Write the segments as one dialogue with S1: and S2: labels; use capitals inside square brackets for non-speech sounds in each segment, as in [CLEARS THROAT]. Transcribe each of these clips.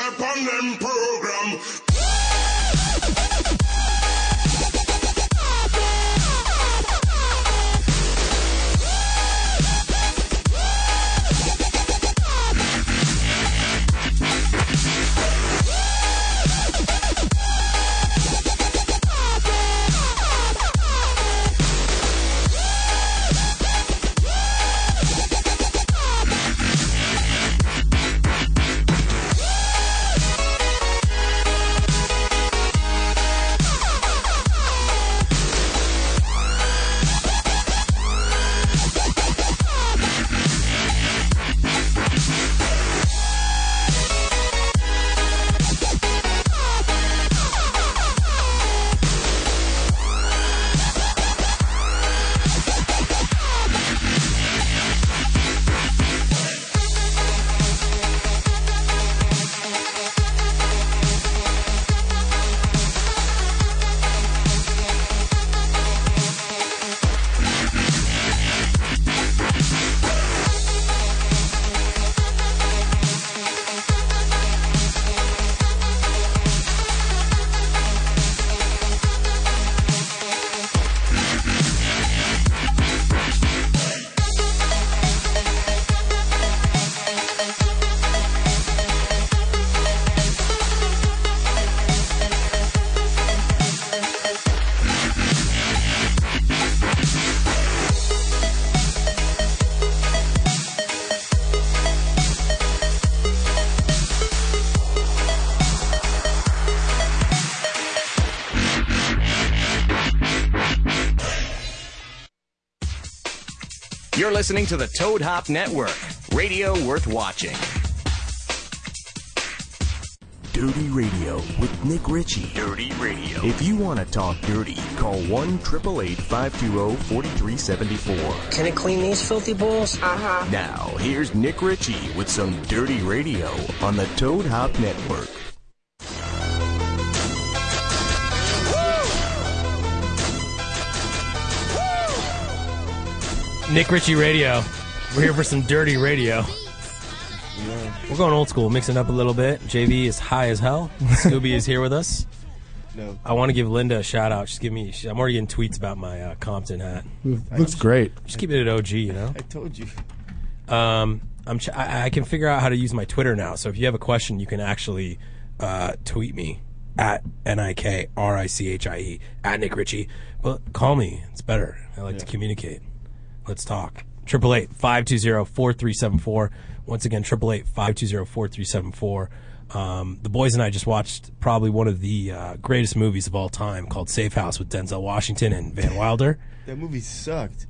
S1: FM program.
S2: You're listening to the Toad Hop Network, radio worth watching.
S3: Dirty Radio with Nick Ritchie.
S2: Dirty Radio.
S3: If you want to talk dirty, call 1 888 520 4374.
S4: Can it clean these filthy balls?
S2: Uh-huh.
S3: Now, here's Nick Ritchie with some dirty radio on the Toad Hop Network.
S5: Nick Ritchie Radio. We're here for some dirty radio. We're going old school, mixing up a little bit. JV is high as hell. Scooby is here with us. No. I want to give Linda a shout out. She's giving me. She, I'm already getting tweets about my uh, Compton hat.
S6: Looks great.
S5: Just keep it at OG, you know.
S7: I told you.
S5: Um, I'm. Ch- I, I can figure out how to use my Twitter now. So if you have a question, you can actually uh, tweet me at n i k r i c h i e at Nick Ritchie. But call me. It's better. I like to communicate. Let's talk. Triple eight five two zero four three seven four. Once again, triple eight five two zero four three seven four. Um, the boys and I just watched probably one of the uh, greatest movies of all time called Safe House with Denzel Washington and Van Wilder.
S7: That movie sucked.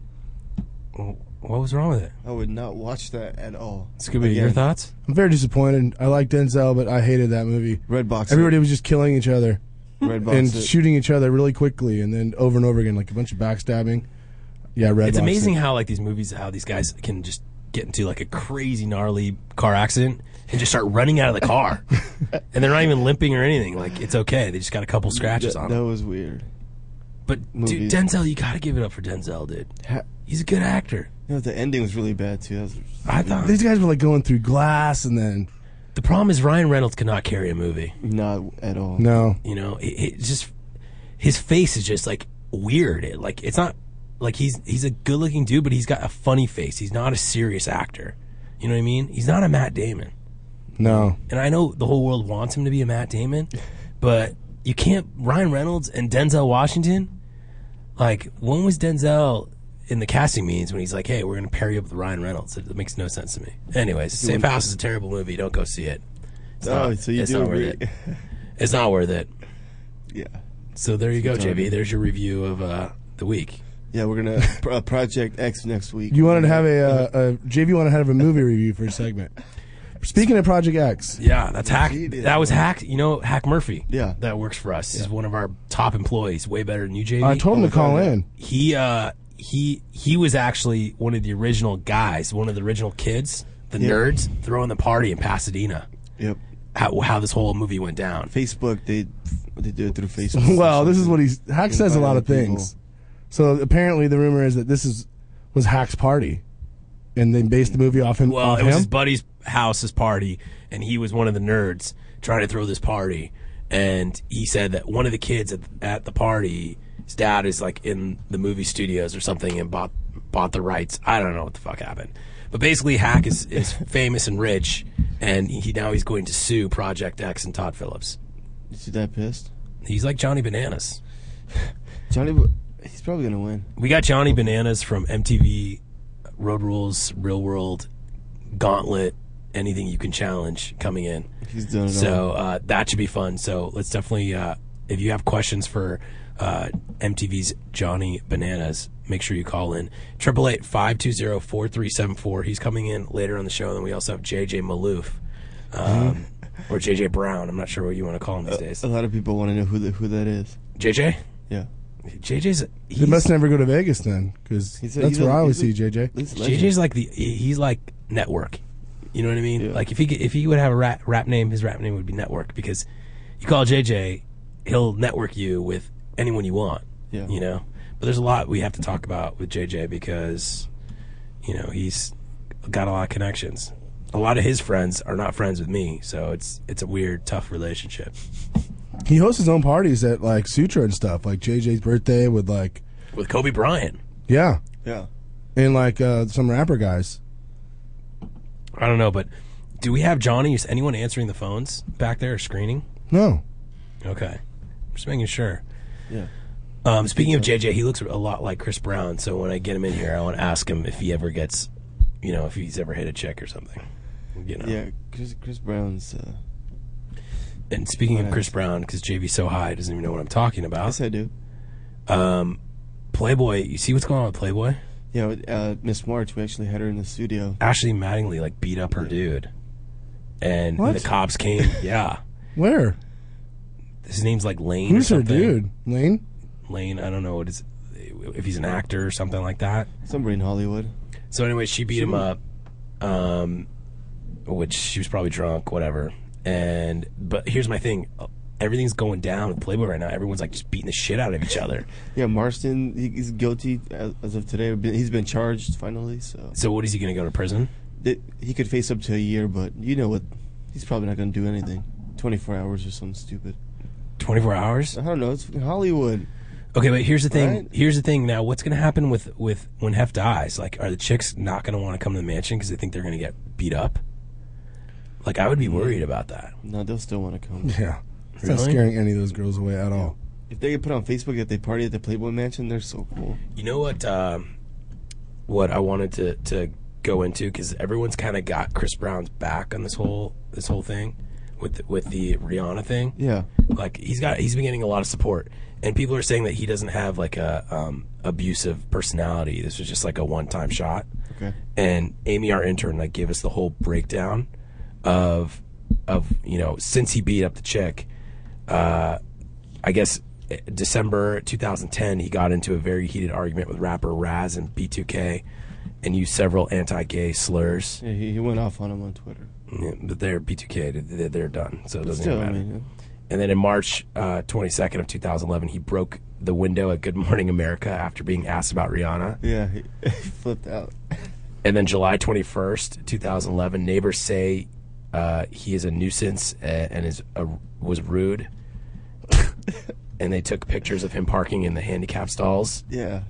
S5: What was wrong with it?
S7: I would not watch that at all.
S5: Scooby, your
S7: Again,
S5: thoughts?
S6: I'm very disappointed. I like Denzel, but I hated that movie.
S7: Red box.
S6: Everybody was just killing each other
S7: Red box.
S6: and
S7: it.
S6: shooting each other really quickly, and then over and over again, like a bunch of backstabbing. Yeah, red.
S5: it's
S6: box.
S5: amazing how like these movies how these guys can just get into like a crazy gnarly car accident and just start running out of the car and they're not even limping or anything like it's okay they just got a couple scratches
S7: that,
S5: on
S7: that
S5: them
S7: was weird.
S5: but dude
S7: movies.
S5: denzel you gotta give it up for denzel dude
S7: Ha-
S5: he's a good actor
S7: no, the ending was really bad too. That was,
S5: i thought
S6: These guys were like going through glass, and then
S5: the problem is ryan reynolds cannot carry a movie
S7: not at all.
S6: no,
S5: you know it, it just his face is just like weird it, like it's not like he's he's a good looking dude but he's got a funny face he's not a serious actor you know what i mean he's not a matt damon
S6: no.
S5: and I know the whole world wants him to be a Matt Damon, but you can't Ryan Reynolds and Denzel Washington. Like, when was Denzel in the casting meetings when he's like, "Hey, we're going to pair you up with Ryan Reynolds"? It, it makes no sense to me. Anyways, Safe House is a terrible movie. Don't go see it. It's
S7: Oh,
S5: not,
S7: so you
S5: it's
S7: do
S5: not
S7: agree?
S5: worth it. [LAUGHS]
S7: [LAUGHS]
S5: It's not worth it.
S7: yeah.
S5: So there you go, JB. There's your review of uh, the week.
S7: Yeah, we're
S5: [LAUGHS]
S7: gonna pro- uh, Project X next week.
S6: You wanted to have a, uh, a JV wanted to have a movie review for a segment. Speaking of Project X,
S5: Yeah, that's hack.
S7: Indeed, yeah.
S5: That was hack. You know, Hack Murphy.
S7: Yeah.
S5: that works for us. He's one of our top employees. Way better than you, JB.
S6: I told him to call
S7: yeah.
S6: in.
S5: he uh he he was actually one of the original guys, one of the original kids, the nerds throwing the party in Pasadena.
S7: Yep.
S5: How how this whole movie went down.
S7: Facebook. They they do it
S6: [LAUGHS]
S7: through
S6: [LAUGHS]
S7: Facebook.
S6: Well,
S7: or
S6: this is
S7: something.
S6: what he's Hack says a lot of
S7: Invite other
S6: things. So apparently, the rumor is that this is was Hack's party. and they based the movie off him.
S5: Well,
S6: off
S5: it was
S6: him?
S5: his buddy's house, his party, and he was one of the nerds trying to throw this party. And he said that one of the kids at, at the party, his dad is like in the movie studios or something and bought bought the rights. I don't know what the fuck happened. But basically, Hack is, is famous and rich, and he now he's going to sue Project X and Todd Phillips.
S7: Is he that pissed?
S5: He's like Johnny Bananas.
S7: Johnny, w- he's probably gonna win.
S5: We got Johnny Bananas from MTV, Road Rules, Real World, Gauntlet, anything you can challenge coming in.
S7: He's done it all.
S5: So uh, that should be fun. So let's definitely, uh, if you have questions for uh, MTV's Johnny Bananas, make sure you call in. 888 520 4374. He's coming in later on the show. And then we also have JJ Maloof um, or JJ Brown. I'm not sure what you want to call him these days.
S7: Uh, A lot of people want to know who the, who that is.
S5: JJ?
S7: Yeah,
S5: JJ's.
S6: They
S5: He's,
S6: must never go to Vegas then, because
S7: He's
S6: that's
S7: a- he's
S6: where
S7: a-
S6: I always see
S7: he's a-
S6: JJ.
S7: he's a legend.
S5: JJ's like the he- he's like network. You know what I mean?
S7: Yeah.
S5: Like if he could- if he would have a rap, rap name, his rap name would be network because you call JJ, he'll network you with anyone you want.
S7: Yeah.
S5: You know. But there's a lot we have to talk about with JJ because you know, he's got a lot of connections. A lot of his friends are not friends with me, so it's it's a weird tough relationship.
S6: He hosts his own parties at like Sutra and stuff, like JJ's birthday with like
S5: With Kobe Bryant,
S6: yeah,
S7: yeah.
S6: and like uh, some rapper guys.
S5: I don't know, but do we have Johnny? Is anyone answering the phones back there or screening?
S6: No,
S5: Okay. Just making sure.
S7: Yeah.
S5: Um, speaking of JJ, he looks a lot like Chris Brown. So when I get him in here, I want to ask him if he ever gets, you know, if he's ever hit a check or something. You know.
S7: Yeah, Chris Chris Brown's. Uh,
S5: And speaking of Chris Brown, because JV's so high, doesn't even know what I'm talking about. Um,
S7: yes, I do.
S5: Playboy, you see what's going on with Playboy?
S7: Yeah, uh, Miss March. We actually had her in the studio.
S5: Ashley Mattingly like beat up her dude, and
S6: What?
S5: the cops
S7: [LAUGHS]
S5: came. yeah,
S6: where?
S5: his name's like Lane.
S6: Who's
S5: or
S6: her
S5: something.
S6: dude? Lane?
S5: Lane. I don't know what is if he's an actor or something like that.
S7: Somebody in Hollywood.
S5: So anyway, she beat him up, um, which she was probably drunk, whatever. And but here's my thing: everything's going down with Playboy right now. Everyone's like just beating the shit out of each other.
S7: Yeah, Marston. he- He's guilty as, as of today. Been- He's been charged finally, so
S5: So what is he gonna go to prison?
S7: Th- he could face up to a year. But you know what? He's probably not gonna do anything. Twenty four hours or something stupid.
S5: Twenty four hours?
S7: I don't know. It's fucking Hollywood.
S5: Okay, but here's the thing.
S7: Right.
S5: Here's the thing. Now, what's gonna happen with with when Hef dies? Like, are the chicks not gonna want to come to the mansion because they think they're gonna get beat up? Like, I would be worried about that.
S7: Mm. No, they'll still want to come.
S6: Yeah, it's not
S5: Really?
S6: scaring any of those girls away at all.
S7: If they get put on Facebook that they party at the Playboy Mansion, they're so cool.
S5: You know what? Um, what I wanted to to go into because everyone's kind of got Chris Brown's back on this whole this whole thing with the, with the Rihanna thing.
S7: Yeah.
S5: Like he's got he's been getting a lot of support, and people are saying that he doesn't have like a um, abusive personality. This was just like a one time shot.
S7: Okay.
S5: And Amy, our intern, like gave us the whole breakdown of of you know since he beat up the chick. uh, I guess eh, December 2010, he got into a very heated argument with rapper Raz and B2K and used several anti gay slurs.
S7: Yeah, he, he went off on him on Twitter.
S5: Yeah, But they're B2K, they're, they're done, so it doesn't
S7: Still,
S5: even
S7: I
S5: matter.
S7: mean,
S5: And then in March uh, 22nd of 2011, he broke the window at Good Morning America after being asked about Rihanna.
S7: yeah, he, he flipped out. [LAUGHS]
S5: And then July 21st, 2011, neighbors say uh, he is a nuisance uh, and is a, was rude.
S7: [LAUGHS]
S5: and they took pictures of him parking in the handicap stalls.
S7: Yeah,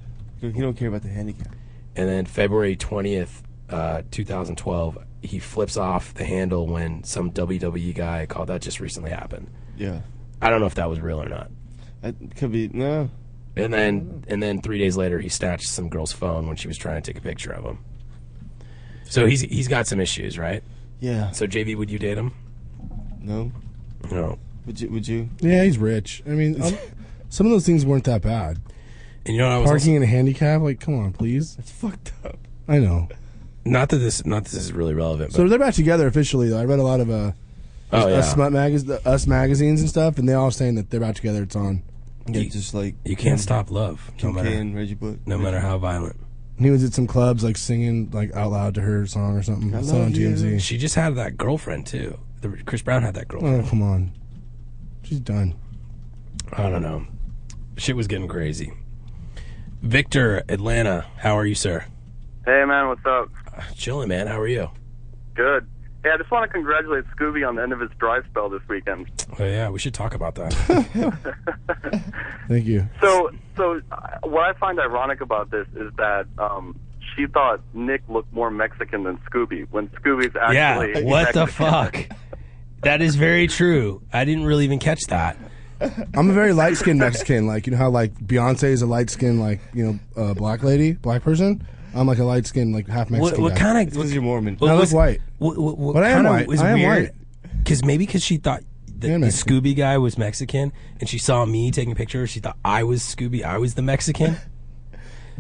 S7: he don't care about the handicap.
S5: And then February 20th, uh, 2012, he flips off the handle when some WWE guy called. That just recently happened.
S7: Yeah,
S5: I don't know if that was real or not.
S7: that could be no.
S5: And then, and then three days later, he snatched some girl's phone when she was trying to take a picture of him. So he's he's got some issues, right?
S7: Yeah,
S5: So JV, would you date him?
S7: no.
S5: No.
S7: Would you? Would you?
S6: Yeah, he's rich. I mean,
S5: [LAUGHS]
S6: um, some of those things weren't that bad.
S5: And you know what I was also-
S6: Parking in a handicap, like, come on, please.
S7: It's fucked up.
S6: I know.
S5: not that this not that this is really relevant. But,
S6: So they're back together officially. Though. I read a lot of uh,
S5: oh yeah,
S6: us smut magaz- the us magazines and stuff, and they all saying that they're back together. It's on.
S7: Yeah, just like
S5: you can't stop love, no
S7: Kim K
S5: matter
S7: and Reggie Bush.
S5: no matter how
S7: [LAUGHS]
S5: violent.
S6: And he was at some clubs, like singing like out loud to her song or something.
S7: I
S6: It's not on
S7: love you.
S6: TMZ.
S5: She just had that girlfriend too. The, Chris Brown had that girlfriend.
S6: Oh come on, she's done.
S5: I don't know. Shit was getting crazy. Victor, Atlanta, how are you, sir?
S1: Hey man, what's up?
S5: Uh, Chilling, man. How are you?
S1: Good. Hey, I just want to congratulate Scooby on the end of his dry spell this weekend.
S5: Oh, yeah, we should talk about that.
S6: [LAUGHS] Thank you.
S1: So, so uh, what I find ironic about this is that um, she thought Nick looked more Mexican than Scooby when Scooby's actually
S5: yeah, what the
S1: Mexican.
S5: fuck? That is very true. I didn't really even catch that.
S6: I'm a very light skinned Mexican. Like you know how like Beyonce is a light skinned like you know uh, black lady, black person. I'm like a light skinned like half
S5: What,
S6: Mexican.
S5: what
S6: guy.
S5: kind of?
S7: Because you're Mormon.
S6: I look white.
S5: What, what, what
S6: But I am
S5: kinda
S6: white.
S5: was
S6: I am
S5: weird? Because maybe because she thought the,
S6: Yeah,
S5: the
S6: Mexican.
S5: Scooby guy was Mexican, and she saw me taking pictures. She thought I was Scooby. I was the Mexican.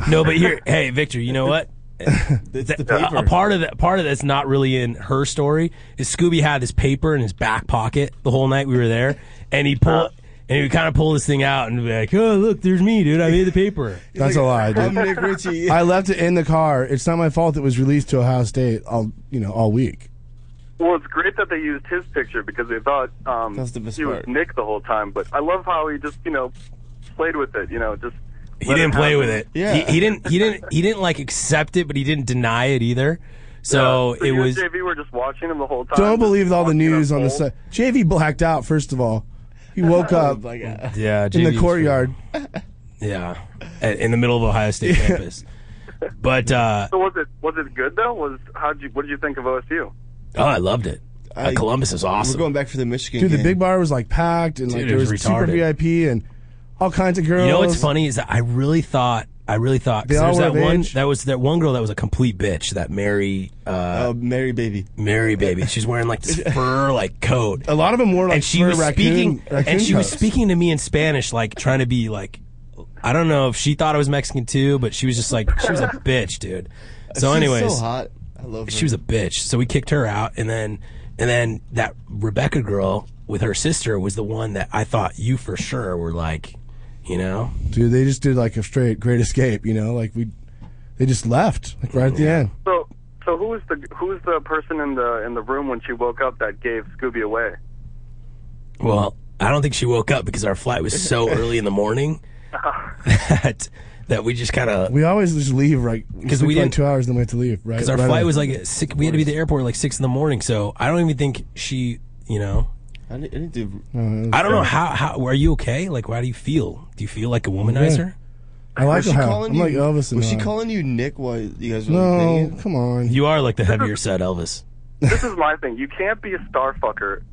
S5: no, but here, hey, Victor, you know what?
S7: [LAUGHS] It's the
S5: A- [LAUGHS]
S7: paper.
S5: A, part of that part of that's not really in her story is Scooby had his paper in his back pocket the whole night we were there, and he pulled and he would kind of pull this thing out and be like, "Oh, look, there's me, dude. I made the
S7: [LAUGHS]
S5: paper."
S6: That's a lie, dude.
S7: I'm Nick Ritchie.
S6: [LAUGHS] I left it in the car. It's not my fault. It was released to Ohio State all you know all week.
S1: Well, it's great that they used his picture because they thought um,
S7: That's the best
S1: he was
S7: part.
S1: Nick the whole time. But I love how he just, you know, played with it. You know, just
S5: He didn't play with it.
S7: Yeah.
S5: He, he didn't. He didn't. He didn't like accept it, but he didn't deny it either. So it
S1: you and
S5: was.
S1: JV were just watching him the whole time.
S6: Don't believe all the
S1: Watching
S6: news
S1: him
S6: on the site.
S1: fold.
S6: JV blacked out. First of all,
S7: [LAUGHS]
S6: he woke up
S7: Like, uh,
S5: [LAUGHS] Yeah,
S6: in the
S5: JV
S6: courtyard.
S5: Yeah, A- in the middle of Ohio State campus. But uh,
S1: So was it was it good though? Was how did you what did you think of OSU?
S5: oh, I loved it. Uh,
S7: I-
S5: Columbus is
S7: we're
S5: awesome.
S7: going back for the Michigan
S6: Dude, the
S7: game.
S6: big bar was like packed, and like
S5: Dude, it
S6: there
S5: was
S6: was, super
S5: retarded.
S6: VIP and all kinds of girls.
S5: You know what's funny is that I really thought I really thought 'cause
S6: They all
S5: there's
S6: were
S5: that
S6: of
S5: one
S6: age?
S5: that was that one girl that was a complete bitch that Mary uh,
S6: Oh,
S7: Uh, Mary Baby.
S5: Mary baby she's wearing like
S6: [LAUGHS]
S5: this fur like coat
S6: A lot of them wore like
S5: and she
S6: fur
S5: was
S6: raccoon,
S5: speaking
S6: raccoon
S5: and she was
S6: coats.
S5: speaking to me in Spanish like trying to be like I don't know if she thought I was Mexican too but she was just like she was a
S6: [LAUGHS]
S5: bitch dude so
S7: She's
S5: anyways
S7: so hot. I love her.
S5: she was a bitch. So we kicked her out, and then and then that Rebecca girl with her sister was the one that I thought you for sure were like, you know,
S6: Dude, they just did like a straight Great Escape. You know, like we, they just left like right at the end.
S1: So so who was the who was the person in the in the room when she woke up that gave Scooby
S7: [LAUGHS]
S1: away?
S5: well, I don't think she woke up because our flight was so early in the morning that that we just kind of
S6: We always just leave right because
S5: we
S6: like
S5: didn't-
S6: two hours, then we have to leave. Right,
S5: because our
S6: right
S5: flight
S6: away.
S5: was like at six. We had to be at the airport at like six in the morning, so I don't even think she, you know.
S7: I need, I need to.
S5: I don't know how, how are you okay? Like, how do you feel? Do you feel like a womanizer?
S6: I like
S7: Was she
S6: Ohio.
S7: calling
S6: I'm like
S7: you?
S6: Elvis. and
S7: Was she
S6: Ohio.
S7: calling you Nick while you guys were
S6: No,
S7: playing?
S6: come on.
S5: You are like the heavier set Elvis.
S1: This is my thing. You can't be a star fucker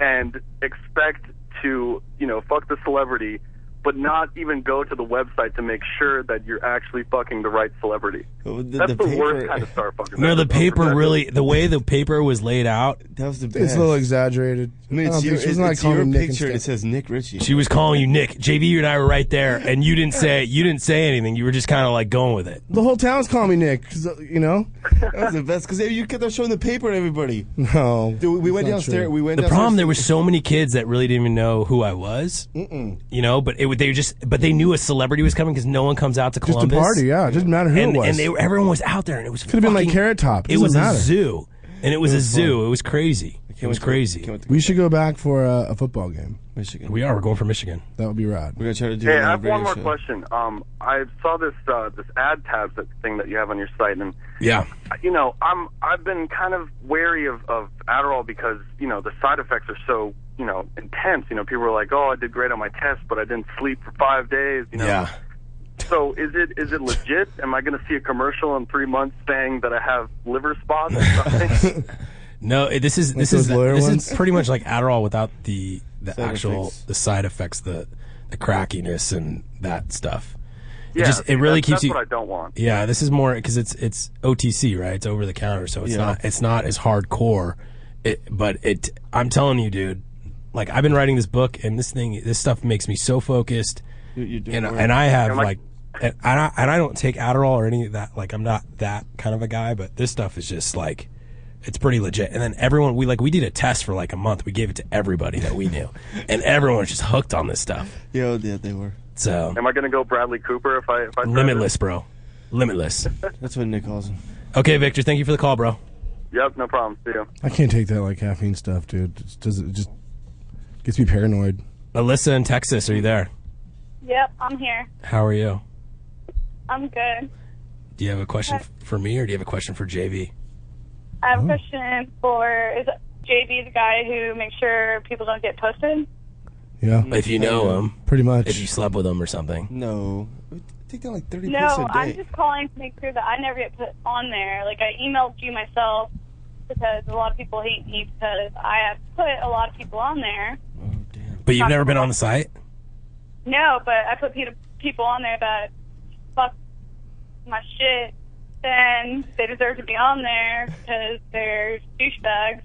S1: and expect to, you know, fuck the celebrity but not even go to the website to make sure that you're actually fucking the right celebrity.
S7: The,
S1: That's
S7: the
S1: the,
S7: paper,
S1: worst kind of
S7: [LAUGHS]
S1: star fucker.
S5: No, the
S1: That's
S5: paper
S1: unprofessional.
S5: really, the way the paper was laid out,
S7: That was the best.
S6: It's a little exaggerated.
S7: I mean,
S6: I don't
S7: it's your,
S6: think- she's
S7: it's,
S6: not
S7: it's
S6: calling
S7: your
S6: him Nick and
S7: picture. And it
S6: stuff.
S7: says Nick Ritchie.
S5: She was calling you Nick. JV, you and I were right there, and you didn't say you didn't say anything. You were just kind of like going with it.
S6: the whole town's calling me Nick. 'cause, uh, you know,
S7: that was the best because you kept on showing the paper
S5: [LAUGHS]
S7: to everybody.
S6: no.
S7: Dude, we, we
S6: it's
S7: went
S6: not
S7: downstairs.
S6: true.
S7: We went.
S5: The
S7: downstairs-
S5: problem there were so many kids that really didn't even know who I was. Mm-mm. You know, but it would they just but they knew a celebrity was coming because no one comes out to
S6: just
S5: Columbus.
S6: a party. Yeah, it doesn't matter who
S5: and
S6: it was.
S5: and they were, everyone was out there, and it was could
S6: have been like Carrot Top. It
S5: It, was
S6: doesn't matter.
S5: a zoo, and it was, a zoo. It was crazy. It was crazy.
S7: Can't wait to
S6: we should go back for uh, a football game.
S7: Michigan.
S5: We are. We're going for Michigan.
S6: That would be rad.
S7: We're gonna try to do.
S1: Hey,
S7: it on
S1: I
S7: the
S1: have one
S7: radio
S1: more
S7: show.
S1: question. Um, I saw this uh, this ad tabs that thing that you have on your site, and
S5: Yeah.
S1: you know, I'm I've been kind of wary of, of Adderall because you know the side effects are so you know intense. You know, people are like, "Oh, I did great on my test, but I didn't sleep for five days." You know,
S5: Yeah.
S1: so is it is it legit? Am I going to see a commercial in three months saying that I have liver spots or something?
S5: No, it- this is this
S6: those
S5: is
S6: lawyer
S5: this
S6: ones?
S5: is pretty much like Adderall without the the
S7: Side
S5: actual
S7: effects.
S5: the side effects, the the crackiness and that stuff.
S1: yeah,
S5: just- it really
S1: that's,
S5: keeps
S1: that's
S5: you-
S1: What I don't want.
S5: Yeah, this is more because it's it's OTC, right? It's over the counter, so it's
S7: Yeah.
S5: not it's not as hardcore. It, but it, I'm telling you, dude. Like I've been writing this book, and this thing, this stuff makes me so focused,
S7: You- you do
S5: and
S7: work.
S5: and I have
S1: like-
S5: like, and I and I don't take Adderall or any of that. Like I'm not that kind of a guy, but this stuff is just like. It's pretty legit, and then everyone we like we did a test for like a month. We gave it to everybody that we
S7: [LAUGHS]
S5: knew, and everyone was just hooked on this stuff.
S7: Yeah, yeah, they were.
S5: So
S1: Am I going to go Bradley Cooper if I if I try this?
S5: limitless, bro, limitless.
S7: [LAUGHS] That's what Nick calls him.
S5: Okay, Victor, thank you for the call, bro.
S1: Yep, no problem. See you.
S6: I can't take that like caffeine stuff, dude. It just, does, it just gets me paranoid.
S5: Alyssa in Texas, are you there?
S8: Yep, I'm here.
S5: How are you?
S8: I'm good.
S5: Do you have a question f- for me, or do you have a question for JV?
S9: I
S7: Uh-huh.
S9: have a question for is JB the guy who makes sure people don't get posted?
S6: Yeah,
S5: If you know him,
S6: pretty
S5: if you
S6: much.
S5: slept with him or something.
S7: No, I take down like thirty pics a
S9: No,
S7: day.
S9: I'm just calling to make sure that I never get put on there. Like I emailed you myself because a lot of people hate me because I have put a lot of people on there.
S7: oh damn!
S5: But you've never been on the site.
S9: No, but I put pe- people on there that fuck my shit. Then they deserve to be on there because they're douchebags.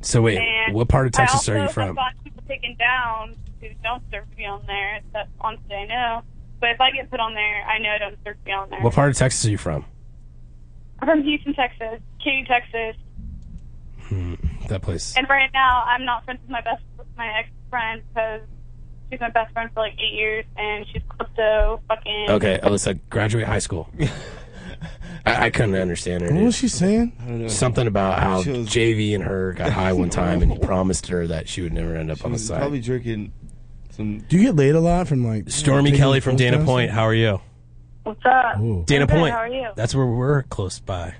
S5: So wait,
S9: And
S5: what part of Texas
S9: I
S5: are you
S9: also have
S5: from?
S9: gotten people taken down who don't deserve to be on there. Except on today, no. But if I get put on there, I know I don't deserve to be on there.
S5: What part of Texas are you from?
S9: I'm from Houston, Texas, Katy, Texas,
S5: Hmm, That place.
S9: and right now I'm not friends with my best, my ex friend because she's my best friend for like eight years, and she's close to fucking.
S5: Okay, Alyssa, graduate high school. I, I couldn't understand her.
S6: What
S5: dude.
S6: was she saying?
S7: I don't know.
S5: Something about how
S7: She was-
S5: JV and her got high one time, and he promised her that she would never end up on the
S7: He's
S5: site.
S7: probably drinking some.
S6: Do you get laid a lot from like
S5: Stormy
S6: taking
S5: Kelly from
S6: photos
S5: Dana
S6: and
S5: Point. How are you?
S9: What's up?
S6: Ooh.
S5: Dana
S9: I'm good,
S5: Point.
S9: How are you?
S5: That's where we're close by.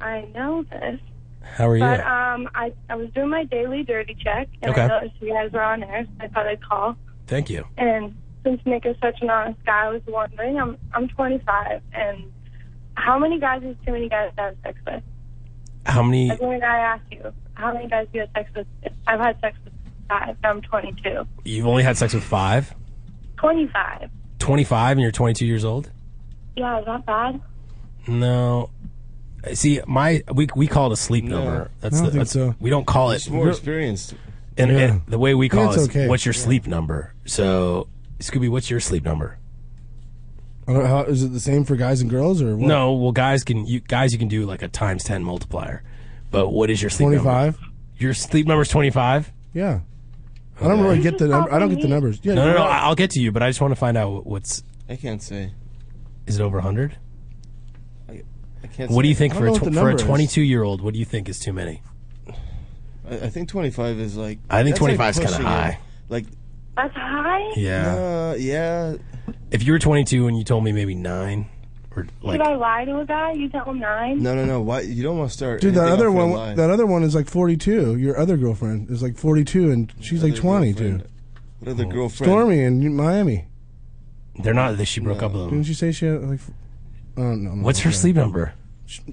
S9: I know this,
S5: How are you?
S9: but um, I I was doing my daily dirty check, and
S5: Okay.
S9: I noticed you guys were on there. So I thought I'd call.
S5: Thank you.
S9: And since Nick is such an honest guy, I was wondering. I'm I'm 25, and how many guys is too many guys to have sex with?
S5: How many?
S9: That's when I asked you, how many guys do you have sex with? I've had sex with five. I'm 22.
S5: You've only had sex with five?
S9: 25.
S5: 25 and you're 22 years old?
S9: Yeah, is that bad?
S5: No. See, my we we call it a sleep
S7: No.
S5: number. That's
S6: I don't
S5: the,
S6: think
S5: that's,
S6: so.
S5: We don't call it.
S7: She's more experienced.
S5: And,
S6: Yeah.
S5: and the way we call
S6: it's
S5: it is
S6: okay.
S5: what's your sleep number. So, Scooby, what's your sleep number?
S6: I don't know, how, is it the same for guys and girls or what?
S5: No, well, guys can you guys you can do like a times 10 multiplier. But what is your sleep
S6: Twenty
S5: number?
S6: five.
S5: Your sleep number's 25?
S6: Yeah. I don't really get the num- I don't get the numbers. Yeah.
S5: No, no,
S6: you're
S5: no.
S6: right.
S5: I- I'll get to you, but I just want to find out what- what's
S7: I can't say.
S5: is it over 100?
S7: I can't.
S5: What
S7: say.
S5: do you think
S6: I
S5: for
S6: don't
S5: a
S6: know what
S5: tw-
S6: the
S5: for a
S6: number is.
S5: 22 year old? What do you think is too many?
S7: I, I think twenty five is like.
S5: I think
S7: that's, like,
S5: 25 is kinda
S7: pushing it.
S5: high.
S7: Like,
S9: That's high?
S5: Yeah.
S7: uh, yeah.
S5: If you were 22 and you told me maybe nine, or like
S9: Should I lie to a guy? You tell him nine?
S7: No, no, no. Why you don't want to start?
S6: Dude, that
S7: anything
S6: other
S7: off with a
S6: one,
S7: lie.
S6: that other one is like 42. Your other girlfriend is like 42, and she's like
S7: Other
S6: 20,
S7: girlfriend.
S6: dude.
S7: What other girlfriend?
S6: Stormy in Miami.
S5: they're not that she broke up with
S6: Didn't
S5: him.
S6: she say she had like? f- I don't know. I'm not
S5: What's her
S6: sure.
S5: sleep number?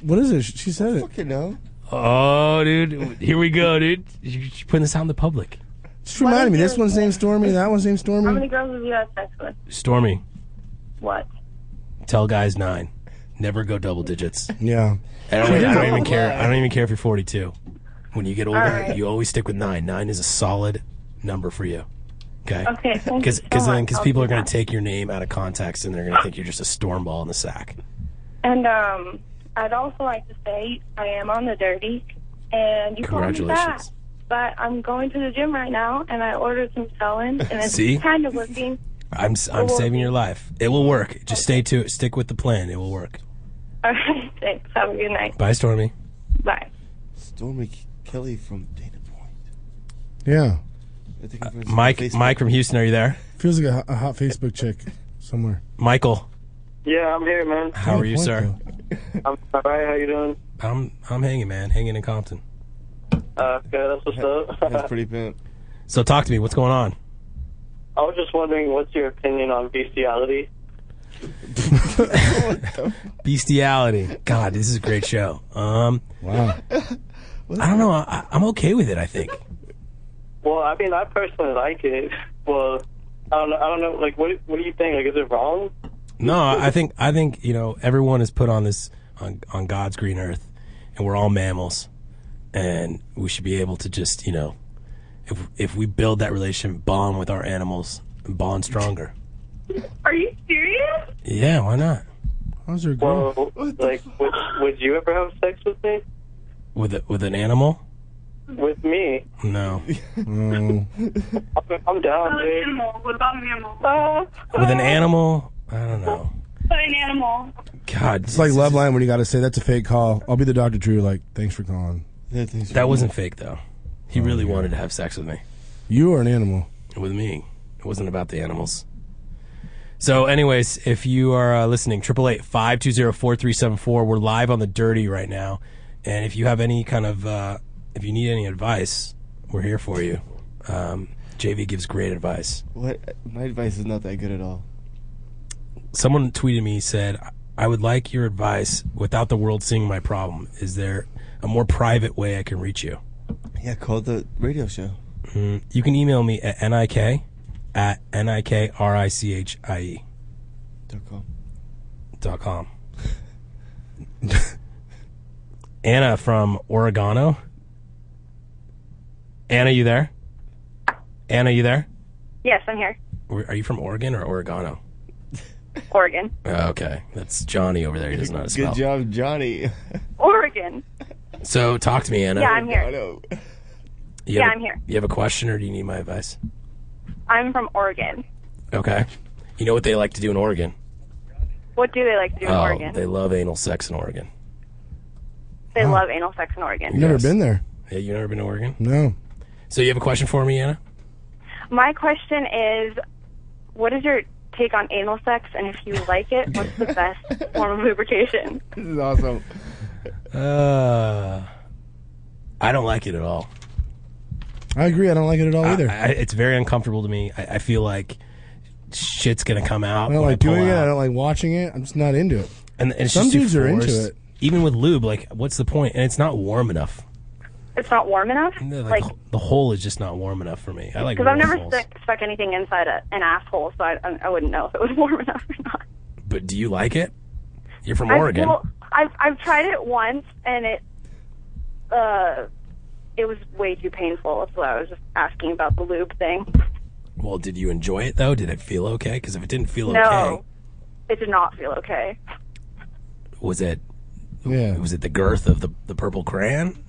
S6: What is it? She she said it.
S7: Fucking no.
S5: Oh, dude, here we go, dude. You're putting this out in the public.
S6: Just reminded me. This one's named Stormy. That one's named
S9: How many
S6: Stormy.
S9: girls have you had sex with?
S5: Stormy,
S9: What?
S5: tell guys nine, never go double digits.
S6: Yeah.
S5: And I don't, I don't
S9: [LAUGHS]
S5: even care. I don't even care if you're 42. When you get older,
S9: right.
S5: you always stick with nine. Nine is a solid number for you. Okay.
S9: Okay, thank
S5: Because
S9: you so much.
S5: then because
S9: I'll
S5: people
S9: do
S5: are going
S9: that.
S5: to take your name out of context and they're going to think you're just a storm ball in the sack.
S9: And um, I'd also like to say I am on the dirty, and you called me back.
S5: Congratulations.
S9: But I'm going to the gym right now, and I ordered some Cellan, and it's
S5: See?
S9: kind of working.
S5: I'm s- I'm
S9: will
S5: saving
S9: be.
S5: your life. It will work. Just stay to it. Stick with the plan. It will work.
S9: [LAUGHS] All right, thanks. Have a good night.
S5: Bye, Stormy.
S9: Bye.
S7: Stormy K- Kelly from Dana Point.
S6: Yeah.
S7: I think I've heard some
S5: Uh, Mike
S7: Facebook-
S5: Mike from Houston, are you there?
S6: Feels like a, hot- a hot Facebook chick somewhere.
S5: Michael,
S1: Yeah, I'm here, man.
S5: how are you,
S6: Point,
S5: sir?
S6: though.
S1: I'm all right. How you doing?
S5: I'm I'm hanging, man. Hanging in Compton.
S1: Uh, okay, that's what's
S7: That's
S1: up. [LAUGHS]
S7: pretty pimp.
S5: So talk to me. What's going on?
S1: I was just wondering, what's your opinion on bestiality?
S5: Bestiality. God, this is a great show. Um,
S6: Wow.
S5: I don't know. I, I'm okay with it. I think.
S1: Well, I mean, I personally like it. Well, I don't know. I don't know. Like, what what do you think? Like, is it wrong?
S5: No, I think I think you know everyone is put on this on on God's green earth, and we're all mammals, and we should be able to just you know, if if we build that relationship, bond with our animals, and bond stronger.
S9: Are you serious?
S5: Yeah, why not?
S6: How's her girl?
S1: Well, like, would would you ever have sex with me?
S5: With a, with an animal?
S1: With me?
S5: [LAUGHS] No.
S6: Oh.
S1: I'm, I'm down, dude.
S9: What about an animal?
S1: Uh,
S5: With an animal? I don't know.
S9: But an animal.
S5: God,
S6: It's like love line when you got to say that's a fake call. I'll be the Dr. Drew. Like, thanks for calling.
S7: That, thing's Oh,
S5: That
S7: pretty-
S5: wasn't fake though. He really wanted to have sex with me.
S6: You are an animal.
S5: With me. It wasn't about the animals. So, anyways, if you are uh, listening, 888-520-4374. We're live on the Dirty right now, and if you have any kind of, uh, if you need any advice, we're here for you. Um, JV gives great advice.
S7: What? My advice is not that good at all.
S5: Someone tweeted me said, "I would like your advice without the world seeing my problem. Is there a more private way I can reach you?"
S7: Yeah, call the radio show.
S5: Mm, you can email me at nik at nikricchie
S7: Don't call.
S5: dot com. [LAUGHS] Anna from Oregano. Anna, you there? Anna, you there?
S8: Yes, I'm here.
S5: Where- Are you from Oregon or Oregano?
S8: Oregon.
S5: Uh, okay, that's Johnny over there. He doesn't know how to
S7: Good
S5: spell.
S7: job, Johnny.
S8: Oregon.
S5: So talk to me, Anna.
S8: Yeah, I'm
S7: I
S8: here.
S7: know.
S5: You
S8: yeah,
S5: have a-
S8: I'm here.
S5: You have a question or do you need my advice?
S8: I'm from Oregon.
S5: Okay. You know what they like to do in Oregon?
S8: What do they like to do in
S5: oh,
S8: Oregon?
S5: they love anal sex in Oregon.
S8: They love anal sex in Oregon.
S6: Never
S5: Yes.
S6: been there.
S5: Yeah, you never been to Oregon?
S6: No.
S5: So you have a question for me, Anna?
S8: My question is, what is your take on anal sex, and if you like it, what's
S5: [LAUGHS]
S8: the best form of lubrication?
S6: [LAUGHS]
S7: This is awesome.
S5: Uh, I don't like it at all.
S6: I agree. I don't like it at all either.
S5: I, I, it's very uncomfortable to me. I, I feel like shit's gonna come out.
S6: I don't
S5: when
S6: like doing
S5: pull
S6: it. I
S5: out.
S6: don't like watching it. I'm just not into it.
S5: and, and it's
S6: Some
S5: just too
S6: dudes are into
S5: forced.
S6: it.
S5: Even with lube, like, what's the point? And it's not warm enough.
S8: It's not warm enough. Like,
S5: Like, the- the hole is just not warm enough for me. I like
S8: because I've
S5: warm
S8: never
S5: holes.
S8: stuck, stuck anything inside a, an asshole, so I, I wouldn't know if it was [LAUGHS] warm enough or not.
S5: But do you like it? You're from
S8: I've-
S5: Oregon.
S8: well, I've I've tried it once, and it uh, it was way too painful. That's why I was just asking about the lube thing.
S5: Well, did you enjoy it though? Did it feel okay? Because if it didn't feel okay,
S8: No, it did not feel okay.
S5: was it
S6: Yeah.
S5: was it the girth of the the
S8: [LAUGHS]
S5: purple crayon?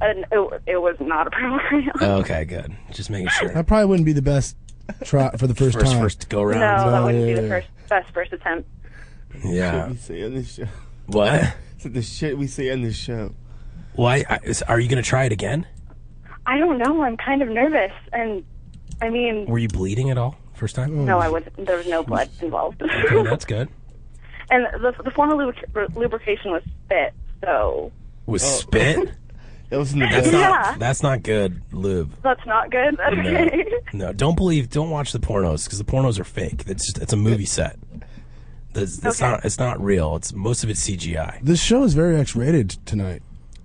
S8: And it, it was not a problem.
S5: Okay, good. Just making sure.
S6: That probably wouldn't be the best try
S5: [LAUGHS]
S6: for the first,
S5: First,
S6: time.
S5: first go round.
S8: No, that wouldn't be
S6: yeah.
S8: the first best first attempt.
S5: Yeah.
S7: We say on this show. [LAUGHS]
S5: What?
S7: The shit we say on this show.
S5: Why? I- is- Are you gonna try it again?
S8: I don't know. I'm kind of nervous, and I mean,
S5: Were you bleeding at all first time?
S8: no, I was. There was no blood involved,
S5: Okay,
S8: and
S5: that's good.
S8: the the form of lubric- lubrication was spit. So
S5: With spit? [LAUGHS]
S7: That was in the
S5: That's
S7: best.
S5: not
S8: Yeah.
S5: that's not good lube.
S8: that's not good.
S5: No.
S8: Okay.
S5: No, don't believe don't watch the pornos because the pornos are fake. It's just, it's a movie set. That's, that's
S8: Okay.
S5: not it's not real. It's most of it's CGI.
S6: This show is very X-rated tonight.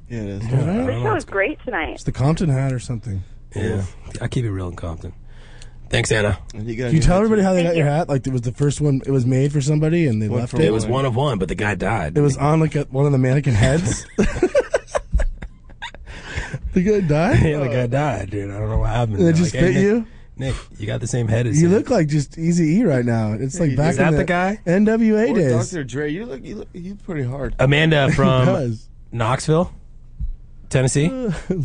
S7: Yeah, it is.
S5: I don't
S8: This
S5: know
S8: show
S5: what's
S8: was great tonight.
S6: It's the Compton hat or something.
S5: Yeah, I keep it real in Compton. Thanks, Anna.
S7: And you gotta
S6: Can you
S7: give
S6: tell
S7: it to-
S6: everybody how they
S8: Thank
S6: got your
S8: you.
S6: hat? Like it was the first one. It was made for somebody, and they
S7: One
S6: left
S7: for
S6: it.
S5: It was
S7: Boy.
S5: one of one, but the guy died.
S6: It was on like a, one of the
S5: [LAUGHS]
S6: mannequin heads. the guy died.
S5: yeah, the guy died, dude. I don't know what happened.
S6: They
S5: They're
S6: just
S5: "Hey,
S6: spit you?
S5: Nick, Nick, you got the same head as
S6: You
S5: him."
S6: look like just Easy E right now. It's like
S7: Is
S6: back
S5: that
S6: in
S5: the guy?
S6: NWA
S7: Or
S6: days.
S7: Dr. Dre, you look, you look, you pretty hard.
S6: [LAUGHS]
S5: Amanda from
S6: Does.
S5: Knoxville, Tennessee.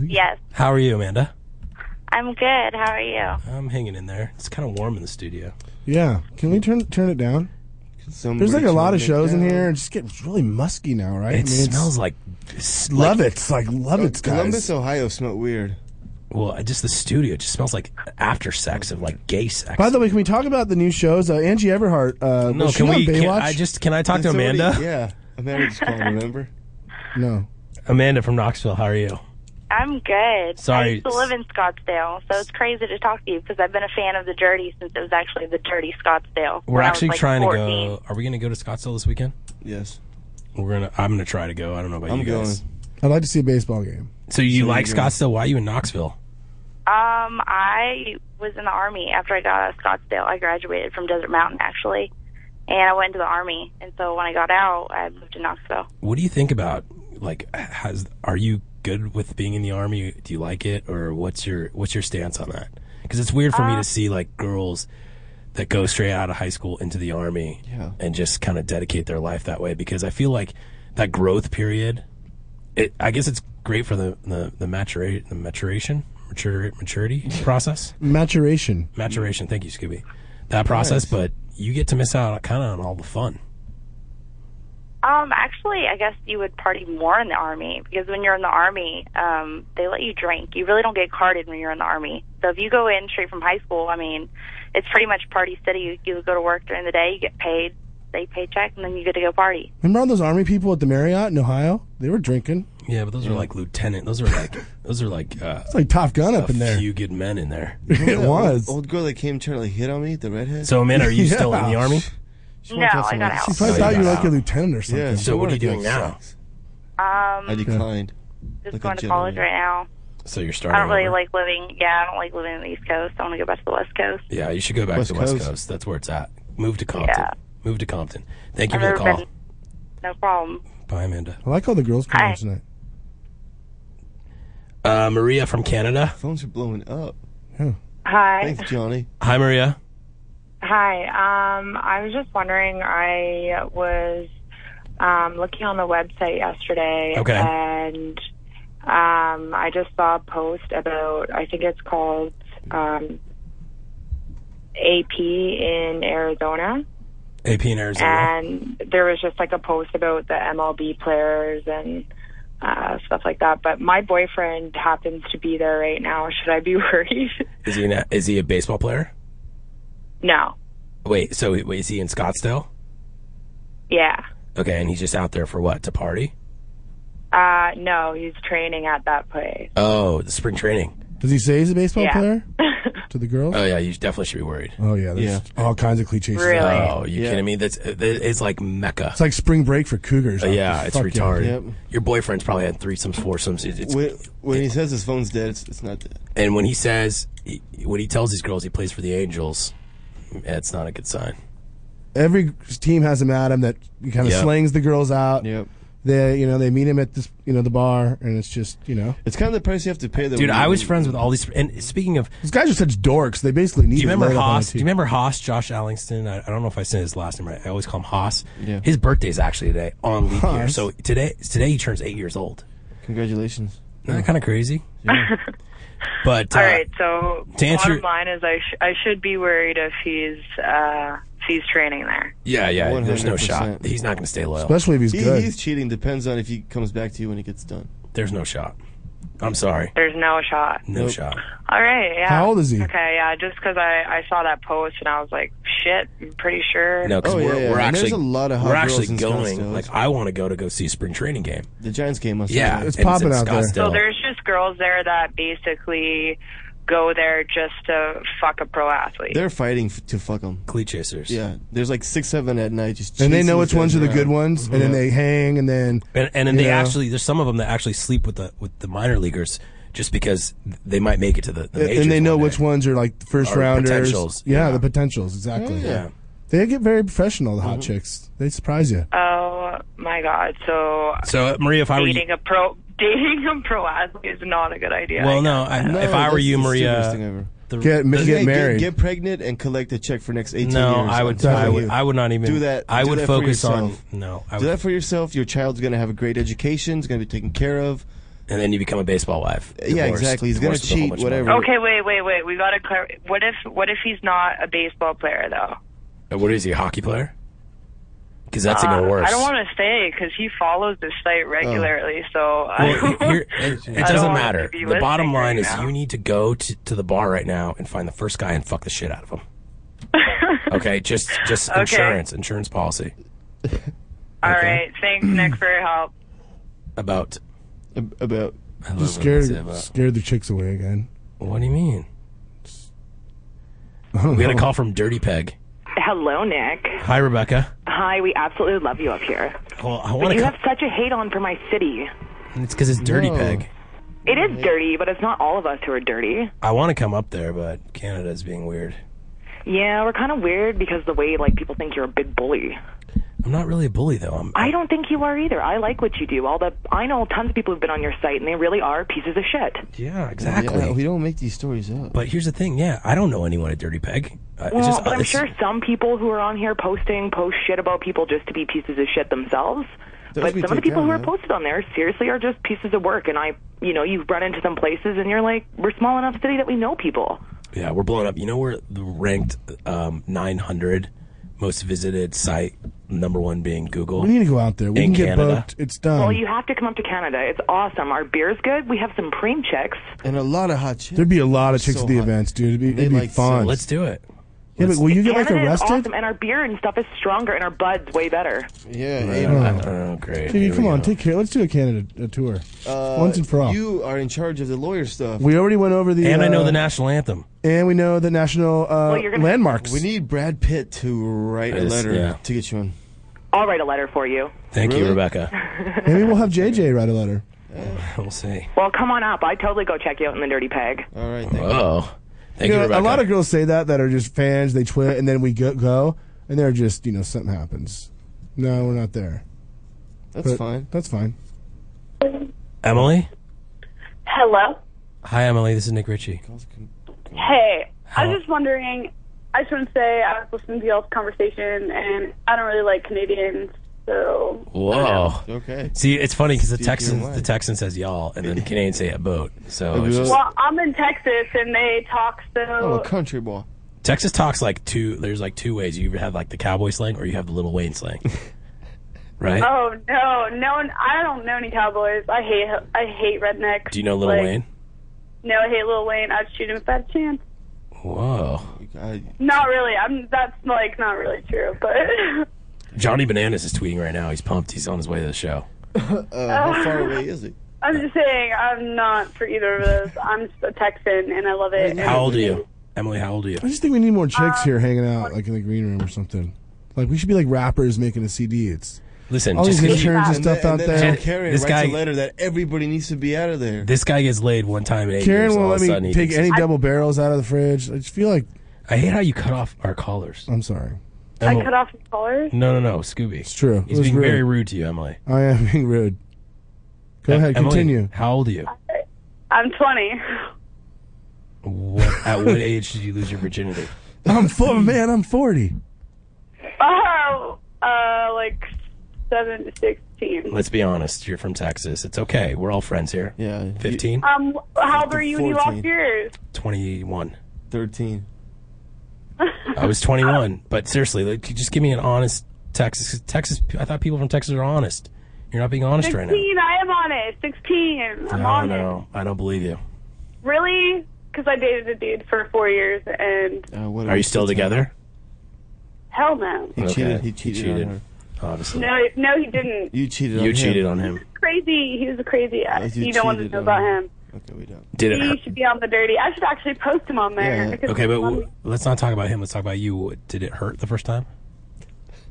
S8: Yes,
S5: How are you, Amanda?
S8: I'm good. How are you?
S5: I'm hanging in there. It's kind of warm in the studio.
S6: Yeah. Can we turn turn it down? There's like a lot of shows in here. It's just getting it's really musky now, right?
S5: It
S6: I mean, it's-
S5: smells like
S6: love it. It's like love it, guys.
S7: Columbus, Ohio smelled weird.
S5: Well, I- just the studio just smells like after sex of like gay sex.
S6: By the way, can we talk about the new shows? Uh, Angie Everhart. Uh,
S5: no,
S6: was she
S5: can
S6: on
S5: we? Can,
S6: Baywatch?
S5: I just can I talk to
S7: That's already-
S5: Amanda?
S7: yeah. Amanda
S5: [LAUGHS]
S7: just called, remember?
S6: no.
S5: Amanda from Knoxville, how are you?
S8: I'm good.
S5: Sorry.
S8: I used to live in Scottsdale, so it's crazy to talk to you because I've been a fan of the Dirty since it was actually the Dirty Scottsdale.
S5: We're
S8: when I was,
S5: actually
S8: like,
S5: trying
S8: 14.
S5: to go. Are we going to go to Scottsdale this weekend?
S7: Yes.
S5: We're gonna. I'm gonna try to go. I don't know about
S7: I'm
S5: you guys.
S7: going.
S6: I'd like to see a baseball game.
S5: So you like
S7: you're going.
S5: Scottsdale? Why are you in Knoxville?
S8: Um, I was in the army after I got out of Scottsdale. I graduated from Desert Mountain actually, and I went into the army. And so when I got out, I moved to Knoxville.
S5: What do you think about like? Has are you good with being in the army? Do you like it, or what's your what's your stance on that? Because it's weird for me to see like girls that go straight out of high school into the army
S7: Yeah.
S5: and just kind of dedicate their life that way. Because I feel like that growth period. It, I guess it's great for the the, the maturate the maturation mature, maturity process.
S6: Maturation.
S5: maturation. Thank you, Scooby. That process, but you get to miss out kind of on all the fun.
S10: Um, actually, I guess you would party more in the army because when you're in the army, um, they let you drink. You really don't get carded when you're in the army. So if you go in straight from high school, I mean, it's pretty much party city. You, you go to work during the day, you get paid, they paycheck, and then you get to go party.
S6: Remember all those army people at the Marriott in Ohio? They were drinking.
S5: Yeah, but those are like lieutenant. Those are like those are like uh,
S6: It's like Top Gun up in there.
S5: few good men in there.
S6: [LAUGHS] It was.
S7: Old girl that came trying to like, hit on me, the redhead.
S5: So, man, are
S6: [LAUGHS]
S5: you still in the army?
S7: She
S10: No,
S7: wanted to have
S10: I
S7: some-
S10: got out.
S6: She probably
S5: So you
S6: thought you were
S5: got
S6: like a
S5: out.
S6: lieutenant or something.
S7: Yeah. she
S5: So what are
S7: wanted
S5: you
S7: to
S5: doing
S7: have
S5: now?
S7: sex.
S10: Um,
S7: I declined.
S10: just
S7: like a
S10: going to
S7: gentleman.
S10: college right now.
S5: So you're
S10: I
S5: starting.
S10: don't really
S5: over.
S10: like living. Yeah, I don't like living on the East Coast. I want to go back to the West Coast.
S5: Yeah, you should go back
S7: West
S5: to the West
S7: Coast.
S5: Coast. That's where it's at. Move to Compton.
S10: Yeah.
S5: Move to Compton. Thank you
S10: I've
S5: for the
S10: never
S5: call.
S10: been. No problem.
S5: Bye, Amanda.
S6: I like all the girls coming
S10: Hi.
S6: in tonight.
S5: Uh, Maria from Canada.
S7: Phones are blowing up.
S11: Hi.
S7: Thanks, Johnny.
S5: Hi, Maria.
S11: Hi. Um, I was just wondering, I was um, looking on the website yesterday
S5: Okay.
S11: and um, I just saw a post about, I think it's called um, AP in Arizona.
S5: AP in Arizona.
S11: And there was just like a post about the MLB players and uh, stuff like that. But my boyfriend happens to be there right now. Should I be [LAUGHS] worried?
S5: Is he an, is he a baseball player?
S11: no.
S5: Wait, so wait, is he in Scottsdale?
S11: Yeah.
S5: Okay, and he's just out there for what? To party?
S11: Uh, no, he's training at that place.
S5: Oh, the spring training.
S6: Does he say he's a baseball
S11: Yeah.
S6: player to the girls?
S5: Oh yeah, you definitely should be worried.
S6: oh yeah, there's
S7: Yeah.
S6: all kinds of cliches.
S11: Really?
S5: Oh, you
S7: Yeah.
S5: kidding me? That's uh, that- it's like mecca.
S6: It's like spring break for cougars.
S5: Uh, yeah,
S6: Fuck
S5: it's retarded.
S7: Yep.
S5: Your boyfriend's probably had threesomes, foursomes. It, it's,
S7: When, when he says his phone's dead, it's, it's not dead.
S5: and when he says, he, when he tells these girls he plays for the Angels, it's not a good sign.
S6: Every team has a madam that kind of
S5: Yeah.
S6: slings the girls out.
S7: Yep.
S6: They, you know, they meet him at this, you know, the bar, and it's just, you know,
S7: It's kind of the price you have to pay. Though,
S5: Dude,
S7: when
S5: I
S7: you-
S5: was friends with all these. And speaking of,
S6: these guys are such dorks. They basically need.
S5: do you
S6: to
S5: remember
S6: load up on
S5: Haas?
S6: a
S5: Do you
S6: team.
S5: remember Haas? Josh Allingston. I, I don't know if I said his last name right. I always call him Haas.
S7: Yeah.
S5: His birthday's actually today on leap year.
S6: Haas.
S5: So today, today he turns eight years old.
S7: Congratulations.
S5: Isn't that kind of crazy? but uh,
S11: All right. So
S5: to answer-
S11: bottom line is, I sh- I should be worried if he's uh if he's training there.
S5: yeah, yeah, there's no
S7: 100%.
S5: shot. He's not going to stay loyal.
S6: [LAUGHS] Especially if he's
S7: He,
S6: good.
S7: he's cheating. Depends on if he comes back to you when he gets done.
S5: There's no shot. I'm sorry.
S11: There's no shot.
S5: No
S7: Nope.
S5: shot.
S11: All right. Yeah.
S6: How old is he?
S11: Okay. Yeah. Just because I I saw that post and I was like, shit. I'm pretty sure.
S5: No, because
S7: Oh, yeah,
S5: we're,
S7: yeah.
S5: we're
S7: And
S5: actually
S7: there's a lot of hot
S5: we're
S7: girls
S5: actually
S7: in
S5: going.
S7: Scottsdale.
S5: Like I want to go to go see a spring training game.
S7: The Giants game must.
S5: Yeah,
S7: Have
S6: It's
S5: and
S6: popping
S5: in
S6: out there.
S11: So
S5: Scottsdale.
S11: there's just girls there that basically go there just to fuck a pro athlete.
S7: They're fighting f- to fuck him.
S5: clee chasers.
S7: Yeah, there's like six, seven at night. Just
S6: and they
S7: chasing
S6: know
S7: these
S6: which ones are
S7: guys
S6: the good
S7: around.
S6: ones, and then
S7: Yeah.
S6: they hang, and then
S5: and and then
S6: you
S5: they
S6: know.
S5: actually there's some of them that actually sleep with the with the minor leaguers just because they might make it to the, the
S6: and-
S5: majors
S6: and they know
S5: one
S6: which
S5: day.
S6: ones are like the first
S5: Or
S6: rounders.
S5: potentials,
S6: Yeah,
S5: yeah.
S6: the potentials exactly.
S5: Yeah. Mm-hmm.
S6: They get very professional. The hot chicks, they surprise you.
S11: oh my god. So
S5: So uh, Maria, if I were you,
S11: dating a pro [LAUGHS] dating a pro athlete is not a good idea.
S5: well, no, I,
S7: No,
S5: if I were
S7: that's
S5: you,
S7: the stupidest thing
S5: Maria,
S7: ever.
S5: the,
S6: Get ma-
S7: Hey,
S6: get married.
S7: Get, pregnant and collect a check for next 18
S5: no,
S7: years.
S5: I
S7: I'm
S5: would,
S7: telling
S5: I would,
S7: you.
S5: I would not even
S7: Do that-
S5: I
S7: do
S5: would
S7: that for
S5: focus on
S7: yourself.
S5: no, I
S7: Do
S5: would,
S7: that for yourself. Your child's going to have a great education. It's going to be taken care of.
S5: and then you become a baseball wife.
S7: Yeah,
S5: Divorced-
S7: exactly. He's gonna
S5: divorced with a whole
S7: cheat,
S5: bunch of
S7: whatever.
S5: money.
S11: Okay, wait, wait, wait. We gotta clar- What if what if he's not a baseball player though?
S5: Uh, What is he, a hockey player? Because that's even worse.
S11: Uh,
S5: Oh.
S11: I don't want to say because he follows the site regularly. So [LAUGHS] I
S5: Well, here, it, it
S11: I don't
S5: doesn't
S11: want to
S5: matter.
S11: be
S5: The bottom
S11: listening
S5: line
S11: right
S5: is
S11: now.
S5: you need to go to, to the bar right now and find the first guy and fuck the shit
S11: [LAUGHS]
S5: out of him. okay, just just
S11: Okay.
S5: insurance, insurance policy
S11: all right. Thanks, Nick, for your help.
S5: about.
S7: Ab- About
S5: I
S6: Just
S5: love when they
S6: scared
S5: say about-
S6: scared the chicks away again.
S5: What do you mean? We got a call from Dirty Peg.
S12: Hello, Nick.
S5: Hi, Rebecca.
S12: Hi, we absolutely love you up here.
S5: Well, I
S12: But
S5: want
S12: you
S5: to.
S12: have such a hate on for my city.
S5: it's because it's Dirty
S7: No.
S5: Peg.
S12: It is dirty, but it's not all of us who are dirty.
S5: I want to come up there, but Canada's being weird.
S12: Yeah, we're kind of weird because the way like people think you're a big bully.
S5: I'm not really a bully though. I'm.
S12: I don't think you are either. I like what you do. All the I know tons of people who've been on your site and they really are pieces of shit.
S5: yeah,
S7: yeah,
S5: exactly.
S7: we don't make these stories up.
S5: but here's the thing. Yeah, I don't know anyone at Dirty Peg.
S7: Uh,
S5: I
S12: Well,
S5: just, uh,
S12: but I'm
S5: it's-
S12: sure some people who are on here posting post shit about people just to be pieces of shit themselves.
S7: Those
S12: but
S7: we
S12: some of the
S7: take
S12: people
S7: down,
S12: who are
S7: man.
S12: posted on there seriously are just pieces of work. And I, you know, you run into them places and you're like, we're small enough city that we know people.
S5: Yeah, we're blowing up. You know, we're the ranked um, 900 most visited site number one being Google.
S6: We need to go out there. We
S5: in
S6: can get
S5: Canada.
S6: booked. It's done.
S12: well, you have to come up to Canada. It's awesome. Our beer's good. We have some preem checks.
S7: and a lot of hot chicks.
S6: There'd be a lot of chicks
S7: So
S6: at the
S7: hot.
S6: events, dude. It'd be,
S7: They
S6: it'd be
S7: like
S6: fun.
S7: so- Let's
S5: do it.
S6: Yeah, but will you get like
S12: Canada is
S6: arrested?
S12: awesome, and our beer and stuff is stronger, and our bud's way better.
S7: Yeah.
S6: Oh.
S5: Oh, great.
S6: Dude, come on, take care. Let's do a Canada a tour
S7: Uh,
S6: once and for all.
S7: You are in charge of the lawyer stuff.
S6: we already went over the
S5: and I know
S6: uh,
S5: the national anthem.
S6: and we know the national uh, landmarks.
S7: We need Brad Pitt to write
S5: I
S7: a
S5: just-
S7: letter
S5: yeah.
S7: to get you in.
S12: I'll write a letter for you.
S5: Thank you,
S7: Really?
S5: Rebecca.
S6: Maybe we'll have JJ write a letter.
S5: we'll see.
S12: [LAUGHS] Well, come on up. I totally go check you out in the dirty peg.
S7: All right.
S5: Oh, thank
S6: You
S5: you,
S6: know,
S5: Rebecca.
S6: a lot of girls say that that are just fans. They twit, and then we go, go and they're just you know something happens. No, we're not there.
S7: That's fine.
S6: That's fine.
S5: Emily.
S9: [LAUGHS] Hello.
S5: Hi, Emily. This is Nick Ritchie.
S9: Hey, I
S5: Hello.
S9: was just wondering. I just want to say I was listening to y'all's conversation, and I don't really like Canadians, so
S5: Whoa.
S7: Okay.
S5: See, it's funny because the
S7: Speak your
S5: Texan the Texan says y'all, and then the Canadians say a boat. So Oh, it's just- Oh,
S9: well, I'm in Texas, and they talk
S7: I'm a
S9: so.
S7: country boy.
S5: Texas talks like two. There's like two ways. You have like the cowboy slang, or you have the Little Wayne
S7: [LAUGHS]
S5: slang, right?
S9: Oh no, no! one- I don't know any cowboys. I hate I hate rednecks.
S5: Do you know Little
S9: Like,
S5: Wayne?
S9: No, I hate Lil Wayne. I'd shoot him if I had a chance.
S5: Whoa.
S9: Not really. I'm. That's like not really true, but. [LAUGHS]
S5: Johnny Bananas is tweeting right now. He's pumped. He's on his way to the show.
S7: [LAUGHS] Uh, how far away is it?
S9: I'm just saying, I'm not for either of those. I'm just a Texan, and I love it.
S5: How old are you, Emily? How old are you?
S6: I just think we need more chicks
S5: Uh,
S6: here hanging out, like in the green room or something. Like we should be like rappers making a CD. It's
S5: Listen,
S6: all
S5: just
S6: these
S5: 'cause you-
S6: interns and
S5: And
S6: stuff
S5: then-
S6: out
S5: and then
S6: there.
S5: Jen- Karen This writes guy- a letter
S7: that everybody needs to be out of there.
S5: This guy gets laid one time in eight
S6: Karen
S5: years.
S6: won't
S5: all of a
S6: let
S5: sudden
S6: me
S5: he
S6: take
S5: thinks-
S6: any
S5: [LAUGHS]
S6: double barrels out of the fridge. I just feel like
S5: I hate how you cut off our callers.
S6: I'm sorry.
S9: I
S5: Emily-
S9: cut off your collars.
S5: No, no, no, Scooby. It's
S6: true. It
S5: He's
S6: was
S5: being
S6: rude.
S5: very rude to you, Emily.
S6: I am being rude. Go
S5: Em-
S6: ahead,
S5: Emily,
S6: continue.
S5: How old are you?
S9: I'm 20.
S5: What, at what age did you lose your virginity?
S6: I'm four, man. I'm forty.
S9: [LAUGHS] Oh, uh, like seven to sixteen.
S5: Let's be honest. You're from Texas. It's okay. We're all friends here.
S7: Yeah.
S5: 15,
S9: Um, how old were you when you lost
S5: 14.
S9: yours?
S5: 21.
S7: 13.
S5: I was 21. But seriously, like, just give me an honest Texas. 'cause Texas. I thought people from Texas are honest. You're not being honest right now.
S9: Sixteen. I am on it. Sixteen. I'm
S5: No,
S9: on it.
S5: no, I don't believe you.
S9: Really? Because I dated a dude for four years, and
S5: Are you still together?
S9: hell no.
S7: He cheated. He cheated. On her.
S5: Obviously.
S9: No, no, he didn't.
S7: You cheated.
S5: You
S7: on
S5: cheated
S7: him.
S5: on him.
S9: Crazy. He was a crazy.
S7: you
S9: you don't want to
S7: cheated
S9: know
S7: on
S9: about
S7: him.
S9: him.
S7: Okay, we don't.
S5: Did it
S9: he
S5: hurt?
S9: should be on the dirty. I should actually post him on there. because
S5: Okay, but
S9: he's on
S5: w- let's not talk about him. Let's talk about you. Did it hurt the first time?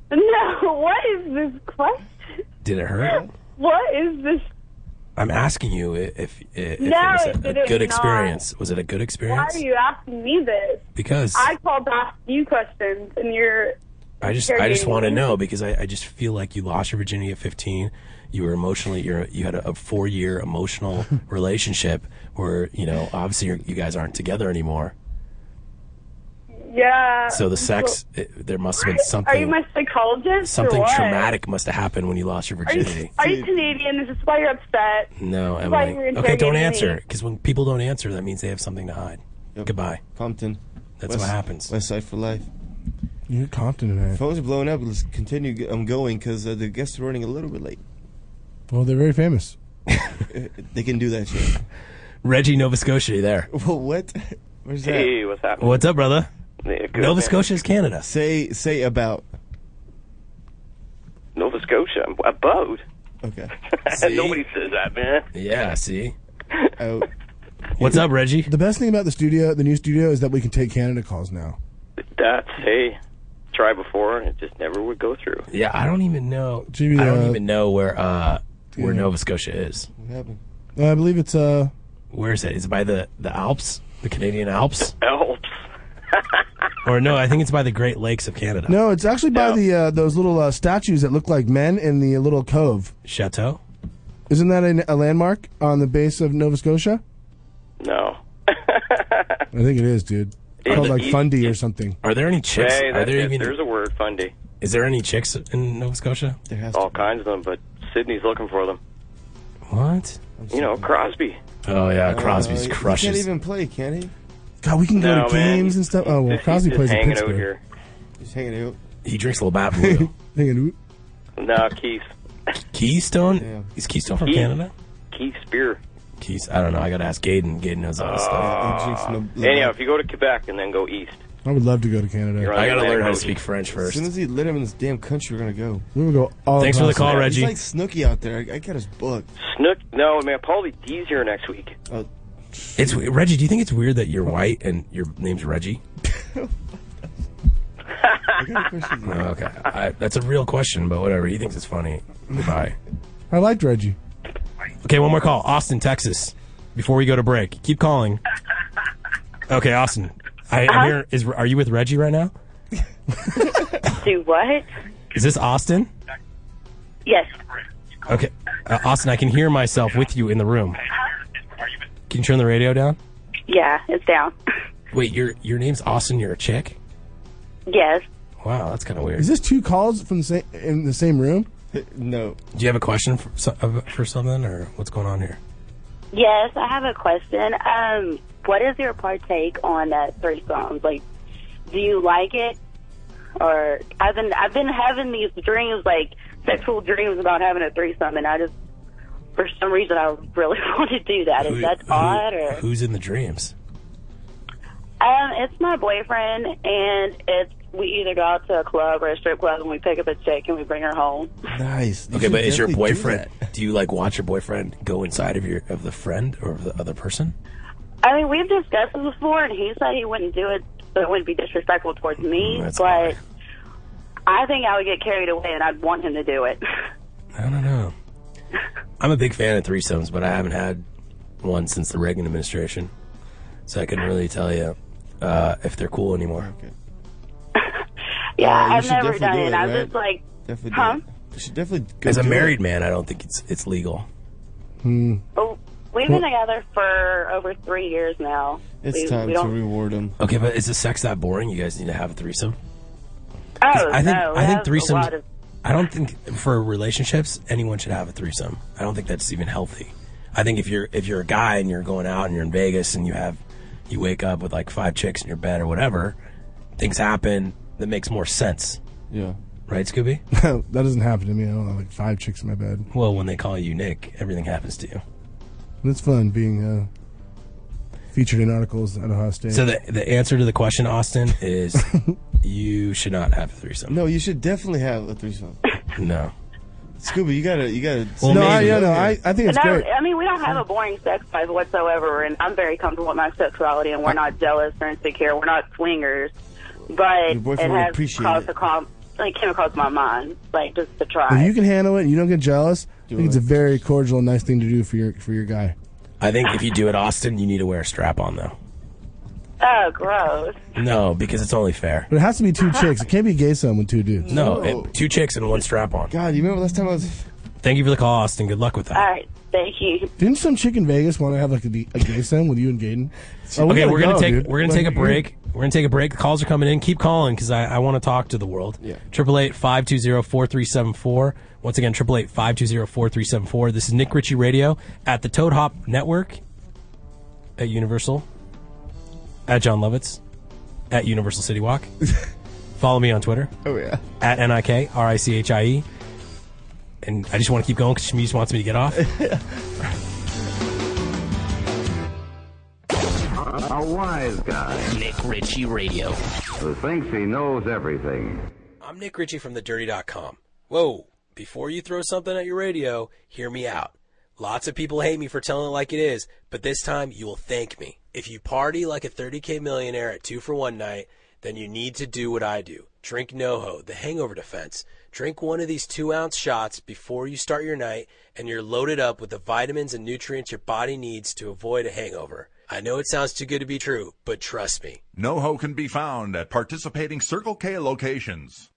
S9: the- [LAUGHS] No, what is this question?
S5: Did it hurt?
S9: What is this?
S5: I'm asking you i- if, i- if
S9: No,
S5: it was a,
S9: it
S5: a
S9: is
S5: good
S9: not.
S5: experience. Was it a good
S9: Why
S5: experience?
S9: are you asking me this?
S5: Because
S9: I called to ask you questions, and you're.
S5: I just I just want to know because I, I just feel like you lost your virginity at 15. You were emotionally you're you had a, a four
S9: [LAUGHS]
S5: year emotional relationship where you know obviously you're, you guys aren't together anymore.
S9: Yeah.
S5: So the sex it, there must have been
S9: Uh, Are you
S5: something
S9: my psychologist? or
S5: something
S9: what?
S5: traumatic must have happened when you lost your
S9: Are
S5: virginity.
S9: you, are you Canadian? Is this why you're upset?
S5: No,
S9: That's why you're
S5: Emily. Okay,
S9: interrogating
S5: don't
S9: me.
S5: answer because when people don't answer, that means they have something to hide. Goodbye.
S7: Compton.
S5: That's what happens.
S7: West Side for life.
S6: You're Compton tonight.
S7: Phones are blowing up. Let's continue. I'm going because uh, the guests are running a little bit late.
S6: Well, they're very famous.
S7: Uh, they can do that shit. [LAUGHS]
S5: Reggie, Nova Scotia, you there?
S7: Well, what? [LAUGHS] Where's that?
S13: Hey, what's happening?
S5: What's up, brother?
S13: Yeah, good,
S5: Nova
S13: man.
S5: Scotia is Canada.
S7: Say say about.
S13: Nova Scotia. A boat. [LAUGHS]
S7: Okay.
S13: Nobody says that, man.
S5: Yeah, see.
S7: Oh.
S5: What's up, Reggie?
S6: The best thing about the studio, the new studio, is that we can take Canada calls now.
S13: That's hey. Try before, and it just never would go through.
S5: Yeah, I don't even know.
S6: Jimmy,
S5: I don't
S6: uh,
S5: even know where uh, where
S6: yeah.
S5: Nova Scotia is.
S7: What happened?
S6: I believe it's uh,
S5: Where is it? Is it by the the Alps, the Canadian Alps,
S13: Alps? [LAUGHS]
S5: or no? I think it's by the Great Lakes of Canada.
S6: no, it's actually by the uh, those little uh, statues that look like men in the little cove.
S5: Chateau.
S6: Isn't that an, a landmark on the base of Nova Scotia?
S13: No.
S6: I think it is, dude.
S13: Is
S6: Called
S13: it
S6: like
S13: east-
S6: Fundy or something.
S5: Are there any chicks?
S13: Hey,
S5: Are
S13: that's
S5: there
S13: it.
S5: even?
S13: there's a word, Fundy. Oh.
S5: Is there any chicks in Nova Scotia?
S7: There has
S13: All kinds of them, but Sydney's looking for them.
S5: What?
S13: You know, Crosby.
S5: Oh yeah,
S7: Uh,
S5: Crosby's
S7: He
S5: crushes.
S7: can't even play, can he?
S6: God, we can go
S13: No,
S6: to
S13: man.
S6: games and stuff. Oh well,
S13: He's
S6: Crosby
S13: just
S6: plays in
S13: hanging out
S6: Pittsburgh.
S13: here.
S7: He's hanging out.
S5: He drinks Labatt Blue.
S6: Thinking,
S13: [LAUGHS] Nah, Keith.
S5: [LAUGHS] Keystone? Is Keystone from
S13: Keith.
S5: Canada?
S13: Keith Spear.
S5: Keys. I don't know. I gotta ask Gaden. Gaden knows all this
S13: Uh,
S5: stuff.
S13: anyhow, if you go to Quebec and then go east,
S6: I would love to go to Canada.
S13: You're on I gotta the learn how to
S5: speak French
S7: As soon as he let him in this damn country, we're gonna go.
S6: We would go all
S5: Thanks for the call,
S7: He's
S5: Reggie.
S7: like Snooky out there. I, I got his book. Oh,
S13: Snook. No, man, probably D's here next week.
S5: It's we- Reggie. Do you think it's weird that you're white and your name's
S7: [LAUGHS]
S5: Reggie? No, Oh, okay, I, that's a real question, but whatever. He thinks it's funny. Bye.
S6: I liked Reggie.
S5: Okay, one more call. Austin, Texas. Before we go to break, keep calling. Okay, Austin. I am
S14: Uh-huh.
S5: here. Is are you with Reggie right now?
S14: Do what?
S5: Is this Austin?
S14: Yes.
S5: Okay, uh, Austin. I can hear myself with you in the room. Can you turn the radio down?
S14: Yeah, it's
S10: [LAUGHS]
S14: down.
S5: Wait, your your name's Austin. You're a chick.
S14: Yes.
S5: Wow, that's kind of weird.
S6: Is this two calls from the same in the same room?
S7: [LAUGHS] No.
S5: Do you have a question for, so- of- for something, or what's going on here?
S15: Yes, I have a question. Um, what is your partake on that three songs? Like, do you like it? Or I've been I've been having these dreams, like sexual dreams about having a threesome, and I just for some reason I really [LAUGHS] want to do that. Is
S5: Who-
S15: that
S5: who-
S15: odd or?
S5: Who's in the dreams?
S15: Um, it's my boyfriend, and it's we either go out to a club or a strip club, and we pick up a chick and we bring her home.
S7: Nice.
S5: Okay, but is your boyfriend? Do, you like watch your boyfriend go inside of your of the friend or of the other person?
S15: I mean, we've discussed it before, and he said he wouldn't do it, so it wouldn't be disrespectful towards me. but I think I would get carried away, and I'd want him to do it. [LAUGHS]
S5: I don't know. I'm a big fan of threesomes, but I haven't had one since the Reagan administration, so I couldn't really tell you uh, if they're cool anymore.
S15: [LAUGHS] Yeah,
S5: Uh, you
S15: I've
S5: should
S15: never
S5: definitely
S15: done
S5: do
S15: it.
S5: it,
S15: I'm
S5: right?
S15: just like,
S7: Definitely
S15: huh?
S7: You should definitely.
S5: As a
S7: do it.
S5: married man, I don't think it's it's legal.
S6: Hmm.
S15: We've been together for over three years now. we, we don't,
S7: reward him.
S5: Okay, but is the sex that boring? You guys need to have a threesome.
S15: Oh,
S5: I think
S15: no,
S5: I think
S15: that's a lot
S5: threesomes.
S15: of-
S5: I don't think for relationships anyone should have a threesome. I don't think that's even healthy. I think if you're if you're a guy and you're going out and you're in Vegas and you have you wake up with like five chicks in your bed or whatever, things happen that makes more sense.
S7: Yeah.
S5: Right,
S6: [LAUGHS]
S5: Scooby?
S6: that doesn't happen to me. I don't have like five chicks in my bed.
S5: Well, when they call you Nick, everything happens to you.
S6: It's fun being uh, featured in articles at Ohio State.
S5: So the the answer to the question, Austin, is you should not have a threesome.
S7: No, you should definitely have a threesome.
S5: No.
S7: Scooby, you gotta, you gotta.
S5: Well, No, I- maybe. yeah, no, I-
S6: I
S15: and I, I mean, we don't have a boring sex life whatsoever, and I'm very comfortable with my sexuality, and we're not jealous or insecure. We're not swingers, but
S6: Your
S15: it
S6: boyfriend would
S15: has
S6: appreciate
S15: caused
S6: it.
S15: a com- like came across my mind, like just to
S6: if
S15: try.
S6: you can handle it, and you don't get jealous. I think it's
S5: it.
S6: a very cordial, and nice thing to do for your for your guy.
S5: I think if you do it, Austin, you need to wear a strap on though.
S15: Oh, gross!
S5: No, because it's only fair.
S6: But it has to be two chicks. It can't be gay some with two dudes.
S5: No, it, two chicks and one strap on.
S7: God, you remember last time I was?
S5: Thank you for the call, Austin. Good luck with that.
S15: All right, thank you.
S6: Didn't some chick in Vegas want to have like a, de- a gay some with you and Gaden? Oh,
S5: [LAUGHS]
S6: we
S5: okay,
S6: gotta
S5: we're gonna
S6: go,
S5: take
S6: dude.
S5: we're gonna
S6: Like-
S5: take a break. We're gonna take a break. The calls are coming in. Keep calling because I, I want to talk to the world.
S7: Yeah.
S5: Triple eight five two zero four three seven four. Once again, triple eight five two zero four three seven four. This is Nick Ritchie Radio at the Toad Hop Network at Universal at John Lovitz at Universal City
S6: [LAUGHS]
S5: Walk. Follow me on Twitter.
S7: Oh yeah.
S5: At N I K R I C H I E. And I just want to keep going because Shmise wants me to get
S6: [LAUGHS]
S5: off.
S16: A wise guy. Nick Ritchie Radio. Who thinks he knows everything.
S5: I'm Nick Ritchie from thedirty.com. Whoa, before you throw something at your radio, hear me out. Lots of people hate me for telling it like it is, but this time you will thank me. If you party like a 30k millionaire at two for one night, then you need to do what I do. Drink NoHo, the hangover defense. Drink one of these two ounce shots before you start your night, and you're loaded up with the vitamins and nutrients your body needs to avoid a hangover. I know it sounds too good to be true, but trust me.
S17: NoHo can be found at participating Circle K locations.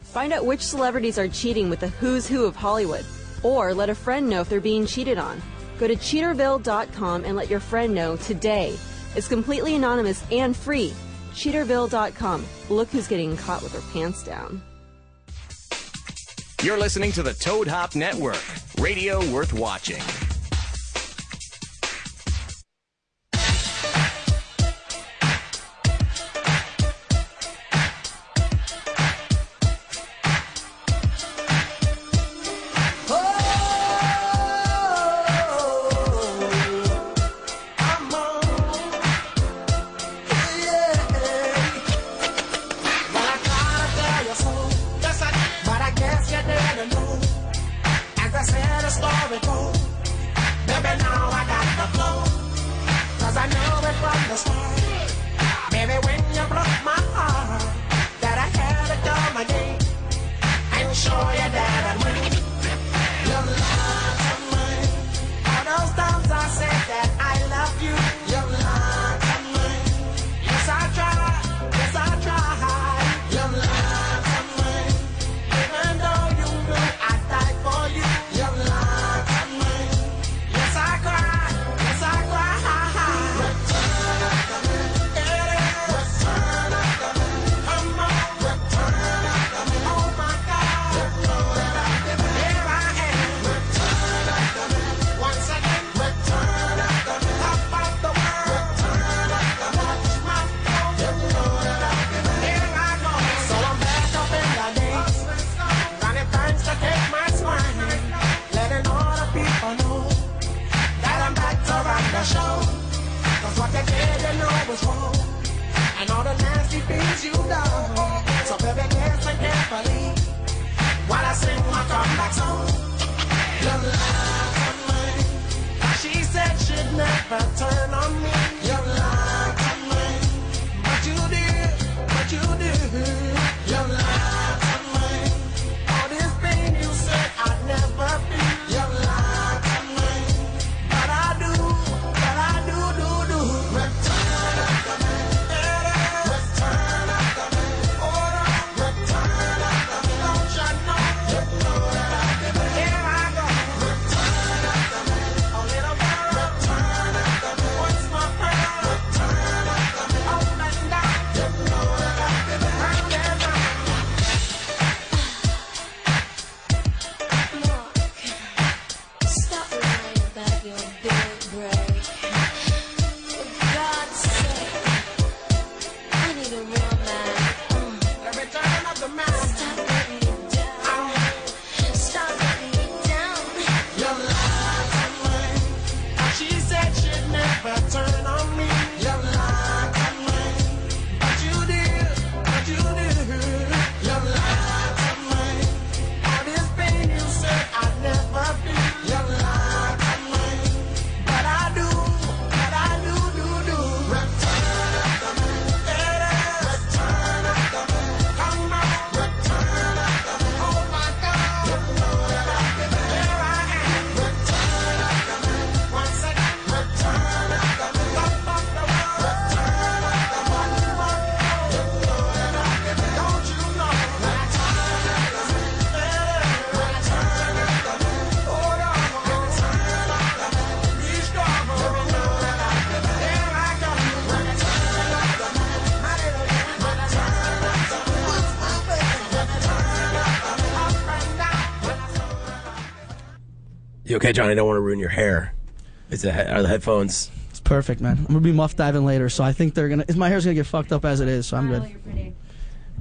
S18: Find out which celebrities are cheating with the who's who of Hollywood, or let a friend know if they're being cheated on. Go to cheaterville.com and let your friend know today. It's completely anonymous and free. Cheaterville.com. Look who's getting caught with her pants down.
S2: You're listening to the Toad Hop Network, radio worth watching.
S19: let you down. So baby, listen carefully while I sing my comeback song. Your life on mine. She said she'd never turn on me. Your life on mine. But you did, but you did. Your life on mine. All this thing you said I'd never be. Your life on mine. But I do, but I do, do, do. Return of the man. Return of the man. Return of the man. Don't you know? Return of the man. Here I go. Return of the man. A little girl. Return of the man. What's my prayer? Return of the man. Up and down. Return of the man. Round and round.
S20: Stop lying about your big break. For God's sake, I need a real man.
S19: The return of the man.
S20: Stop letting me down. Stop letting me down.
S19: Your lies on mine. She said she'd never turn on me. Your lies on mine. But you did, but you did. Your lies on mine. All this pain you said I'd never be. Your lies on mine. But I do, but I do, do, do. Return of the man. Return of the man. Come on. Return of the man. Oh my God. Here I am. Return of the man. Once again. Return of the man. Top of the world. Return of the man. One Return of the man. Don't you know? Return of the man. Return of the man. Hold on. Return of the man. Be strong. Return of the man. Here I go. Return of the man. My little man. Return of the man. What's my baby? Return of the man. Up and down.
S5: You okay, Johnny? Don't want to ruin your hair. Is it are the headphones?
S21: It's perfect, man. I'm gonna be muff diving later, so I think they're gonna. My hair's gonna get fucked up as it is, so I'm good.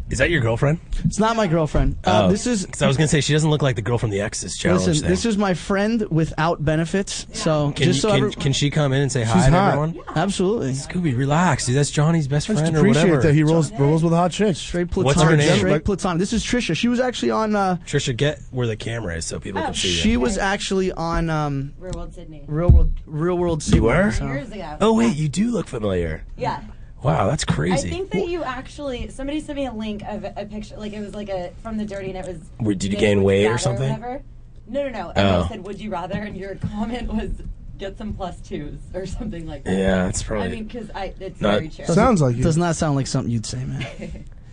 S5: Is that your girlfriend?
S21: It's not my girlfriend. Uh, this is.
S5: Because Oh. I was gonna say she doesn't look like the girl from the X's challenge
S21: Listen,
S5: thing.
S21: this is my friend without benefits. So
S5: can,
S21: just
S5: you-
S21: so
S5: can,
S21: every-
S5: can she come in and say hi
S21: She's
S5: to
S21: hot.
S5: everyone?
S21: Absolutely.
S5: Scooby, relax, dude. That's Johnny's best
S6: I
S5: friend
S6: just
S5: or whatever.
S6: appreciate that he rolls rolls with a hot chick. Straight
S5: platonic- What's her name?
S21: Straight platonic. This is Trisha. She was actually on. Uh,
S5: Trisha, get where the camera is so
S6: Oh,
S5: people
S15: Oh,
S5: can see you.
S21: she was actually on um,
S15: Real World Sydney.
S21: Real World. Real World. Sydney,
S5: You were?
S21: so-
S15: Years ago.
S5: Oh wait, you do look familiar.
S15: Yeah.
S5: Wow, that's crazy.
S15: I think that you actually somebody sent me a link of a picture, like it was like a from the dirty, and it was.
S5: Wait, did you
S15: they
S5: gain
S15: would
S5: weight or
S15: rather
S5: something?
S15: whatever. No, no, no. And I
S5: Oh.
S15: said, "Would you rather?" And your [LAUGHS] comment was, "Get some plus twos or something like that."
S5: Yeah, it's probably-
S15: I mean, because I it's
S5: Not-
S15: very
S5: [LAUGHS]
S15: true.
S5: Sounds like you.
S21: Does not sound like something you'd say, man.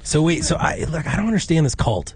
S5: so wait, so I like I don't understand this cult.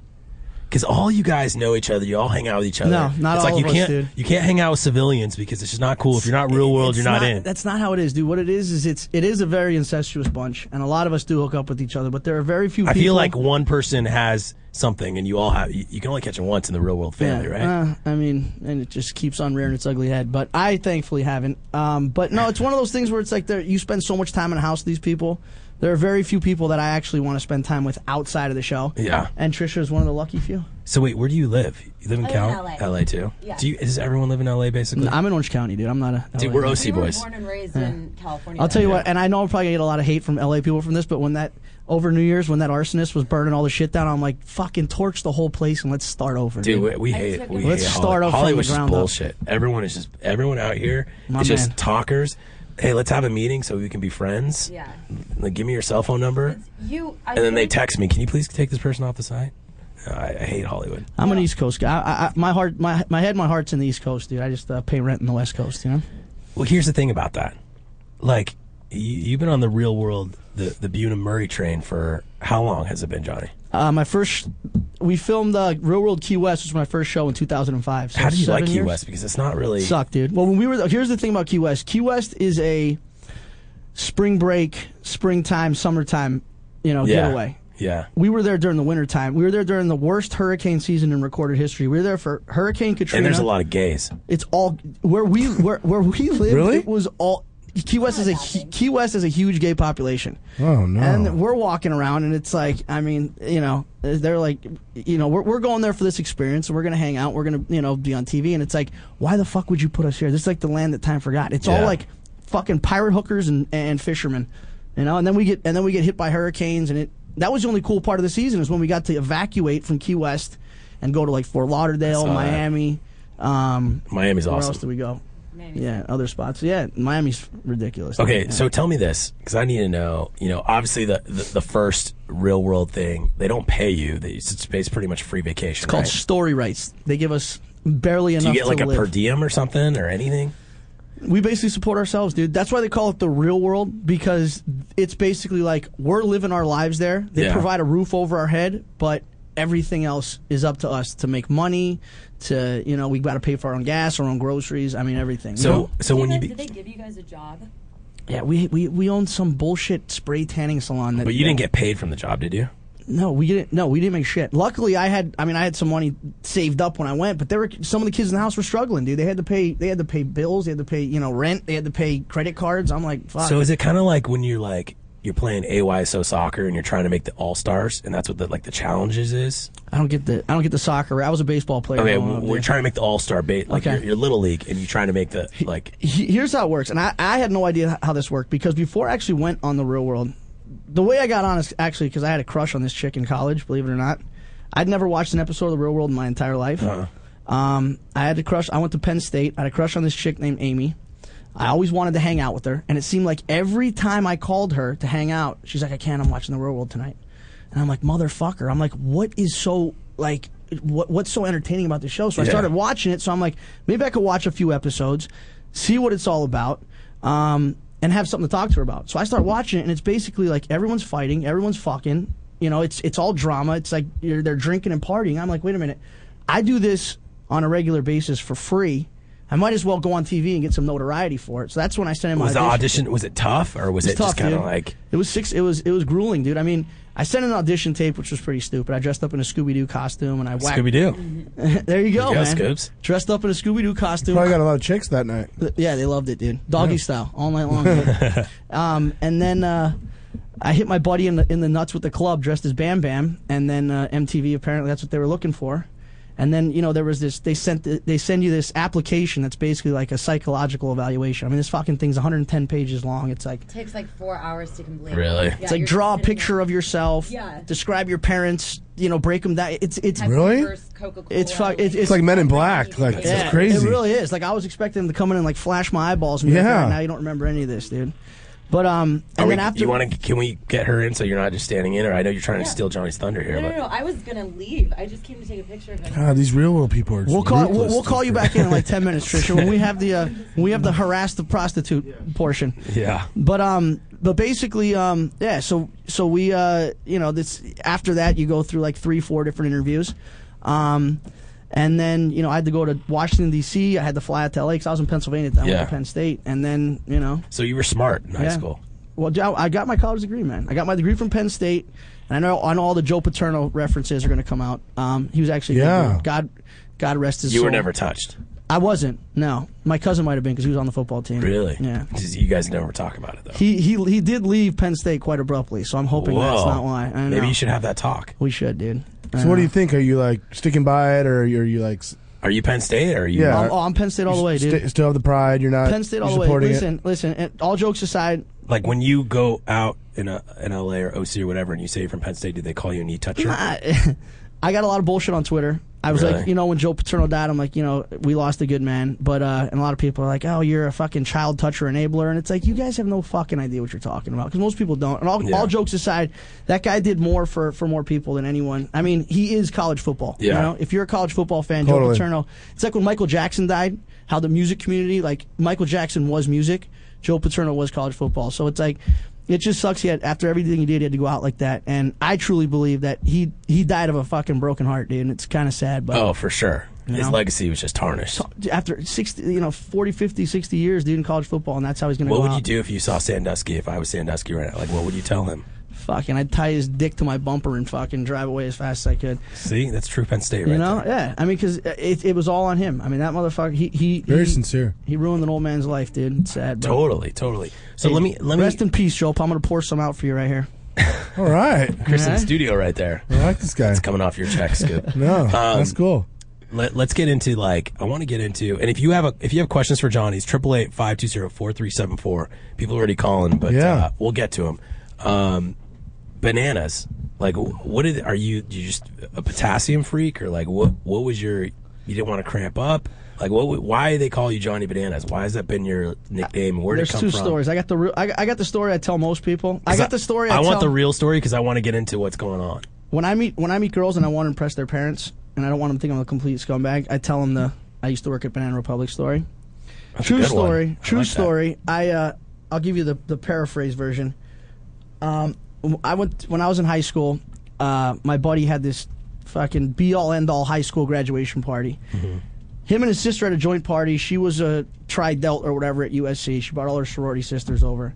S5: Because all you guys know each other, you all hang out with each other.
S21: No, not
S5: it's like
S21: all
S5: you
S21: of us,
S5: can't
S21: dude.
S5: you can't hang out with civilians because it's just not cool. If you're not real world,
S21: It's
S5: you're not, in.
S21: That's not how it is, dude. What it is is it's it is a very incestuous bunch, and a lot of us do hook up with each other. But there are very few.
S5: I
S21: people,
S5: feel like one person has something, and you all have. You, you can only catch them once in the real world family, right?
S21: Uh, I mean, and it just keeps on rearing its ugly head. But I thankfully haven't. Um, but no, it's one of those things where it's like there- you spend so much time in a house with these people. There are very few people that I actually want to spend time with outside of the show.
S5: Yeah.
S21: And Trisha is one of the lucky few.
S5: So wait, where do you live? You live in
S21: I live
S5: Cal,
S21: in
S5: LA.
S21: LA.
S5: too.
S15: Yeah.
S5: Do you, does everyone live in LA basically?
S21: I'm in Orange County, dude. I'm not a.
S5: Dude,
S21: LA.
S5: we're OC
S15: You were
S5: boys.
S15: born and raised
S21: Yeah.
S15: in California.
S21: I'll tell you
S15: though.
S21: what, and I know I'm probably gonna get a lot of hate from LA people from this, but when that over New Year's, when that arsonist was burning all the shit down, I'm like, fucking torch the whole place and let's start over.
S5: Dude, we, we hate. We
S21: let's
S5: hate
S21: start
S5: Holly.
S21: over.
S5: Holly
S21: from
S5: was
S21: the
S5: just
S21: ground up.
S5: bullshit. Everyone is just everyone out here.
S21: My
S5: it's
S21: man.
S5: just talkers. Hey, let's have a meeting so we can be friends.
S15: Yeah.
S5: Like, give me your cell phone number.
S15: You. I
S5: and then they
S15: think-
S5: text me, "Can you please take this person off the site?" No, I, I hate Hollywood.
S21: I'm an East Coast guy. I, I, my heart, my my head, my heart's in the East Coast, dude. I just uh, pay rent in the West Coast, you know.
S5: Well, here's the thing about that. Like, you, you've been on the real world, the the Buna Murray train for how long has it been, Johnny?
S21: Uh, my first, we filmed uh, Real World Key West, which was my first show in 2005. So
S5: How do you
S21: seven
S5: like Key
S21: years.
S5: West? Because it's not really
S21: Suck, dude. Well, when we were here's the thing about Key West. Key West is a spring break, springtime, summertime, you know,
S5: yeah.
S21: getaway.
S5: Yeah.
S21: We were there during the wintertime. We were there during the worst hurricane season in recorded history. We were there for Hurricane Katrina.
S5: And there's a lot of gays.
S21: It's all where we where where we [LAUGHS] live.
S5: Really?
S21: It was all Key West is a hu- Key West is a huge gay population.
S6: Oh no.
S21: And we're walking around, and it's like, I mean, you know, they're like, you know, we're, we're going there for this experience. We're gonna hang out. We're gonna, you know, be on TV. And it's like, why the fuck would you put us here? This is like the land that time forgot. It's all
S5: Yeah.
S21: like fucking pirate hookers and, and fishermen, you know. And then we get and then we get hit by hurricanes, and it that was the only cool part of the season is when we got to evacuate from Key West and go to like Fort Lauderdale,
S5: I saw that.
S21: Miami. Um,
S5: Miami's
S21: where
S5: awesome.
S21: else did we go? Yeah, other spots. Yeah, Miami's ridiculous.
S5: Okay,
S21: Yeah.
S5: so tell me this because I need to know. You know, obviously the, the the first real world thing they don't pay you; they it's it's pretty much free vacation.
S21: it's called
S5: right?
S21: story rights. They give us barely
S5: Do
S21: enough
S5: you get
S21: to
S5: like a
S21: live.
S5: per diem or something or anything?
S21: We basically support ourselves, dude. That's why they call it the real world because it's basically like we're living our lives there. They
S5: Yeah.
S21: provide a roof over our head, but everything else is up to us to make money. To you know, we got to pay for our own gas, our own groceries. I mean, everything.
S5: So so when you
S22: Did
S5: be,
S22: they give you guys a job?
S21: yeah, we we we own some bullshit spray tanning salon that.
S5: but you didn't get paid from the job, did you?
S21: No, we didn't. No, we didn't make shit. Luckily, I had. I mean, I had some money saved up when I went, but there were some of the kids in the house were struggling, dude. They had to pay. They had to pay bills. They had to pay you know rent. They had to pay credit cards. I'm like, fuck.
S5: So is it kind of like when you're like you're playing AYSO soccer and you're trying to make the all stars, and that's what the like the challenges is?
S21: I don't get the. I don't get the soccer. I was a baseball player.
S5: okay,
S21: growing up,
S5: we're
S21: dude.
S5: trying to make the all star bait like
S21: Okay.
S5: your, your little league, and you're trying to make the like
S21: he- here's how it works, and I, I had no idea how this worked because before I actually went on the real world, the way I got on is actually because I had a crush on this chick in college. Believe it or not, I'd never watched an episode of the real world in my entire life. Um, I had a crush. I went to Penn State. I had a crush on this chick named Amy. I always wanted to hang out with her, and it seemed like every time I called her to hang out, she's like, "I can't. I'm watching the real world tonight." And I'm like, motherfucker. I'm like, what is so like what what's so entertaining about the show? So I
S1: Yeah.
S21: started watching it. So I'm like, maybe I could watch a few episodes, see what it's all about, um, and have something to talk to her about. So I start watching it, and it's basically like everyone's fighting, everyone's fucking. You know, it's it's all drama. It's like you're, they're drinking and partying. I'm like, wait a minute, I do this on a regular basis for free. I might as well go on TV and get some notoriety for it. So that's when I sent in my
S5: was the
S21: audition.
S5: audition was it tough or was it,
S21: It's tough,
S5: just kind of
S21: dude.
S5: like
S21: It was six. It was it was grueling, dude. I mean, I sent an audition tape, which was pretty stupid. I dressed up in a Scooby Doo costume and I whacked.
S5: Scooby Doo?
S21: [LAUGHS] there you go,
S5: There you go,
S21: man.
S5: Scoobs.
S21: Dressed up in a Scooby Doo costume.
S6: Probably got a lot of chicks that night.
S21: yeah, they loved it, dude. Doggy
S6: Yeah.
S21: style, all night long. dude. um, and then uh, I hit my buddy in the in the nuts with the club, dressed as Bam Bam. And then uh, MTV apparently that's what they were looking for. And then you know there was this. They sent the, they send you this application that's basically like a psychological evaluation. I mean, this fucking thing's 110 pages long. It's like
S3: takes like four hours to complete. Yeah,
S21: it's like
S3: you're
S21: draw a
S3: sitting
S21: picture of yourself.
S3: Yeah.
S21: Describe your parents. You know, break them down. It's it's
S3: Have your Really? first Coca-Cola,
S21: It's fuck. It's,
S6: It's like Men in Black. Like
S21: yeah,
S6: it's crazy.
S21: It really is. Like I was expecting them to come in and like flash my eyeballs. And yeah.
S6: Yeah.
S21: now you don't remember any of this, dude. But um,
S5: Are
S21: and
S5: we,
S21: then after
S5: you want to? Can we get her in so you're not just standing in? Or I know you're trying to steal Johnny's thunder here,
S22: No, no,
S5: but
S22: no. I was gonna leave. I just came to take a picture of it.
S6: God, these real world people are.
S21: We'll call we'll, we'll
S6: ruthless.
S21: call you back in in like ten minutes,
S6: [LAUGHS]
S21: Trisha. When we have the uh, we have the harass the prostitute portion.
S5: Yeah.
S21: But um, but basically um, yeah. So so we uh, you know, this after that you go through like three four different interviews, um, and then you know I had to go to Washington D.C. I had to fly out to L.A. because I was in Pennsylvania at the time, I went
S5: Yeah.
S21: to Penn State, and then you know
S5: so you were smart in high
S21: Yeah.
S5: school.
S21: well, Joe, I got my college degree, man. I got my degree from Penn State, and I know I know all the Joe Paterno references are going to come out. Um, he was actually a good
S5: Yeah.
S21: dude. God, God rest his
S5: You
S21: soul.
S5: were never touched,
S21: I wasn't. No, my cousin might have been because he was on the football team.
S5: really.
S21: Yeah.
S5: 'Cause You guys never talk about it though.
S21: He he he did leave Penn State quite abruptly, so I'm hoping that's
S5: Whoa.
S21: not why. I
S5: Maybe
S21: know.
S5: you should have that talk.
S21: We should, dude.
S6: So what do you think? Are you like sticking by it, or are you, are you like? s-
S5: Are you Penn State or are you?
S6: Yeah.
S21: I'm, oh, I'm Penn State all
S6: you
S21: the way, dude.
S6: st- still have the pride. You're not.
S21: Penn State all
S6: you're
S21: the way.
S6: supporting it?
S21: Listen, listen. and All jokes aside,
S5: Like when you go out in a in LA or OC or whatever, and you say you're from Penn State, do they call you a knee toucher?
S21: [LAUGHS] I, I got a lot of bullshit on Twitter. I was like,
S5: Really?
S21: you know, when Joe Paterno died, I'm like, you know, we lost a good man. But uh, and a lot of people are like, oh, you're a fucking child toucher enabler, and it's like you guys have no fucking idea what you're talking about because most people don't. And all,
S5: Yeah.
S21: all jokes aside, that guy did more for for more people than anyone. I mean, he is college football.
S5: Yeah.
S21: You know, if you're a college football fan, Joe
S5: Totally.
S21: Paterno, it's like when Michael Jackson died. How the music community, like Michael Jackson was music, Joe Paterno was college football. So it's like it just sucks. He had after everything he did, he had to go out like that. And I truly believe that he he died of a fucking broken heart, dude. And it's kind of sad, but
S5: oh, for sure.
S21: You
S5: His
S21: know?
S5: legacy was just tarnished.
S21: after 60, you know, 40, 50, 60 years, dude, in college football, and that's how he's gonna
S5: What
S21: go
S5: would
S21: out.
S5: you do if you saw Sandusky? If I was Sandusky right now, like what would you tell him?
S21: Fucking, I'd tie his dick to my bumper and fucking drive away as fast as I could.
S5: See, that's true Penn State, right?
S21: You know, yeah. I mean, because it, it was all on him. I mean, that motherfucker. He he
S5: Very
S21: he-
S5: sincere.
S21: He ruined an old man's life, dude. It's sad. Bro.
S5: Totally, totally. So let me let me.
S21: rest in peace, Joe. I'm gonna pour some out for you right here.
S6: All right,
S5: Chris in
S21: Alright.
S5: studio right there.
S6: I like this guy.
S5: It's coming off your Um, check, Scoop.
S6: [LAUGHS] No, that's
S21: Um,
S6: cool.
S5: Let, let's get into like I want to get into, and if you have a if you have questions for Johnny, it's triple eight five two zero four three seven four. People are already calling, but
S6: Yeah.
S5: uh, we'll get to them. Um, bananas. Like, wh- what did are you? You just a potassium freak, or like what? What was your? You didn't want to cramp up. Like, what? would- Why they call you Johnny Bananas? Why has that been your nickname? Where did it
S21: There's
S5: come
S21: two
S5: from?
S21: stories. I got the real. I, got- I got the story I tell most people. I
S5: Is
S21: got
S5: that-
S21: the story.
S5: I,
S21: I,
S5: want
S21: tell-
S5: the real story because I want to get into what's going on.
S21: when I meet when I meet girls and I want to impress their parents and I don't want them to think I'm a complete scumbag, I tell them the I used to work at Banana Republic story.
S5: That's a
S21: true
S5: good one.
S21: story.
S5: I
S21: True
S5: like that.
S21: story. I uh, I'll give you the the paraphrase version. Um, I went when I was in high school. Uh, my buddy had this fucking be all end all high school graduation party. Him and his sister had a joint party. She was a tri delt or whatever at USC. She brought all her sorority sisters over.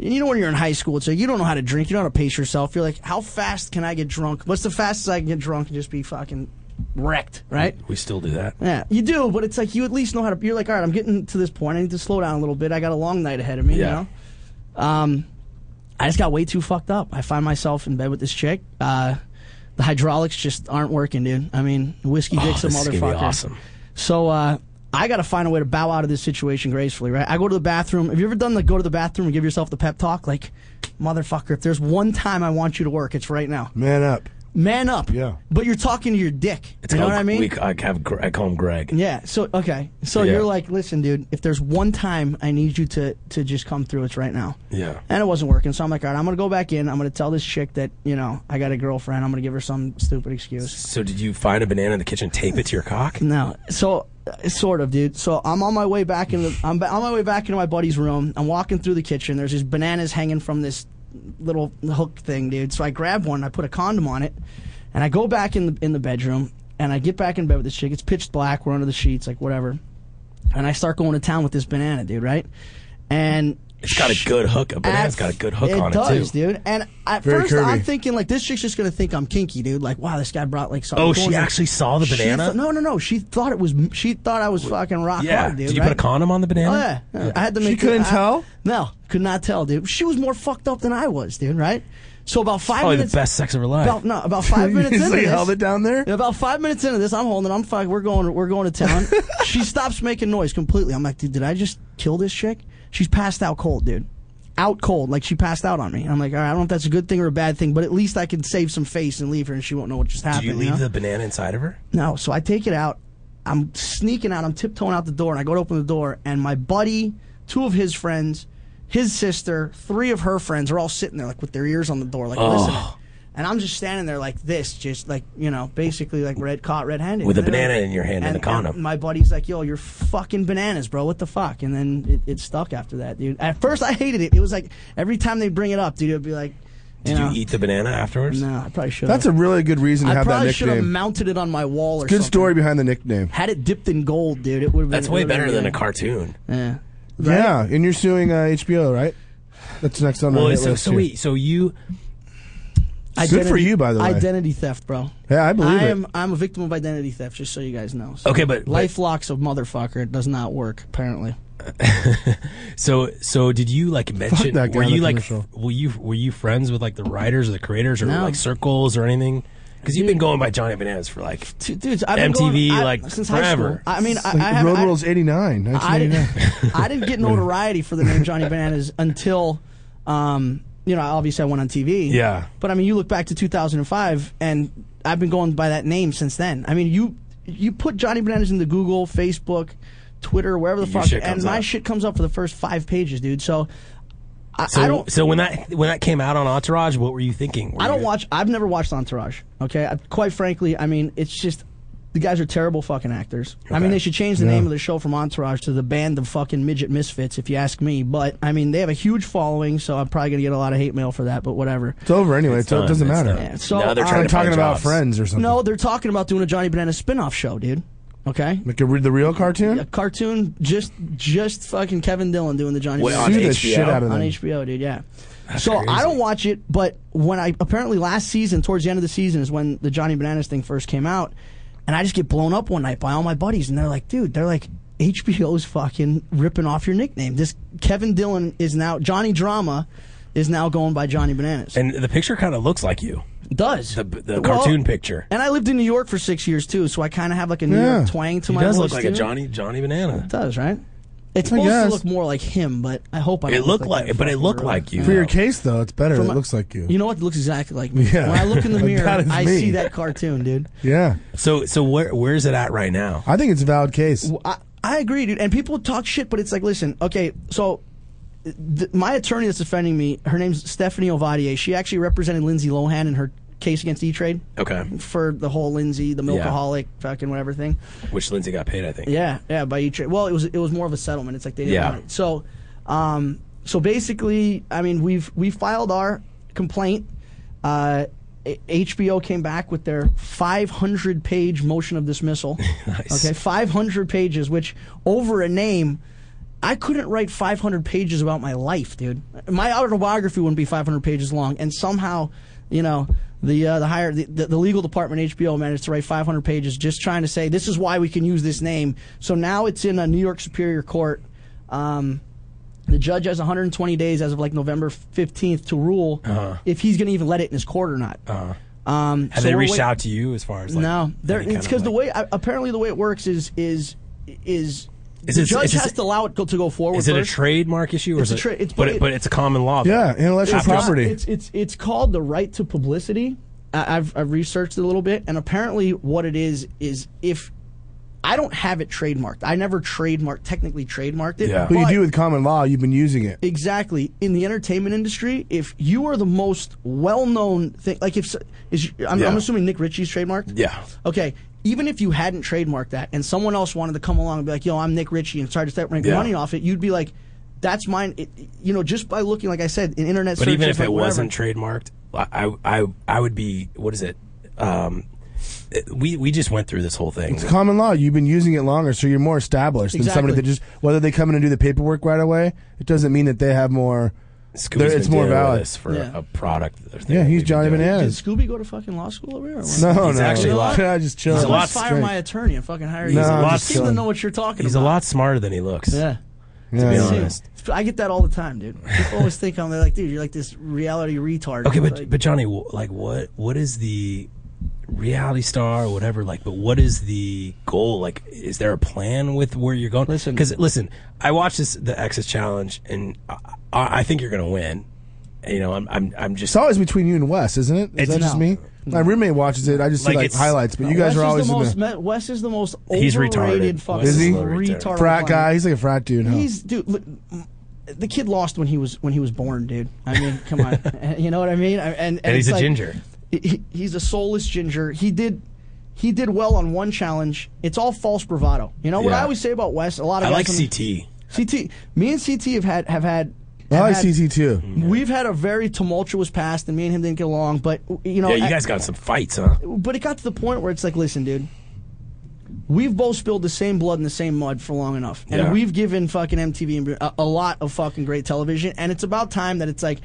S21: And you know when you're in high school, it's like you don't know how to drink, you don't know how to pace yourself. You're like, how fast can I get drunk? What's the fastest I can get drunk and just be fucking wrecked, right?
S5: We still do that.
S21: Yeah, you do, but it's like you at least know how to. You're like, all right, I'm getting to this point. I need to slow down a little bit. I got a long night ahead of me.
S5: Yeah.
S21: You know, um, I just got way too fucked up. I find myself in bed with this chick. Uh, the hydraulics just aren't working, dude. I mean, whiskey
S5: Oh,
S21: dick's a
S5: this is
S21: motherfucker.
S5: gonna be awesome.
S21: So uh, I got to find a way to bow out of this situation gracefully, right? I go to the bathroom. Have you ever done the go to the bathroom and give yourself the pep talk? Like, motherfucker, if there's one time I want you to work, it's right now.
S6: Man up.
S21: Man up.
S6: Yeah.
S21: But you're talking to your dick.
S5: It's
S21: you know
S5: called,
S21: what I mean?
S5: We, I, have, Gre- I call him Greg.
S21: Yeah. So okay. So
S5: Yeah.
S21: you're like, listen, dude. If there's one time I need you to to just come through, it's right now.
S5: Yeah.
S21: And it wasn't working, so I'm like, all right, I'm gonna go back in. I'm gonna tell this chick that you know I got a girlfriend. I'm gonna give her some stupid excuse.
S5: So did you find a banana in the kitchen, tape it to your cock?
S21: No. So uh, sort of, dude. So I'm on my way back in. The, I'm ba- on my way back into my buddy's room. I'm walking through the kitchen. There's these bananas hanging from this little hook thing, dude. So I grab one. I put a condom on it, and I go back in the in the bedroom. And I get back in bed with this chick. It's pitch black. We're under the sheets, like whatever. And I start going to town with this banana, dude. Right? And
S5: It's got a good hook. A banana's got a good hook
S21: it
S5: on
S21: does,
S5: it too.
S21: dude. And at
S5: Very
S21: first, I'm
S5: curvy.
S21: thinking like this chick's just gonna think I'm kinky, dude. Like, wow, this guy brought like something.
S5: Oh,
S21: cool.
S5: she actually saw the
S21: She
S5: banana?
S21: thought- no, no, no. She thought it was. She thought I was fucking rock
S5: Yeah.
S21: hard, dude.
S5: Did you
S21: right?
S5: put a condom on the banana?
S21: Oh yeah. I had to
S5: She
S21: make.
S5: couldn't
S21: I-
S5: tell?
S21: No, could not tell, dude. She was more fucked up than I was, dude. Right. So about five
S5: Probably
S21: minutes.
S5: the best sex of her life.
S21: About, no, about five minutes
S6: So
S21: into
S6: you
S21: this,
S6: held it down there.
S21: About five minutes into this, I'm holding. I'm fuck. We're going. We're going to town. she stops making noise completely. I'm like, dude, did I just kill this chick? She's passed out cold, dude. Out cold, like she passed out on me. I'm like, all right, I don't know if that's a good thing or a bad thing, but at least I can save some face and leave her, and she won't know what just happened.
S5: Did you leave
S21: know?
S5: the banana inside of her?
S21: No, so I take it out. I'm sneaking out. I'm tiptoeing out the door, and I go to open the door, and my buddy, two of his friends, his sister, three of her friends are all sitting there, like with their ears on the door, like
S5: Oh.
S21: listening. And I'm just standing there like this, just like you know, basically like red caught red-handed
S5: With a
S21: And they're
S5: banana
S21: like-
S5: in your hand and a condom.
S21: my buddy's like, "Yo, you're fucking bananas, bro. What the fuck?" And then it, it stuck after that, dude. At first, I hated it. It was like every time they bring it up, dude, it'd be like,
S5: Did
S21: you, know,
S5: you eat the banana afterwards?
S21: No, I probably should.
S6: That's a really good reason to
S21: I
S6: have that
S21: probably should have
S6: nickname.
S21: mounted it on my wall or
S6: Good
S21: something.
S6: story behind the nickname.
S21: Had it dipped in gold, dude, it would have been.
S5: That's way
S21: would've been
S5: better than a
S21: amazing.
S5: cartoon. [LAUGHS]
S21: Yeah.
S6: Yeah, and you're suing uh, HBO, right? That's next on our
S5: Well,
S6: hit
S5: so,
S6: list
S5: so
S6: here.
S5: wait, so you
S6: Good for you, by the way.
S21: Identity theft, bro.
S6: Yeah, I believe
S21: I
S6: it.
S21: am, I'm a victim of identity theft, just so you guys know. So
S5: Okay, but- but- [LAUGHS]
S21: LifeLock's a motherfucker. It does not work, apparently.
S5: so so did you like mention
S21: that guy
S5: were
S21: in
S5: you
S21: the
S5: like
S21: commercial.
S5: f- were you were you friends with like the writers or the creators or
S21: No.
S5: like circles or anything? Because you've been going by Johnny Bananas for like
S21: dudes, I've been
S5: MTV
S21: going- I-
S5: like
S21: since high
S5: forever.
S21: school. I mean, I,
S6: Like
S21: I have
S6: Road
S21: I,
S6: Rules 89,
S21: I didn't,
S6: 1989.
S21: [LAUGHS] I didn't get notoriety for the name Johnny Bananas until, um, you know, obviously I went on TV.
S6: Yeah.
S21: But I mean, you look back to 2005, and I've been going by that name since then. I mean, you you put Johnny Bananas into Google, Facebook, Twitter, wherever the
S5: Your
S21: fuck,
S5: shit
S21: and
S5: comes
S21: my
S5: up.
S21: shit comes up for the first five pages, dude. So. I,
S5: so,
S21: I don't.
S5: so when that when that came out on Entourage, what were you thinking? Were
S21: I don't
S5: you-
S21: watch. I've never watched Entourage. Okay, I, quite frankly, I mean, it's just the guys are terrible fucking actors. I mean, they should change the
S5: Yeah.
S21: name of the show from Entourage to the Band of Fucking Midget Misfits, if you ask me. But I mean, they have a huge following, so I'm probably gonna get a lot of hate mail for that. But whatever.
S6: It's over anyway.
S21: It's
S6: so it
S21: done,
S6: doesn't
S21: it's
S6: matter.
S21: done. Yeah, so,
S6: I'm
S21: Now they're trying to
S6: talking
S21: find
S6: about
S21: jobs.
S6: Friends or something.
S21: No, they're talking about doing a Johnny Banana spin-off show, dude. Okay,
S6: like a, the real cartoon.
S21: A cartoon, just just fucking Kevin Dillon doing the Johnny.
S6: Wait,
S21: Banana
S6: on
S21: spin-off.
S6: the shit out of
S21: on
S6: them.
S21: HBO, dude. Yeah. so I don't watch it, but when I apparently last season, towards the end of the season, is when the Johnny Bananas thing first came out, and I just get blown up one night by all my buddies, and they're like, dude, they're like. HBO's fucking ripping off your nickname. This Kevin Dillon is now Johnny Drama is now going by Johnny Bananas.
S5: And the picture kind of looks like you.
S21: does
S5: the, the
S21: Well,
S5: cartoon picture?
S21: And I lived in New York for six years too, so I kind of have like a New
S5: Yeah.
S21: York twang to
S5: he
S21: my
S5: does
S21: voice.
S5: look like a
S21: too.
S5: Johnny Johnny Banana.
S21: It does, right? It's
S6: I
S21: supposed to
S6: guess.
S21: look more like him, but I hope I.
S5: It
S21: don't
S5: looked
S21: look
S5: like,
S21: him
S5: but it
S21: in
S5: looked
S21: real
S5: like
S21: life.
S5: you.
S6: For your case though, it's better.
S21: For
S6: it
S21: my-
S6: looks like you.
S21: You know what? It looks exactly like me.
S6: Yeah.
S21: When I look in the
S6: [LAUGHS] That
S21: mirror,
S6: is
S21: I
S6: me.
S21: see that cartoon, dude.
S6: Yeah.
S5: So so where where's it at right now?
S6: I think it's a valid case.
S21: I, I agree, dude. And people talk shit, but it's like, listen, okay, so th- my attorney that's defending me, her name's Stephanie Ovadier. She actually represented Lindsay Lohan in her case against E Trade.
S5: Okay.
S21: For the whole Lindsay, the
S5: Yeah.
S21: milkaholic, fucking whatever thing.
S5: Which Lindsay got paid, I think.
S21: Yeah, yeah, by E Trade. Well, it was it was more of a settlement. It's like they didn't
S5: Yeah.
S21: want it. So, um, so basically, I mean, we've we filed our complaint. Uh, H- HBO came back with their 500 page motion of dismissal. nice. Okay, 500 pages, which over a name. I couldn't write 500 pages about my life, dude. My autobiography wouldn't be 500 pages long, and somehow, you know, the uh, the higher the, the, the legal department HBO managed to write 500 pages just trying to say this is why we can use this name. So now it's in a New York Superior Court. Um, the judge has 120 days as of like November 15th to rule
S5: Uh-huh.
S21: if he's going to even let it in his court or not. Uh-huh. Um,
S5: Uh, Have
S21: so
S5: they
S21: we're
S5: reached
S21: wait-
S5: out to you as far as like
S21: no, there,
S5: any
S21: it's
S5: kind
S21: because
S5: of,
S21: the way I, apparently the way it works is is is,
S5: Is
S21: the
S5: it-
S21: judge
S5: is this-
S21: has to allow it go, to go forward.
S5: like, is it a
S21: first.
S5: trademark issue or
S21: It's
S5: is
S21: a
S5: it
S21: tra- it's-
S5: but
S21: but it-
S5: but it's a common law? though. After-
S21: not- It's it's it's called the right to publicity. I, I've I've researched it a little bit, and apparently what it is is if I don't have it trademarked, I never trademarked technically trademarked it.
S6: But you
S21: but-
S6: do with common law, you've been using it.
S21: Exactly. In the entertainment industry, if you are the most well-known thing, like if s- is, I'm,
S5: Yeah.
S21: I'm assuming Nick Ritchie's trademarked.
S5: Yeah.
S21: Okay. Even if you hadn't trademarked that, and someone else wanted to come along and be like, "Yo, I'm Nick Ritchie," and started to start making
S5: Yeah.
S21: money off it, you'd be like, "That's mine." It, you know, just by looking, like I said, in internet.
S5: But even
S21: searches,
S5: if
S21: like
S5: it
S21: whatever.
S5: wasn't trademarked, I I I- I would be what is it? Um, it- we we just went through this whole thing.
S6: It's common law. You've been using it longer, so you're more established than somebody
S5: Exactly.
S6: that just whether they come in and do the paperwork right away. It doesn't mean that they have more.
S5: Scooby's
S6: they're-
S5: been
S6: It's more
S5: dealing with
S6: valid.
S5: this for
S21: Yeah.
S5: a product.
S6: yeah, he's Johnny
S21: Did
S6: Bananas.
S21: Scooby go to fucking law school over there? or what?
S6: No, no.
S5: He's actually a lot.
S6: [LAUGHS] I just chilled.
S5: He's a
S21: Let's
S5: lot.
S21: fire
S5: straight-
S21: my attorney and fucking hire
S5: He's
S21: you.
S5: a
S21: I
S5: lot
S21: just seem to
S5: straight.
S21: know what you're talking
S5: He's a
S21: about.
S5: lot smarter than he looks.
S21: Yeah.
S5: To be honest.
S21: I get that all the time, dude. People always think I'm they're like, dude, you're like this reality retard.
S5: Okay,
S21: It's
S5: but
S21: like,
S5: but Johnny, wh- like, what what is the reality star or whatever? Like, but what is the goal? Like, is there a plan with where you're going? Listen, because listen, I watched this the X's challenge, and I, I I think you're gonna win. You know, I'm I'm I'm just
S6: It's always between you and Wes, isn't it? Is
S5: It's-
S6: that just
S5: No.
S6: me? My roommate watches it. I just
S5: Like,
S6: see like
S5: it's-
S6: highlights, but you
S21: Wes
S6: guys are
S21: is
S6: always
S21: the most,
S6: in the.
S21: me- Wes is the most
S6: He's
S21: overrated
S6: retarded.
S21: fucking
S6: Wes is a little
S21: retard.
S6: retarded. Frat guy. He's like a frat dude, huh?
S21: He's dude. Look, the kid lost when he was when he was born, dude. I mean, come on,
S6: [LAUGHS]
S21: [LAUGHS] you know what I mean? I- And, and,
S5: And he's
S21: it's
S5: a
S21: like-
S5: ginger.
S21: he- he's a soulless ginger. He did he did well on one challenge. It's all false bravado. You know what
S5: Yeah.
S21: I always say about Wes? A lot of
S5: I
S21: guys
S5: like
S21: on-
S5: CT.
S21: CT. Me and CT have had have had.
S6: I
S21: have
S6: like
S21: had-
S6: CT too.
S21: We've had a very tumultuous past, and me and him didn't get along. But you know,
S5: yeah, you
S21: at-
S5: guys got in some fights, huh?
S21: but it got to the point where it's like, listen, dude, we've both spilled the same blood and the same mud for long enough, and
S5: Yeah.
S21: we've given fucking MTV a, a lot of fucking great television, and it's about time that it's like.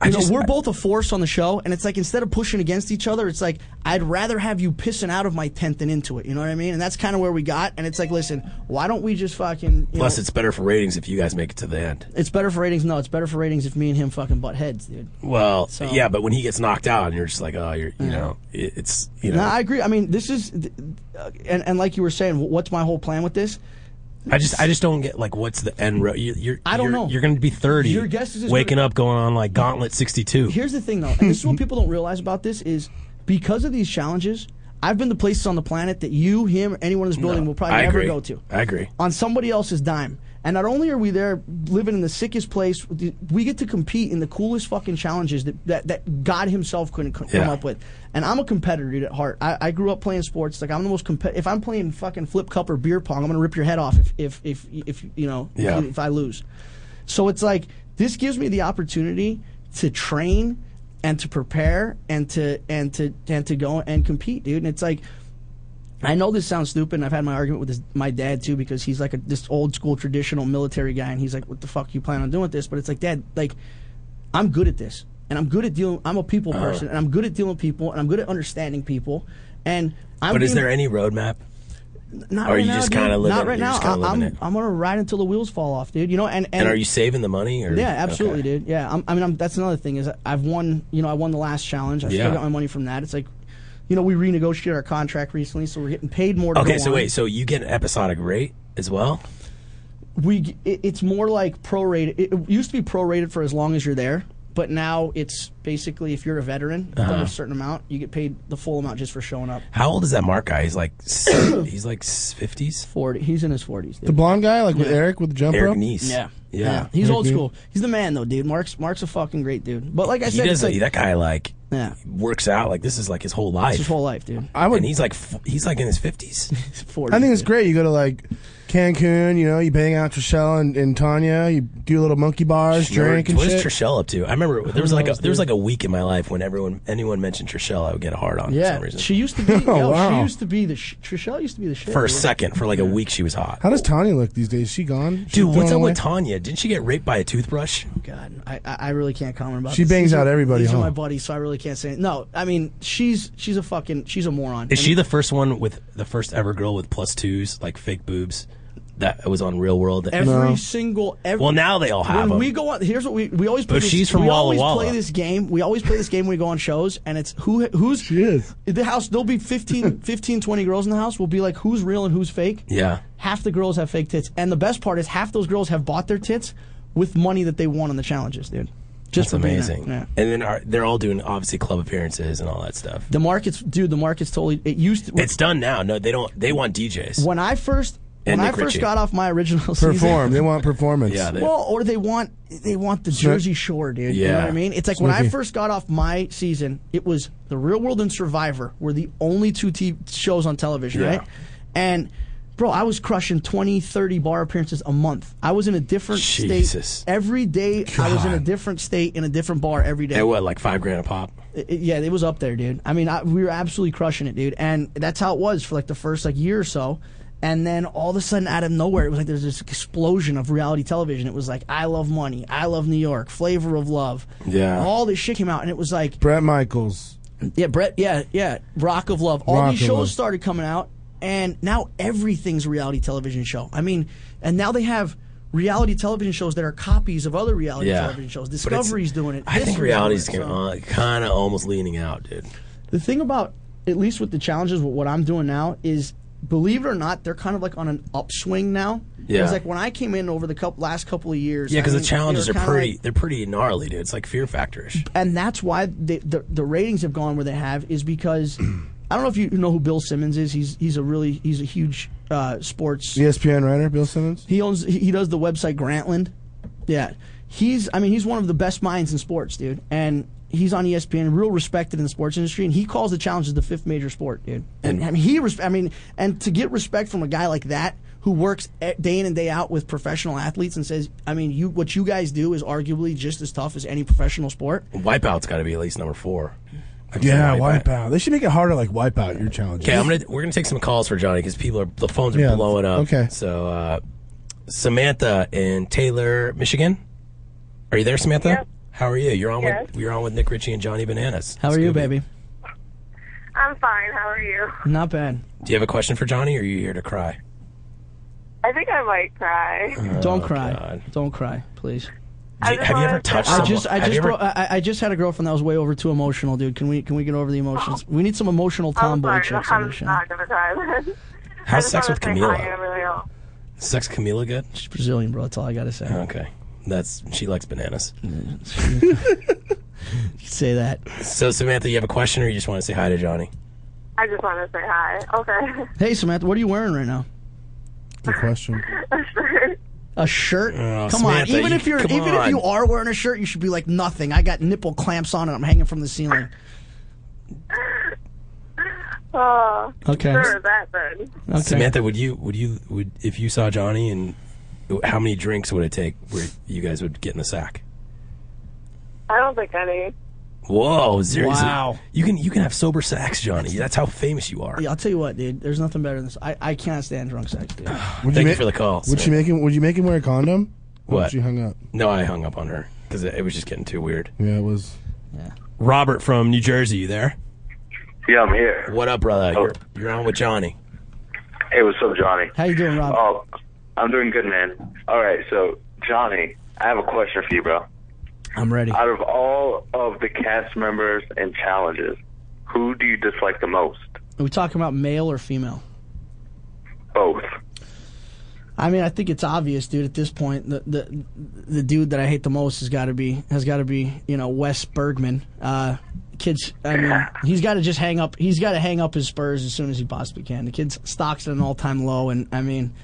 S5: I
S21: you know,
S5: just-
S21: we're both a force on the show, and it's like instead of pushing against each other, it's like I'd rather have you pissing out of my tent than into it. You know what I mean? And that's kind of where we got. And it's like, listen, why don't we just fucking? You
S5: Plus,
S21: know,
S5: it's better for ratings if you guys make it to the end.
S21: it's better for ratings. No, it's better for ratings if me and him fucking butt heads, dude.
S5: Well,
S21: So-
S5: yeah, but when he gets knocked out, and you're just like, oh, you're you know, it, it's you know,
S21: No, I agree. I mean, this is, th- uh, and and like you were saying, wh- what's my whole plan with this?
S5: I just I just don't get like what's the end road? You, you're
S21: I don't
S5: you're-
S21: know.
S5: You're going to be thirty.
S21: Your guess is as
S5: waking
S21: good-
S5: up going on like Gauntlet sixty two.
S21: Here's the thing, though, and
S5: [LAUGHS]
S21: this is what people don't realize about this is because of these challenges, I've been to places on the planet that you, him, or anyone in this building will probably
S5: I
S21: never
S5: agree.
S21: go to
S5: I agree.
S21: on somebody else's dime. And not only are we there living in the sickest place, we get to compete in the coolest fucking challenges that, that, that God Himself couldn't co- come
S5: Yeah.
S21: up with. And I'm a competitor dude, at heart. I, I grew up playing sports. Like I'm the most competitive. If I'm playing fucking flip cup or beer pong, I'm gonna rip your head off if if if, if you know if
S5: Yeah.
S21: you- if I lose. So it's like this gives me the opportunity to train and to prepare and to and to and to go and compete, dude. And it's like I know this sounds stupid. and I've had my argument with his, my dad too because he's like a, this old school traditional military guy, and he's like, "What the fuck you plan on doing with this?" But it's like, Dad, like I'm good at this, and I'm good at dealing. I'm a people
S5: Uh-huh.
S21: person, and I'm good at dealing with people, and I'm good at understanding people. And I'm
S5: but is
S21: being-
S5: there any roadmap?
S21: Not
S5: or
S21: right
S5: you
S21: now,
S5: just
S21: dude.
S5: kinda living-
S21: Not right
S5: you're
S21: now.
S5: just kinda
S21: I-
S5: living
S21: I'm,
S5: it?
S21: I'm gonna ride until the wheels fall off, dude. You know, and
S5: And, are you saving the money? Or
S21: yeah, absolutely,
S5: Okay.
S21: dude. Yeah, I'm, I mean, I'm, that's another thing is I've won. You know, I won the last challenge. I
S5: Yeah.
S21: still got my money from that. It's like, you know, we renegotiated our contract recently, so we're getting paid more. To
S5: Okay,
S21: go
S5: so
S21: on.
S5: wait, so you get an episodic rate as well?
S21: we g- it, it's more like prorated. It, it used to be prorated for as long as you're there, but now it's basically if you're a veteran, you've done
S5: Uh-huh.
S21: a certain amount, you get paid the full amount just for showing up.
S5: How old is that Mark guy? He's like [CLEARS THROAT] s- he's like fifties.
S21: Forty. He's in his forties.
S6: The blonde guy, like with Eric with the jumper
S5: Eric
S6: up?
S5: Nice.
S21: Yeah.
S5: Yeah.
S21: He's
S6: Eric
S21: old
S6: Nice.
S21: school. He's the man though, dude. Mark's Mark's a fucking great dude. But like I
S5: he
S21: said, it's
S5: does
S21: like,
S5: that guy like
S21: Yeah.
S5: works out like this is like his whole life.
S21: It's his whole life, dude.
S5: I would, and he's like f- he's like in his
S21: [LAUGHS]
S5: fifties.
S6: I think it's great. You go to like Cancun, you know, you bang out Trishelle and, and Tanya, you do little monkey bars, drink and
S5: what is
S6: shit.
S5: Trishelle up to? I remember there was like a,
S6: knows,
S5: there was
S6: dude?
S5: like a week in my life when everyone anyone mentioned Trishelle, I would get a hard on for
S21: Yeah,
S5: some reason. [LAUGHS]
S21: she used to be.
S6: Oh,
S21: yo, She
S6: wow.
S21: used to be the sh- Trishelle used to be the shit.
S5: for a
S21: dude.
S5: second for like a week she was hot.
S6: How does Tanya look these days? Is she gone? She
S5: Dude, what's up
S6: thrown
S5: with
S6: away?
S5: Tanya? Didn't she get raped by a toothbrush?
S21: Oh, God, I, I I really can't comment about.
S6: She
S21: this.
S6: bangs
S21: These
S6: out
S21: are-
S6: everybody,
S21: These
S6: huh?
S21: are my buddies, so I really can't say. No, I mean she's she's a fucking she's a moron.
S5: Is she the first one with the first ever girl with plus twos, like fake boobs, that was on Real World?
S21: every single every.
S5: Well, now they all have
S21: when
S5: them.
S21: we go on. Here's what we we always. Play
S5: But
S21: this,
S5: she's from
S21: we
S5: Walla
S21: always
S5: Walla.
S21: play this game. We always play this game when we go on shows, and it's who who's she
S6: is
S21: the house. There'll
S6: [LAUGHS]
S21: be 15, 15, 20 girls in the house. We'll be like who's real and who's fake.
S5: Yeah.
S21: Half the girls have fake tits, and the best part is half those girls have bought their tits with money that they won on the challenges, dude. Just
S5: That's
S21: for being there.
S5: amazing.
S21: Yeah.
S5: And then are, they're all doing obviously club appearances and all that stuff.
S21: The markets, dude. The markets totally. It used to,
S5: It's done now. No, they don't. They want DJs.
S21: when I first
S5: And
S21: when I
S5: Nick
S21: first
S5: Ritchie.
S21: got off my original [LAUGHS]
S6: Perform.
S21: season.
S6: They want performance.
S5: Yeah, they-
S21: Well, or they want they want the
S6: Snook.
S21: Jersey Shore, dude. You know what
S6: Yeah.
S21: I mean? It's like when I
S6: Snooki.
S21: first got off my season, it was The Real World and Survivor were the only two t- shows on television,
S5: Yeah.
S21: right? And bro, I was crushing 20, 30 bar appearances a month. I was in a different
S5: Jesus.
S21: state every day. I was in a different state in a different bar every day.
S5: At what, like five grand a pop?
S21: It- it- yeah, it was up there, dude. I mean, I, we were absolutely crushing it, dude. And that's how it was for like the first like year or so. And then all of a sudden, out of nowhere, it was like there's this explosion of reality television. It was like I love money, I love New York, Flavor of Love,
S6: Yeah.
S21: All this shit came out, and it was like
S6: Brett Michaels.
S21: yeah, Brett. Yeah, yeah. Rock of Love. All
S6: Rock
S21: these
S6: of
S21: shows
S6: Love.
S21: started coming out, and now everything's a reality television show. I mean, and now they have reality television shows that are copies of other reality
S5: Yeah.
S21: television shows.
S5: But it's-
S21: Discovery's doing it.
S5: I
S21: History's
S5: think
S21: doing
S5: reality's
S21: it, so-
S5: kind of almost leaning out, dude.
S21: the thing about at least with the challenges with what i'm doing now is believe it or not they're kind of like on an upswing now 'Cause,
S5: Yeah.
S21: like when i came in over the couple, last couple of years
S5: Yeah, because
S21: I
S5: the
S21: mean,
S5: challenges
S21: they
S5: are
S21: were kinda
S5: pretty.
S21: like-
S5: they're pretty gnarly, dude. It's like Fear Factorish.
S21: and that's why the, the the ratings have gone where they have is because [CLEARS THROAT] i don't know if you know who bill simmons is he's he's a really he's a huge uh, sports
S6: ESPN writer, Bill Simmons.
S21: he owns he he does the website grantland yeah he's i mean he's one of the best minds in sports dude and he's on E espn real respected in the sports industry and he calls the challenges the fifth major sport dude and i mean he res- i mean and to get respect from a guy like that who works e- day in and day out with professional athletes and says i mean you what you guys do is arguably just as tough as any professional sport
S5: Wipeout's got to be at least number four. I've seen
S6: Yeah,
S5: Wipeout.
S6: wipeout. They should make it harder, like wipeout your challenges.
S5: Okay, I'm gonna we're gonna take some calls for Johnny because people are the phones are
S6: Yeah,
S5: blowing up.
S6: okay.
S5: So uh, Samantha in Taylor, Michigan. Are you there, Samantha? How are you? You're on
S1: Yes.
S5: with you're on with Nick Ritchie and Johnny Bananas.
S21: how are you baby
S1: I'm fine. How are you?
S21: not bad
S5: Do you have a question for Johnny, or are you here to cry?
S1: I think I might cry.
S21: Uh,
S23: Oh,
S21: don't cry don't cry please
S1: I just
S5: have you
S1: wanted
S5: ever
S1: to-
S5: touched
S21: I just, I
S5: Have you
S21: just,
S5: ever-
S21: bro- I, I just had a girlfriend that was way over too emotional, dude. Can we, can we get over the emotions? We need some emotional
S1: Oh. I'm
S21: tomboy
S1: sorry.
S21: chicks on
S1: I'm
S21: the show.
S1: not gonna cry.
S23: [LAUGHS]
S1: then. I
S5: How's
S1: just
S5: sex
S1: wanted
S5: with
S1: to say hi
S5: Camila?
S1: to everybody else.
S5: Sex Camila good?
S21: She's Brazilian, bro. That's all I gotta say.
S5: Okay, that's she likes
S21: [LAUGHS]
S5: bananas.
S21: Say that.
S5: So Samantha, you have a question, or you just want to say hi to Johnny?
S1: I just wanted to say hi. Okay.
S21: Hey, Samantha, what are you wearing right now?
S6: Good question.
S21: A shirt?
S5: Uh, Mm.
S6: Oh,
S21: come
S6: Samantha,
S21: on. Even
S6: you-
S21: if you're,
S6: come
S21: even if you
S6: on.
S21: are wearing a shirt, you should be like nothing. I got nipple clamps on and I'm hanging from the ceiling.
S1: Oh,
S5: Okay.
S1: Sure, that then.
S5: Samantha, would you would you would if you saw Johnny and how many drinks would it take where you guys would get in the sack?
S1: I don't think any.
S5: Whoa, seriously.
S21: Wow.
S5: You can you can have sober sex, Johnny. That's how famous you are.
S21: Yeah, I'll tell you what, dude. There's nothing better than this. I, I can't stand drunk
S5: [SIGHS]
S21: sex, dude.
S5: Thank you, for the call.
S6: Would
S5: Samantha.
S6: you make him? Would you make him wear a condom? Or
S5: What?
S6: Would you hung up?
S5: No, I hung up on her because it, it was just getting too weird.
S6: Yeah, it was.
S5: Robert from New Jersey, you there?
S4: Yeah, I'm here. Oh.
S5: What up, brother? You're, you're on with Johnny.
S4: Hey, what's up, Johnny?
S21: How you doing, Rob?
S4: Oh, I'm doing good, man. All right, so Johnny, I have a question for you, bro.
S21: I'm ready.
S4: Out of all of the cast members and challenges, who do you dislike the most?
S21: Are we talking about male or female?
S4: Both.
S21: I mean, I think it's obvious, dude. At this point, the the, the dude that I hate the most has got to be has got to be you know Wes Bergman. Uh, kids, I mean, he's got to just hang up. He's got to hang up his Spurs as soon as he possibly can. The kid's stocks at an all time low, and I mean,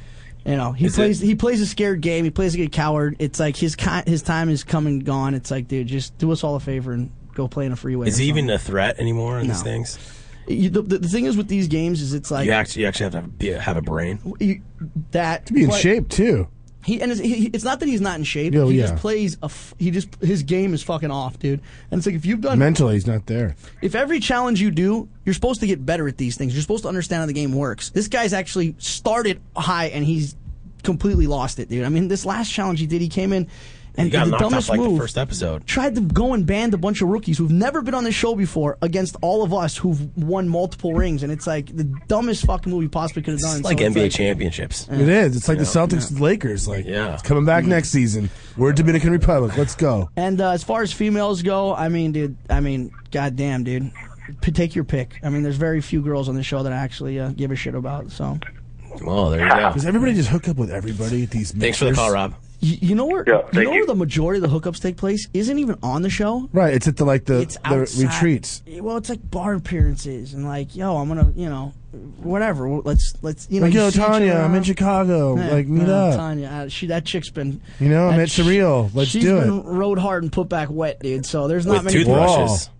S21: you know, he
S8: Is
S21: plays
S8: it-
S21: he plays a scared game. He plays like a coward. It's like his ki- his time is come and gone. It's like, dude, just do us all a favor and go play in a freeway.
S5: Is
S21: or
S5: he even
S21: something.
S5: a threat anymore in these
S21: No.
S5: things?
S21: You, the, the the thing is with these games is it's like
S5: you actually you actually have to be, have a brain.
S21: you, that
S5: To be in
S21: but-
S5: shape,
S6: too.
S21: He and it's, he, he- it's not that he's not in shape.
S6: Yeah, well,
S21: he
S6: yeah.
S21: just plays a. F- he just his game is fucking off, dude. And it's like if you've done
S6: Mentally, he's not there.
S21: if every challenge you do, you're supposed to get better at these things. You're supposed to understand how the game works. This guy's actually started high and he's completely lost it, dude. I mean, this last challenge he did, he came in and
S5: he got
S21: did the
S5: knocked off
S21: dumbest
S5: like
S21: move
S5: the first episode.
S21: tried to go and band a bunch of rookies who've never been on the show before against all of us who've won multiple rings, and it's like the dumbest fucking movie you possibly could have done.
S5: It's
S21: And
S5: like
S21: so
S5: NBA
S21: it's
S5: championships.
S21: Yeah.
S6: It is. It's like
S21: Yeah.
S6: the Celtics
S21: Yeah.
S6: Lakers. Like
S5: Yeah.
S6: it's coming back next season. We're Dominican Republic. Let's go.
S21: And uh, as far as females go, I mean, dude, I mean, goddamn, dude, P- take your pick. I mean, there's very few girls on the show that I actually uh, give a shit about. So,
S5: Well, there you go.
S6: Does everybody just hook up with everybody at these?
S5: Thanks for the
S6: mixers?
S5: call, Rob.
S21: you, you know where you
S6: thank
S21: know
S6: you.
S21: where the majority of the hookups take place isn't even on the show.
S6: Right. It's at the like the,
S21: It's
S6: the
S21: outside.
S6: retreats.
S21: Well, it's like bar appearances and like, yo, I'm gonna, you know, whatever. Let's let's you know.
S6: like
S21: you
S6: yo,
S21: see each
S6: Tanya,
S21: other
S6: I'm in
S21: around.
S6: Chicago.
S21: Yeah,
S6: like meet
S21: no,
S6: up.
S21: Tanya, uh, she that chick's been.
S6: You know, I'm
S21: that
S6: at Surreal. Let's
S21: she's
S6: do
S21: been
S6: it.
S21: rode hard and put back wet, dude. So there's not
S5: With
S21: many
S5: toothbrushes. With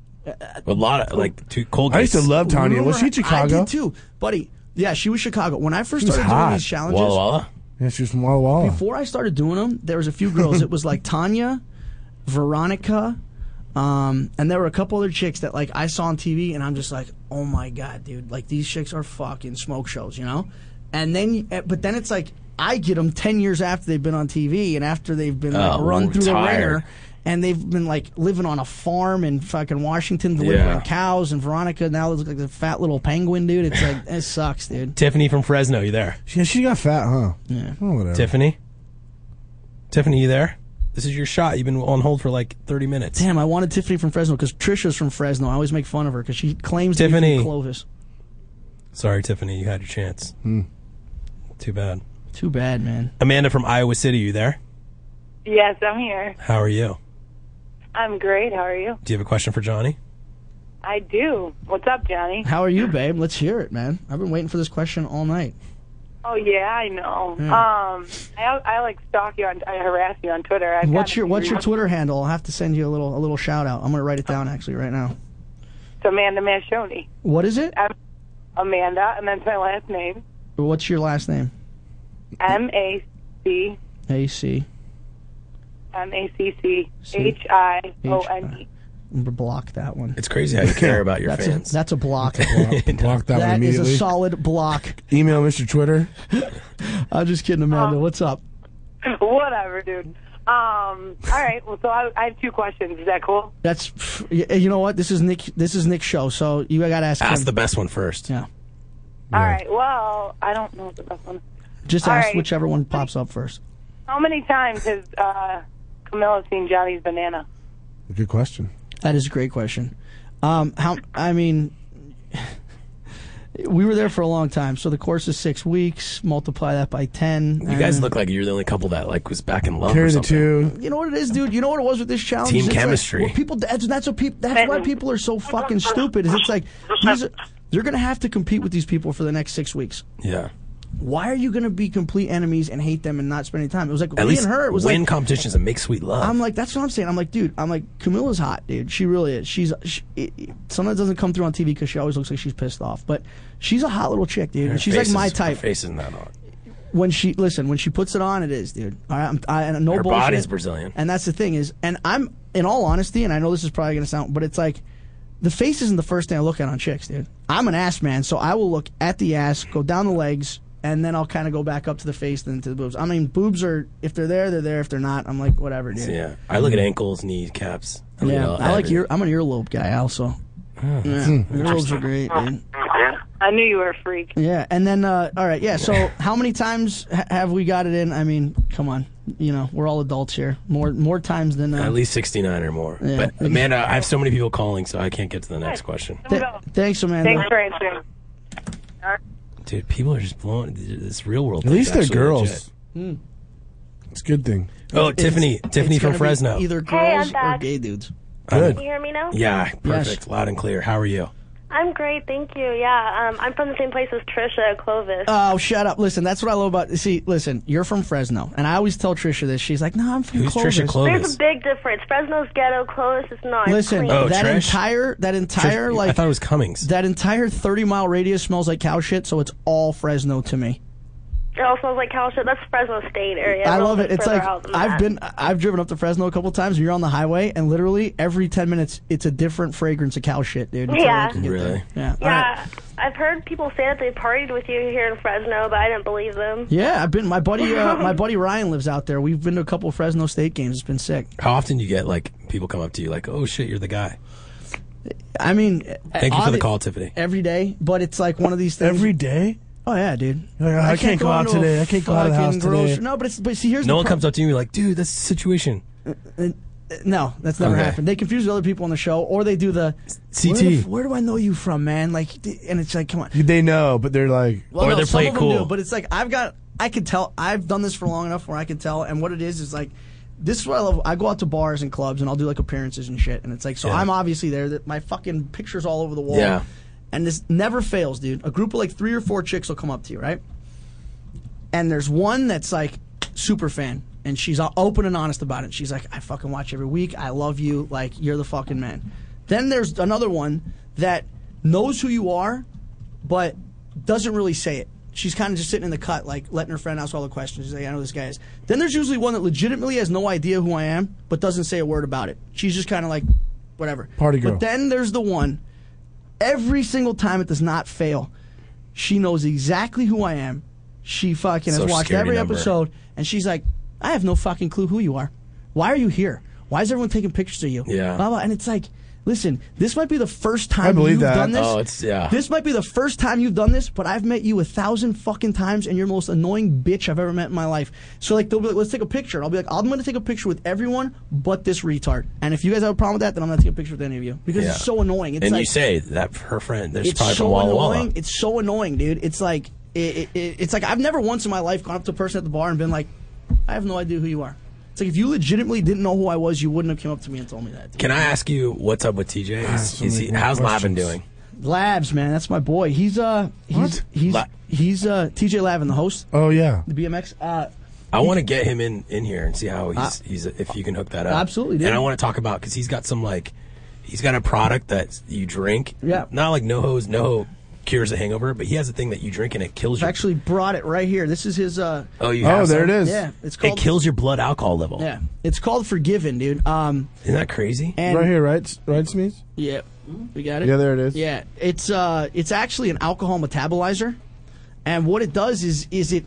S5: a lot of like two cold.
S21: Rumor- I did too, buddy. Yeah, she was Chicago. When I first
S6: She was
S21: started
S6: hot.
S21: doing these challenges,
S5: Walla Walla.
S6: Yeah, she was from Walla Walla.
S21: before I started doing them, there was a few girls. it
S6: [LAUGHS]
S21: was like Tanya, Veronica, um, and there were a couple other chicks that like I saw on TV, and I'm just like, oh my god, dude! Like these chicks are fucking smoke shows, you know? And then, eh, but then it's like I get them ten years after they've been on TV and after they've been like,
S5: Oh,
S21: run through the
S5: tired.
S21: ringer. And they've been like living on a farm in fucking Washington, delivering
S5: Yeah.
S21: cows. And Veronica now looks like the fat little penguin, dude. It's like it sucks, dude.
S5: Tiffany from Fresno, you there?
S6: Yeah, she got fat, huh?
S21: Yeah.
S6: Oh, whatever.
S5: Tiffany. Tiffany, you there? This is your shot. You've been on hold for like 30 minutes.
S21: Damn, I wanted Tiffany from Fresno because Trisha's from Fresno. I always make fun of her because she claims to be from
S5: Tiffany.
S21: Clovis.
S5: Sorry, Tiffany, you had your chance.
S6: Hmm.
S5: Too bad.
S21: Too bad, man.
S5: Amanda from Iowa City, you there?
S23: Yes, I'm here.
S5: How are you?
S23: I'm great. How are you?
S5: Do you have a question for Johnny?
S23: I do. What's up, Johnny?
S21: How are you, babe? Let's hear it, man. I've been waiting for this question all night.
S23: Oh yeah, I know.
S21: Yeah.
S23: Um, I I like stalk you on, I harass you on Twitter. I've
S21: what's
S23: gotten
S21: your What's your
S23: angry.
S21: Twitter handle? I'll have to send you a little a little shout out. I'm gonna write it down actually right now.
S23: It's Amanda Mashoni.
S21: What is it?
S23: I'm Um, Amanda, and that's my last name.
S21: What's your last name? Hmm.
S23: M A C
S21: A C.
S23: M A C C H I O N E. [LAUGHS]
S21: Block that one.
S5: It's crazy how you care about your
S21: [LAUGHS] that's
S5: fans.
S21: A, that's
S5: [LAUGHS]
S21: a block.
S6: Block that, one
S21: that is
S6: immediately.
S21: a solid block.
S6: Email Mr. Twitter.
S21: I'm just kidding, Amanda. What's up?
S23: Whatever, dude. Um, all right. Well, so I, I have two questions. Is that cool?
S21: That's y- you know what this is Nick. This is Nick's show, so you gotta ask.
S5: Ask
S21: him.
S5: the best one first.
S21: Yeah.
S23: All right. Well, I don't know what the best one. is.
S21: Just
S23: All
S21: ask
S23: right.
S21: whichever one pops up first.
S23: How many times has uh, Camilla seen Johnny's banana?
S6: Good question.
S21: That is a great question. Um, how I mean, we were there for a long time, so the course is six weeks. Multiply that by ten.
S5: You guys look like you're the only couple that like was back in love. or
S6: Carry the
S5: something.
S6: two.
S21: You know what it is, dude. You know what it was with this challenge.
S5: Team
S21: It's like,
S5: chemistry.
S21: well, people. That's that's what peop That's why people are so fucking stupid. Is it's like these are, they're gonna have to compete with these people for the next six weeks.
S5: Yeah.
S21: Why are you gonna be complete enemies and hate them and not spend any time? It was like
S5: At
S21: me
S5: least
S21: and her. It was
S5: win
S21: like
S5: competitions and make sweet love.
S21: I'm like, that's what I'm saying. I'm like, dude, I'm like, Camilla's hot, dude. She really is. She's she, it, it sometimes doesn't come through on TV because she always looks like she's pissed off, but she's a hot little chick, dude.
S5: Her
S21: And she's
S5: face
S21: like my
S5: is- her
S21: type.
S5: face isn't that hot.
S21: When she listen, when she puts it on, it is, dude. All right, I'm, I and no
S5: Her
S21: bullshit.
S5: body's Brazilian.
S21: And that's the thing is, and I'm in all honesty, and I know this is probably gonna sound, but it's like. The face isn't the first thing I look at on chicks, dude. I'm an ass man, so I will look at the ass, go down the legs, and then I'll kind of go back up to the face, then to the boobs. I mean, boobs are if they're there, they're there. If they're not, I'm like, whatever, dude.
S5: So, yeah. I look at ankles, knees, caps. I look at
S21: Yeah,
S5: all-
S21: I like
S5: everything.
S21: ear. I'm an earlobe guy also. Yeah,
S5: Hmm.
S21: earlobes are great, dude.
S23: I knew you were a freak.
S21: Yeah, and then uh, all right, yeah. So how many times ha- have we got it in? I mean, come on, you know, we're all adults here. More more times than uh,
S5: At least 69 or more.
S21: Yeah.
S5: But Amanda, I have so many people calling, so I can't get to the next question.
S21: Th- thanks, Amanda.
S23: Thanks for answering.
S5: Dude, people are just blowing. This real world.
S6: At
S5: thing's
S6: least they're
S5: actually
S6: girls.
S5: legit.
S21: Hmm.
S6: It's a good thing.
S5: Oh, Tiffany, Tiffany from Fresno.
S21: Either
S8: Hey, I'm
S21: girls or
S8: back.
S21: gay dudes.
S5: Good.
S8: Can you hear me now?
S5: Yeah, perfect, loud and clear. How are you?
S8: I'm great, thank you. Yeah, um, I'm from the same place as Trisha, Clovis.
S21: Oh, shut up! Listen, that's what I love about. See, listen, you're from Fresno, and I always tell Trisha this. She's like, "No, I'm from
S5: Who's
S21: Clovis."
S5: Trisha
S8: There's a big difference. Fresno's ghetto, Clovis is not.
S21: Listen,
S8: Clean.
S21: that entire that entire
S5: Oh, Trish-
S21: like
S5: I thought it was Cummings.
S21: that entire thirty mile radius smells like cow shit, so it's all Fresno to me.
S8: It all smells like cow shit. That's Fresno State area.
S21: I
S8: We're a
S21: love it.
S8: little
S21: It's
S8: further
S21: like
S8: out than
S21: I've
S8: that.
S21: been I've driven up to Fresno a couple times. and You're on the highway, and literally every ten minutes, it's a different fragrance of cow shit, dude. until,
S8: Yeah.
S21: like, you get
S5: Really?
S21: there. Yeah. All right.
S8: Yeah, I've heard people say that they partied with you here in Fresno, but I didn't believe them.
S21: Yeah, I've been my buddy
S5: [LAUGHS]
S21: uh, my buddy Ryan lives out there. We've been to a couple Fresno State games. It's been sick.
S5: How often do you get like people come up to you like, "Oh shit, you're the guy."
S21: I mean,
S5: Thank you for the
S21: obvi-
S5: call, Tiffany.
S21: Every day, but it's like one of these things.
S5: Every
S21: day? Oh yeah, dude.
S5: Like, I can't go out
S21: into a
S5: today. I can't go out of the house
S21: fucking
S5: today.
S21: grocery- No, but it's but see here's
S5: no
S21: the
S5: one
S21: pro-
S5: comes up to you like, "Dude, that's the situation."
S21: Uh, No, that's never
S5: Okay.
S21: happened. They confuse the other people on the show, or they do the
S5: CT.
S21: Where, the f- where do I know you from, man? Like, d- and it's like, come on.
S6: They know, but they're like,
S21: Well, no, some of them do, but it's like I've got, I could tell, I've done this for long enough where I can tell, and what it is is like, this is what I love. I go out to bars and clubs and I'll do like appearances and shit, and it's like, so
S5: Yeah.
S21: I'm obviously there. That my fucking pictures all over the wall.
S5: Yeah.
S21: And this never fails, dude. A group of like three or four chicks will come up to you, right? And there's one that's like super fan, and she's all open and honest about it. She's like, I fucking watch every week. I love you. Like you're the fucking man. Then there's another one that knows who you are, but doesn't really say it. She's kind of just sitting in the cut, like letting her friend ask all the questions. She's like, I know this guy is. Then there's usually one that legitimately has no idea who I am, but doesn't say a word about it. She's just kind of like, whatever.
S6: Party girl.
S21: But then there's the one, every single time it does not fail. She knows exactly who I am. She fucking has
S5: Social
S21: watched
S5: Security
S21: every
S5: number.
S21: episode, and she's like, I have no fucking clue who you are. Why are you here? Why is everyone taking pictures of you?
S5: Yeah.
S21: Blah, blah. And it's like, listen, this might be the first time
S5: I believe
S21: you've
S5: that.
S21: done this.
S5: Oh, it's- yeah.
S21: This might be the first time you've done this, but I've met you a thousand fucking times, and you're the most annoying bitch I've ever met in my life. So like, they'll be like, let's take a picture, and I'll be like, I'm gonna take a picture with everyone but this retard. And if you guys have a problem with that, then I'm gonna take a picture with any of you because
S5: Yeah.
S21: it's so annoying. It's
S5: and
S21: like,
S5: you say that her friend, there's
S21: it's
S5: probably
S21: so
S5: from Walla
S21: annoying.
S5: Walla.
S21: It's so annoying, dude. It's like it, it, it's like I've never once in my life gone up to a person at the bar and been like, I have no idea who you are. It's like if you legitimately didn't know who I was, you wouldn't have came up to me and told me that.
S5: Can I ask you what's up with TJ? Is, is he, how's Lavin doing?
S21: Labs, man, that's my boy. He's uh, he's he's
S5: La-
S21: he's uh, TJ Lavin, the host.
S6: Oh yeah,
S21: the BMX. Uh,
S5: I want to get him in in here and see how he's, he's if you can hook that up.
S21: Ah. Absolutely, dude.
S5: And I want to talk about because he's got some like he's got a product that you drink.
S21: Yeah.
S5: Not like NoHo's NoHo cures a hangover, but he has a thing that you drink and it kills
S21: I've
S5: your.
S21: actually brought it right here. This is his. Uh,
S5: Oh, you. have some?
S21: Yeah, it's called.
S5: it kills your blood alcohol level.
S21: Yeah, it's called Forgiven, dude. Um,
S5: Isn't that crazy?
S21: and-
S6: right here, right, right, Smeeze.
S21: Yeah, we got it.
S6: Yeah, there it is.
S21: Yeah, it's uh, it's actually an alcohol metabolizer, and what it does is, is it,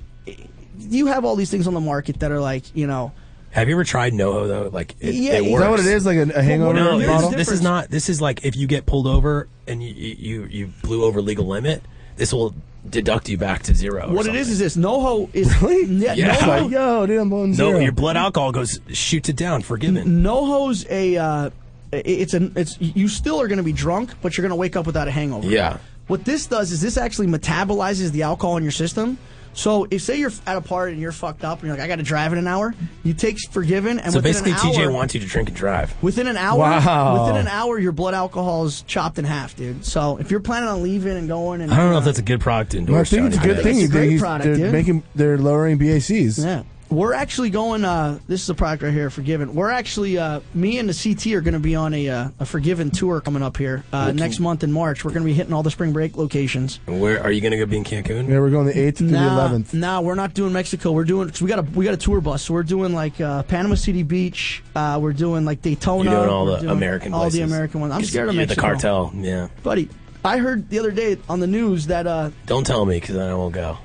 S21: you have all these things on the market that are like, you know,
S5: Have you ever tried NoHo though? Like, it,
S21: Yeah,
S5: it
S21: is that
S5: works.
S6: what it is? Like a- a hangover
S5: No, this-
S6: bottle?
S5: This, is not. This is like if you get pulled over and you you you blew over legal limit, this will deduct you back to zero. Oh, or
S21: what it is is this. NoHo is really, yeah,
S5: Yeah.
S21: NoHo
S5: Like,
S6: yo, dude, I'm blowing
S5: No, your blood alcohol goes shoots it down. Forgiven.
S21: NoHo's a, uh, i- it's an, it's you still are going to be drunk, but you're going to wake up without a hangover.
S5: Yeah.
S21: What this does is this actually metabolizes the alcohol in your system. So if say you're at a party and you're fucked up and you're like, I got to drive in an hour, you take Forgiven and
S5: so
S21: within
S5: basically,
S21: an
S5: TJ
S21: hour-
S5: wants you to drink and drive.
S21: Within an hour,
S5: Wow.
S21: within an hour, your blood alcohol is chopped in half, dude. So if you're planning on leaving and going, and
S5: I don't know if that's a good product to
S6: No, I
S5: endorse.
S6: think it's a
S5: Johnny.
S6: good thing.
S21: It's a
S6: you
S21: great
S6: did. He's-
S21: product,
S6: they're
S21: dude.
S6: making, they're lowering BACs.
S21: Yeah. we're actually going. Uh, this is a product right here, Forgiven. We're actually uh, me and the CT are going to be on a uh, a Forgiven tour coming up here uh,
S5: Okay.
S21: next month in March. We're going to be hitting all the spring break locations.
S5: Where are you going to go be in Cancun?
S6: Yeah, we're going the eighth through the
S21: Nah,
S6: eleventh.
S21: nah, we're not doing Mexico. We're doing because we got a we got a tour bus. So we're doing like uh, Panama City Beach. Uh, we're doing like Daytona.
S5: You're doing all
S21: We're
S5: the
S21: doing
S5: American
S21: all
S5: places.
S21: the American ones. I'm
S5: 'Cause
S21: scared of
S5: you're
S21: Mexico.
S5: the cartel. Yeah.
S21: buddy. I heard the other day on the news that uh,
S5: Don't tell me because then I won't go.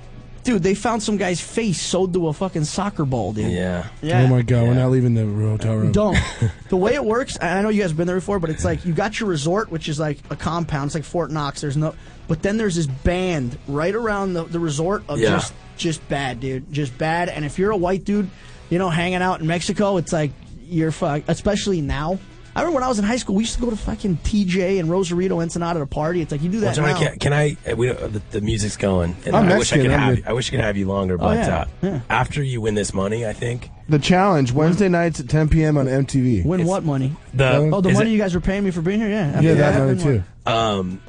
S21: Dude, they found some guy's face sewed to a fucking soccer ball, dude.
S5: Yeah.
S21: Yeah.
S6: Oh my god, we're not leaving the hotel
S5: Mm.
S6: room.
S21: Don't. the way it works, I I know you guys have been there before, but it's like you got your resort, which is like a compound. It's like Fort Knox. There's no, but then there's this band right around the, the resort of
S5: Yeah.
S21: just just bad, dude, just bad. And if you're a white dude, you know, hanging out in Mexico, it's like you're fuck, especially now. I remember when I was in high school, we used to go to fucking TJ and Rosarito Ensenada to party. It's like you do
S5: Well,
S21: that
S5: Johnny,
S21: now.
S5: can, can I? uh, We, don't- the, the music's going. And
S21: I'm
S5: I wish I
S21: Mexican,
S5: could
S21: I'm
S5: have. You,
S21: good.
S5: I wish I could have you longer,
S6: Oh,
S5: but
S6: yeah,
S5: uh, after you win this money, I think
S6: The challenge Wednesday nights at 10 p.m. on MTV.
S21: Win what money?
S5: the
S21: oh, the
S5: is
S21: money
S5: it-
S21: you guys were paying me for being here, yeah.
S6: Yeah, that
S21: I've
S6: money
S21: been one.
S6: too.
S5: um,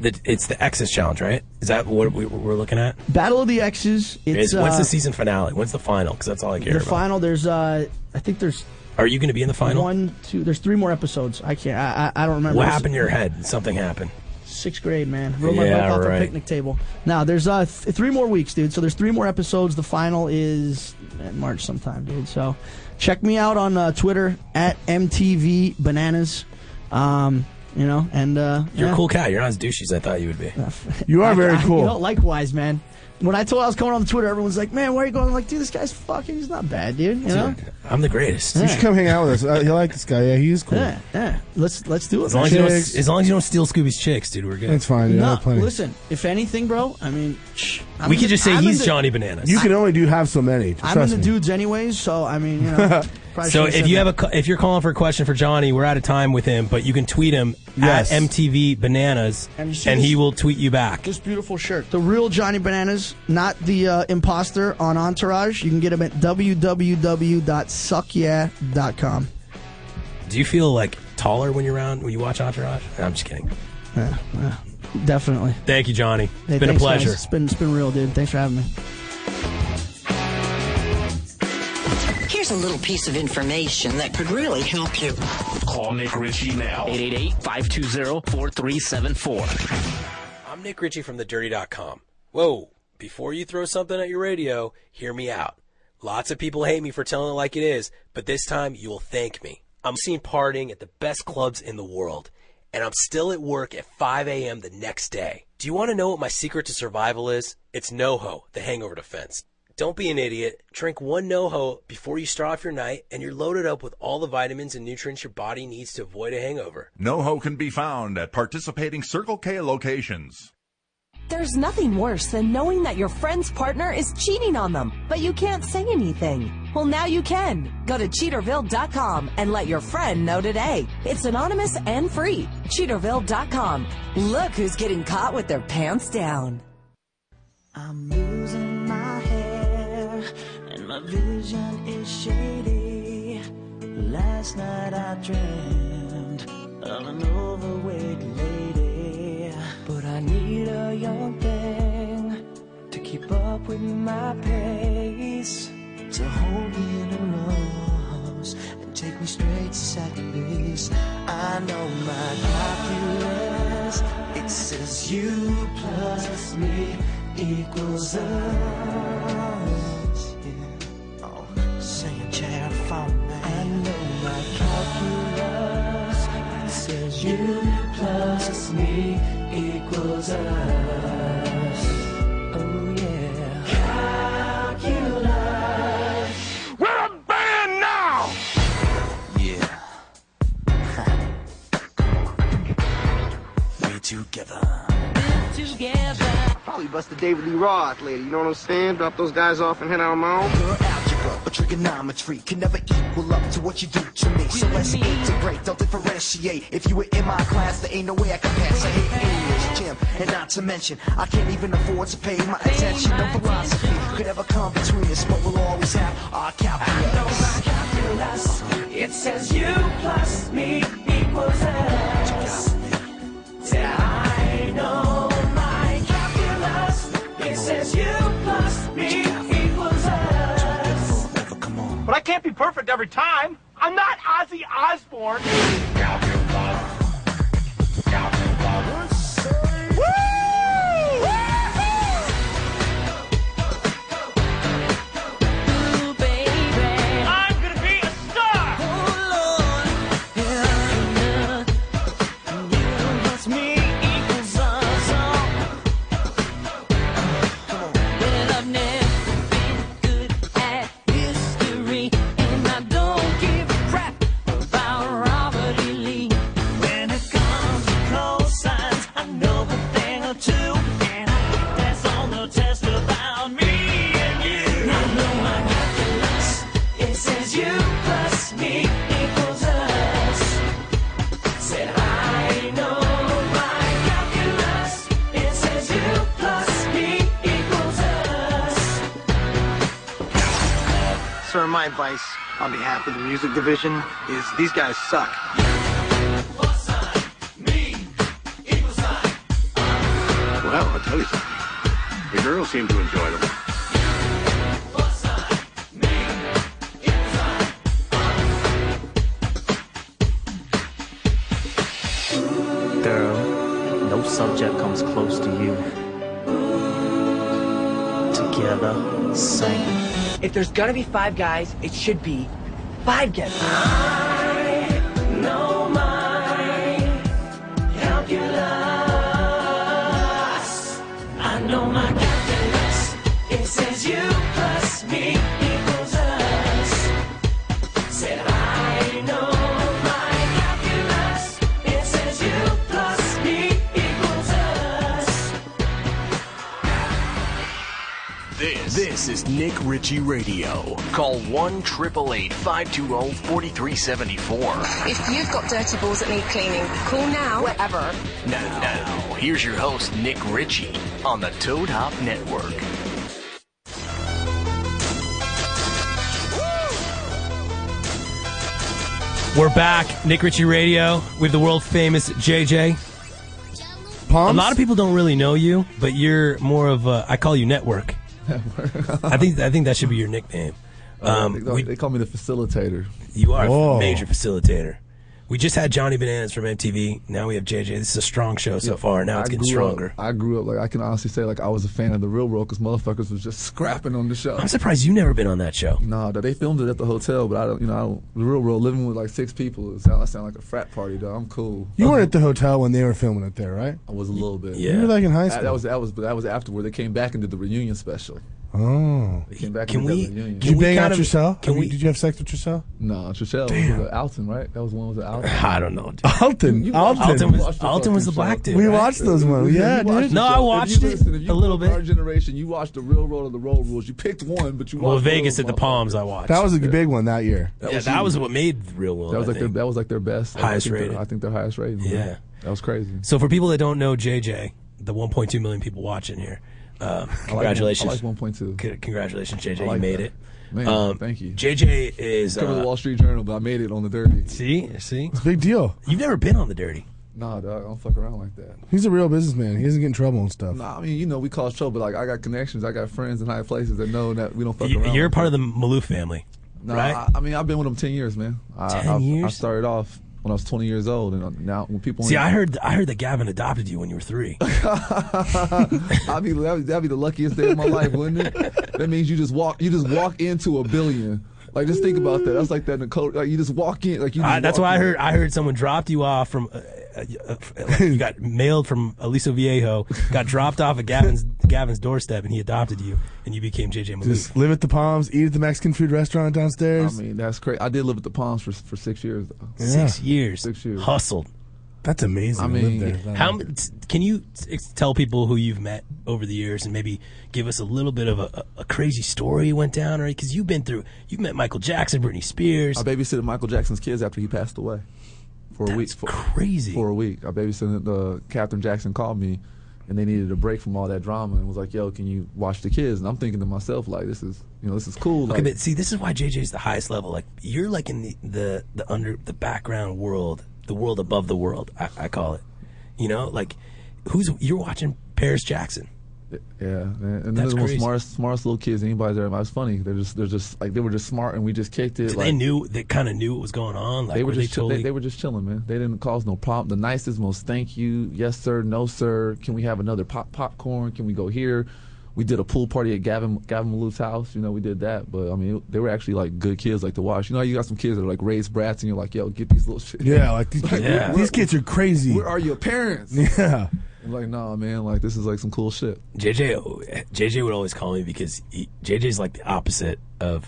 S5: the, it's the X's challenge, right? Is that what we, we're looking at?
S21: Battle of the X's. It's
S5: Is- when's
S21: uh,
S5: the season finale? When's the final? Because that's all I care
S21: The
S5: about.
S21: final. There's uh, I think there's
S5: Are you going to be in the final?
S21: one, two. There's three more episodes. I can't. I I, I don't remember.
S5: what
S21: It's-
S5: happened to your head? Something happened.
S21: Sixth grade, man. Rolled my
S5: Yeah,
S21: bike off
S5: right.
S21: a picnic table. Now there's uh th- three more weeks, dude. So there's three more episodes. The final is in March sometime, dude. So check me out on uh, Twitter at MTV Bananas. Um, you know, and uh,
S5: You're
S21: yeah.
S5: a cool cat. You're not as douchey as I thought you would
S6: [LAUGHS]
S5: be.
S21: I- I- You know, likewise, man. When I told I was coming on Twitter, everyone's like, "Man, why are you going?" I'm like, dude, this guy's fucking. He's not bad, dude. You know.
S5: I'm the greatest.
S6: You should come hang out with us. Uh, you like this guy. Yeah, he is cool.
S21: Yeah, yeah. Let's let's do it.
S5: As long as, you don't, as long as you don't steal Scooby's chicks, dude, we're good.
S6: That's fine, dude. I
S21: no,
S6: have plenty.
S21: listen. If anything, bro, I mean, shh, I'm
S5: we
S21: in
S5: could
S21: the-
S5: just say
S21: I'm in
S5: he's
S21: the-
S5: Johnny Bananas.
S6: You can only do have so many. Trust
S21: I'm in the
S6: me.
S21: dudes anyways, so I mean, you
S6: [LAUGHS]
S21: know. probably
S5: so
S21: should've
S5: if
S21: said
S5: you
S21: that.
S5: have a ca- if you're calling for a question for Johnny, we're out of time with him, but you can tweet him
S21: Yes.
S5: at MTV Bananas,
S21: And you see
S5: and
S21: this-
S5: he will tweet you back.
S21: this beautiful shirt, the real Johnny Bananas, not the uh, imposter on Entourage. You can get him at www.suckyeah.com.
S5: Do you feel like taller when you're around when you watch Entourage? No, I'm just kidding.
S21: Yeah, yeah, definitely.
S5: Thank you, Johnny.
S21: Hey,
S5: it's been a
S21: thanks, guys.
S5: pleasure.
S21: It's been it's been real, dude. Thanks for having me.
S10: [LAUGHS] Here's a little piece of information that could really help you.
S11: Call Nick Ritchie now.
S10: 888-520-4374.
S5: I'm Nick Ritchie from thedirty.com. Whoa, before you throw something at your radio, hear me out. Lots of people hate me for telling it like it is, but this time you will thank me. I'm seen partying at the best clubs in the world, and I'm still at work at 5 a.m. the next day. Do you want to know what my secret to survival is? It's NoHo, the hangover defense. Don't be an idiot. Drink one NoHo before you start off your night, and you're loaded up with all the vitamins and nutrients your body needs to avoid a hangover.
S17: NoHo can be found at participating Circle K locations.
S12: There's nothing worse than knowing that your friend's partner is cheating on them, but you can't say anything. Well, now you can. Go to cheaterville.com and let your friend know today. It's anonymous and free. Cheaterville.com. Look who's getting caught with their pants down.
S19: I'm losing my hair and my vision is shady. Last night I dreamed of an overweight lady, but I need a young thing to keep up with my pace, to hold me in her arms and take me straight to second base. I know my calculus, it says you plus me equals us. Yeah. Oh, sing a chair for me. I know my calculus, it says you plus me equals us. Oh yeah. Calculus. We're a band now!
S10: Yeah. we together.
S19: Together.
S24: Probably bust a day with Lee Roth later, you know what I'm saying? Drop those guys off and head out on my own.
S10: Your algebra or trigonometry can never equal up to what you do to me. So let's integrate, don't differentiate. If you were in my class, there ain't no way I can pass. I hate English, gym, and not to mention, I can't even afford to pay my attention. No philosophy could ever come between us, but we'll always have our calculus.
S19: calculus. It says you plus me equals us. I know my calculus. It says you plus me equals us.
S25: But I can't be perfect every time. I'm not Ozzy Osbourne.
S19: I'm gonna be a star. Yeah. You plus me equals us all. Well, I've never been good at history, and I don't give a crap about Robert E. Lee.
S7: advice on behalf of the music division is these guys suck.
S9: Well, I'll tell you something. The girls seem to enjoy them.
S13: Girl, no subject comes close to you. Together, sing.
S14: If there's gonna be five guys, it should be five guys.
S26: No mind, help you lust. I know my calculus. It says you plus me equals us. Said I know my calculus. It says you plus me equals us.
S2: This, this is Nick Ritchie Radio. Call 1 888 520 4374.
S15: If you've got dirty balls that need cleaning, call now wherever.
S2: Now, now, here's your host, Nick Ritchie, on the Toad Hop Network.
S5: We're back, Nick Ritchie Radio, with the world famous JJ. A lot of people don't really know you, but you're more of a, I call you
S27: [LAUGHS]
S5: Network. I think I think that should be your nickname.
S27: Oh,
S5: Um,
S27: they, they call me the facilitator.
S5: You are
S27: Whoa.
S5: a major facilitator. We just had Johnny Bananas from MTV. Now we have JJ. This is a strong show so
S27: Yeah,
S5: far. Now it's
S27: I
S5: getting
S27: grew up-
S5: stronger.
S27: I grew up like I can honestly say like I was a fan of the real world because motherfuckers was just [LAUGHS] scrapping on the show.
S5: I'm surprised you never been on that show.
S27: Nah, that they filmed it at the hotel, but I don't. You know, I don't, the real world living with like six people. It sound, I sound like a frat party, though. I'm cool.
S6: You weren't at the hotel when they were filming it there, right?
S27: I was a little bit.
S6: You were like in high
S27: That,
S6: school.
S27: that was that was but that was afterward. They came back and did the reunion special.
S6: oh.
S27: They came back
S6: Can
S27: and did
S6: we-
S27: that reunion.
S6: Did you bang out yourself? Can we, did you have sex with yourself?
S27: No, Trishelle.
S6: Damn.
S27: Was it Alton, right? That was one with the Alton.
S5: [LAUGHS] I don't know. Dude.
S6: Alton.
S27: Alton.
S6: Alton was-
S5: Alton was the black dude, We right? watched those ones. Yeah, dude. No, I watched it
S27: a little bit. Our generation, you watched the real road of the road rules. You picked one, but you watched
S5: Well,
S27: the
S5: Vegas
S27: other
S5: at the
S27: one.
S5: Palms, I watched.
S6: That was a big one that year.
S5: yeah, that was what made Real World.
S27: That
S5: I
S27: was like their
S5: think.
S27: that was like their best, I
S5: Highest
S27: think their-
S5: rated.
S27: I think their highest rating.
S5: Yeah.
S27: that was crazy.
S5: So for people that don't know JJ, the 1.2 million people watching here,
S27: [LAUGHS]
S5: um, congratulations.
S27: I like 1.2.
S5: C- Congratulations, JJ.
S27: I
S5: you
S27: like
S5: made
S27: that.
S5: it.
S27: Man,
S5: Um,
S27: thank you.
S5: JJ is.
S27: Cover the
S5: uh,
S27: Wall Street Journal, but I made it on the dirty.
S5: See, see, it's
S6: a big deal.
S5: You've never been on the dirty.
S27: Nah, dog, I don't fuck around like that.
S6: He's a real businessman. He doesn't get in trouble and stuff.
S27: Nah, I mean, you know, we cause trouble. Like, I got connections, I got friends in high places that know that we don't fuck
S5: You-
S27: around.
S5: You're part of the Maloof family,
S27: Nah,
S5: right?
S27: I, I mean, I've been with them ten years, man. I,
S5: 10
S27: I, I
S5: years?
S27: started off when I was twenty years old, and uh, now when people
S5: See, I heard I heard that Gavin adopted you when you were three.
S27: [LAUGHS] I'd be that'd, be- that'd be the luckiest day of my life, wouldn't it? That means you just walk you just walk into a billion. Like just think about that. That's like that Nicole. Like you just walk in. Like you. Just
S5: I, that's
S27: walk
S5: why I
S27: in.
S5: heard I heard someone dropped you off from. Uh, uh, uh, like you got mailed from Aliso Viejo,
S27: [LAUGHS]
S5: got dropped off at Gavin's Gavin's doorstep, and he adopted you, and you became JJ Maloof.
S6: Just live at the Palms, eat at the Mexican food restaurant downstairs.
S27: I mean, that's crazy. I did live at the Palms for for six years. Though.
S5: Six years,
S27: Six years.
S5: hustled.
S6: That's amazing.
S27: I
S6: to live
S27: mean,
S6: there.
S5: How m- t- can you t- ex- tell people who you've met over the years, and maybe give us a little bit of a, a, a crazy story you went down, or because you've been through, you've met Michael Jackson, Britney Spears.
S27: I babysitted Michael Jackson's kids after he passed away for a week. For,
S5: crazy.
S27: For a week, I babysitted. Uh, Catherine Jackson called me, and they needed a break from all that drama, and was like, "Yo, can you watch the kids?" And I'm thinking to myself, like, "This is, you know, this is cool."
S5: Okay,
S27: like,
S5: but see, this is why JJ's the highest level. Like you're like in the the, the under the background world, the world above the world. I, I call it. You know, like who's you're watching Paris Jackson.
S27: Yeah, man. and they're
S5: That's
S27: the most
S5: crazy.
S27: smartest, smartest little kids anybody's ever. met. It was funny. They're just, they're just like they were just smart, and we just kicked it.
S5: So
S27: like,
S5: they knew they kind of knew what was going on. Like
S27: they were
S5: they
S27: just, chill-
S5: totally
S27: they, they were just chilling, man. They didn't cause no problem. The nicest, most thank you, yes sir, no sir. Can we have another pop popcorn? Can we go here? We did a pool party at Gavin Gavin Malouf's house. You know, we did that. But I mean, they were actually like good kids, like to watch. You know, how you got some kids that are like raised brats, and you're like, yo, get these little shit.
S6: Yeah, like
S27: [LAUGHS]
S6: these, these kids are crazy.
S27: Where are your parents?
S6: Yeah.
S27: I'm like, nah, man. Like this is like some cool shit.
S5: JJ JJ would always call me because he, JJ's like the opposite of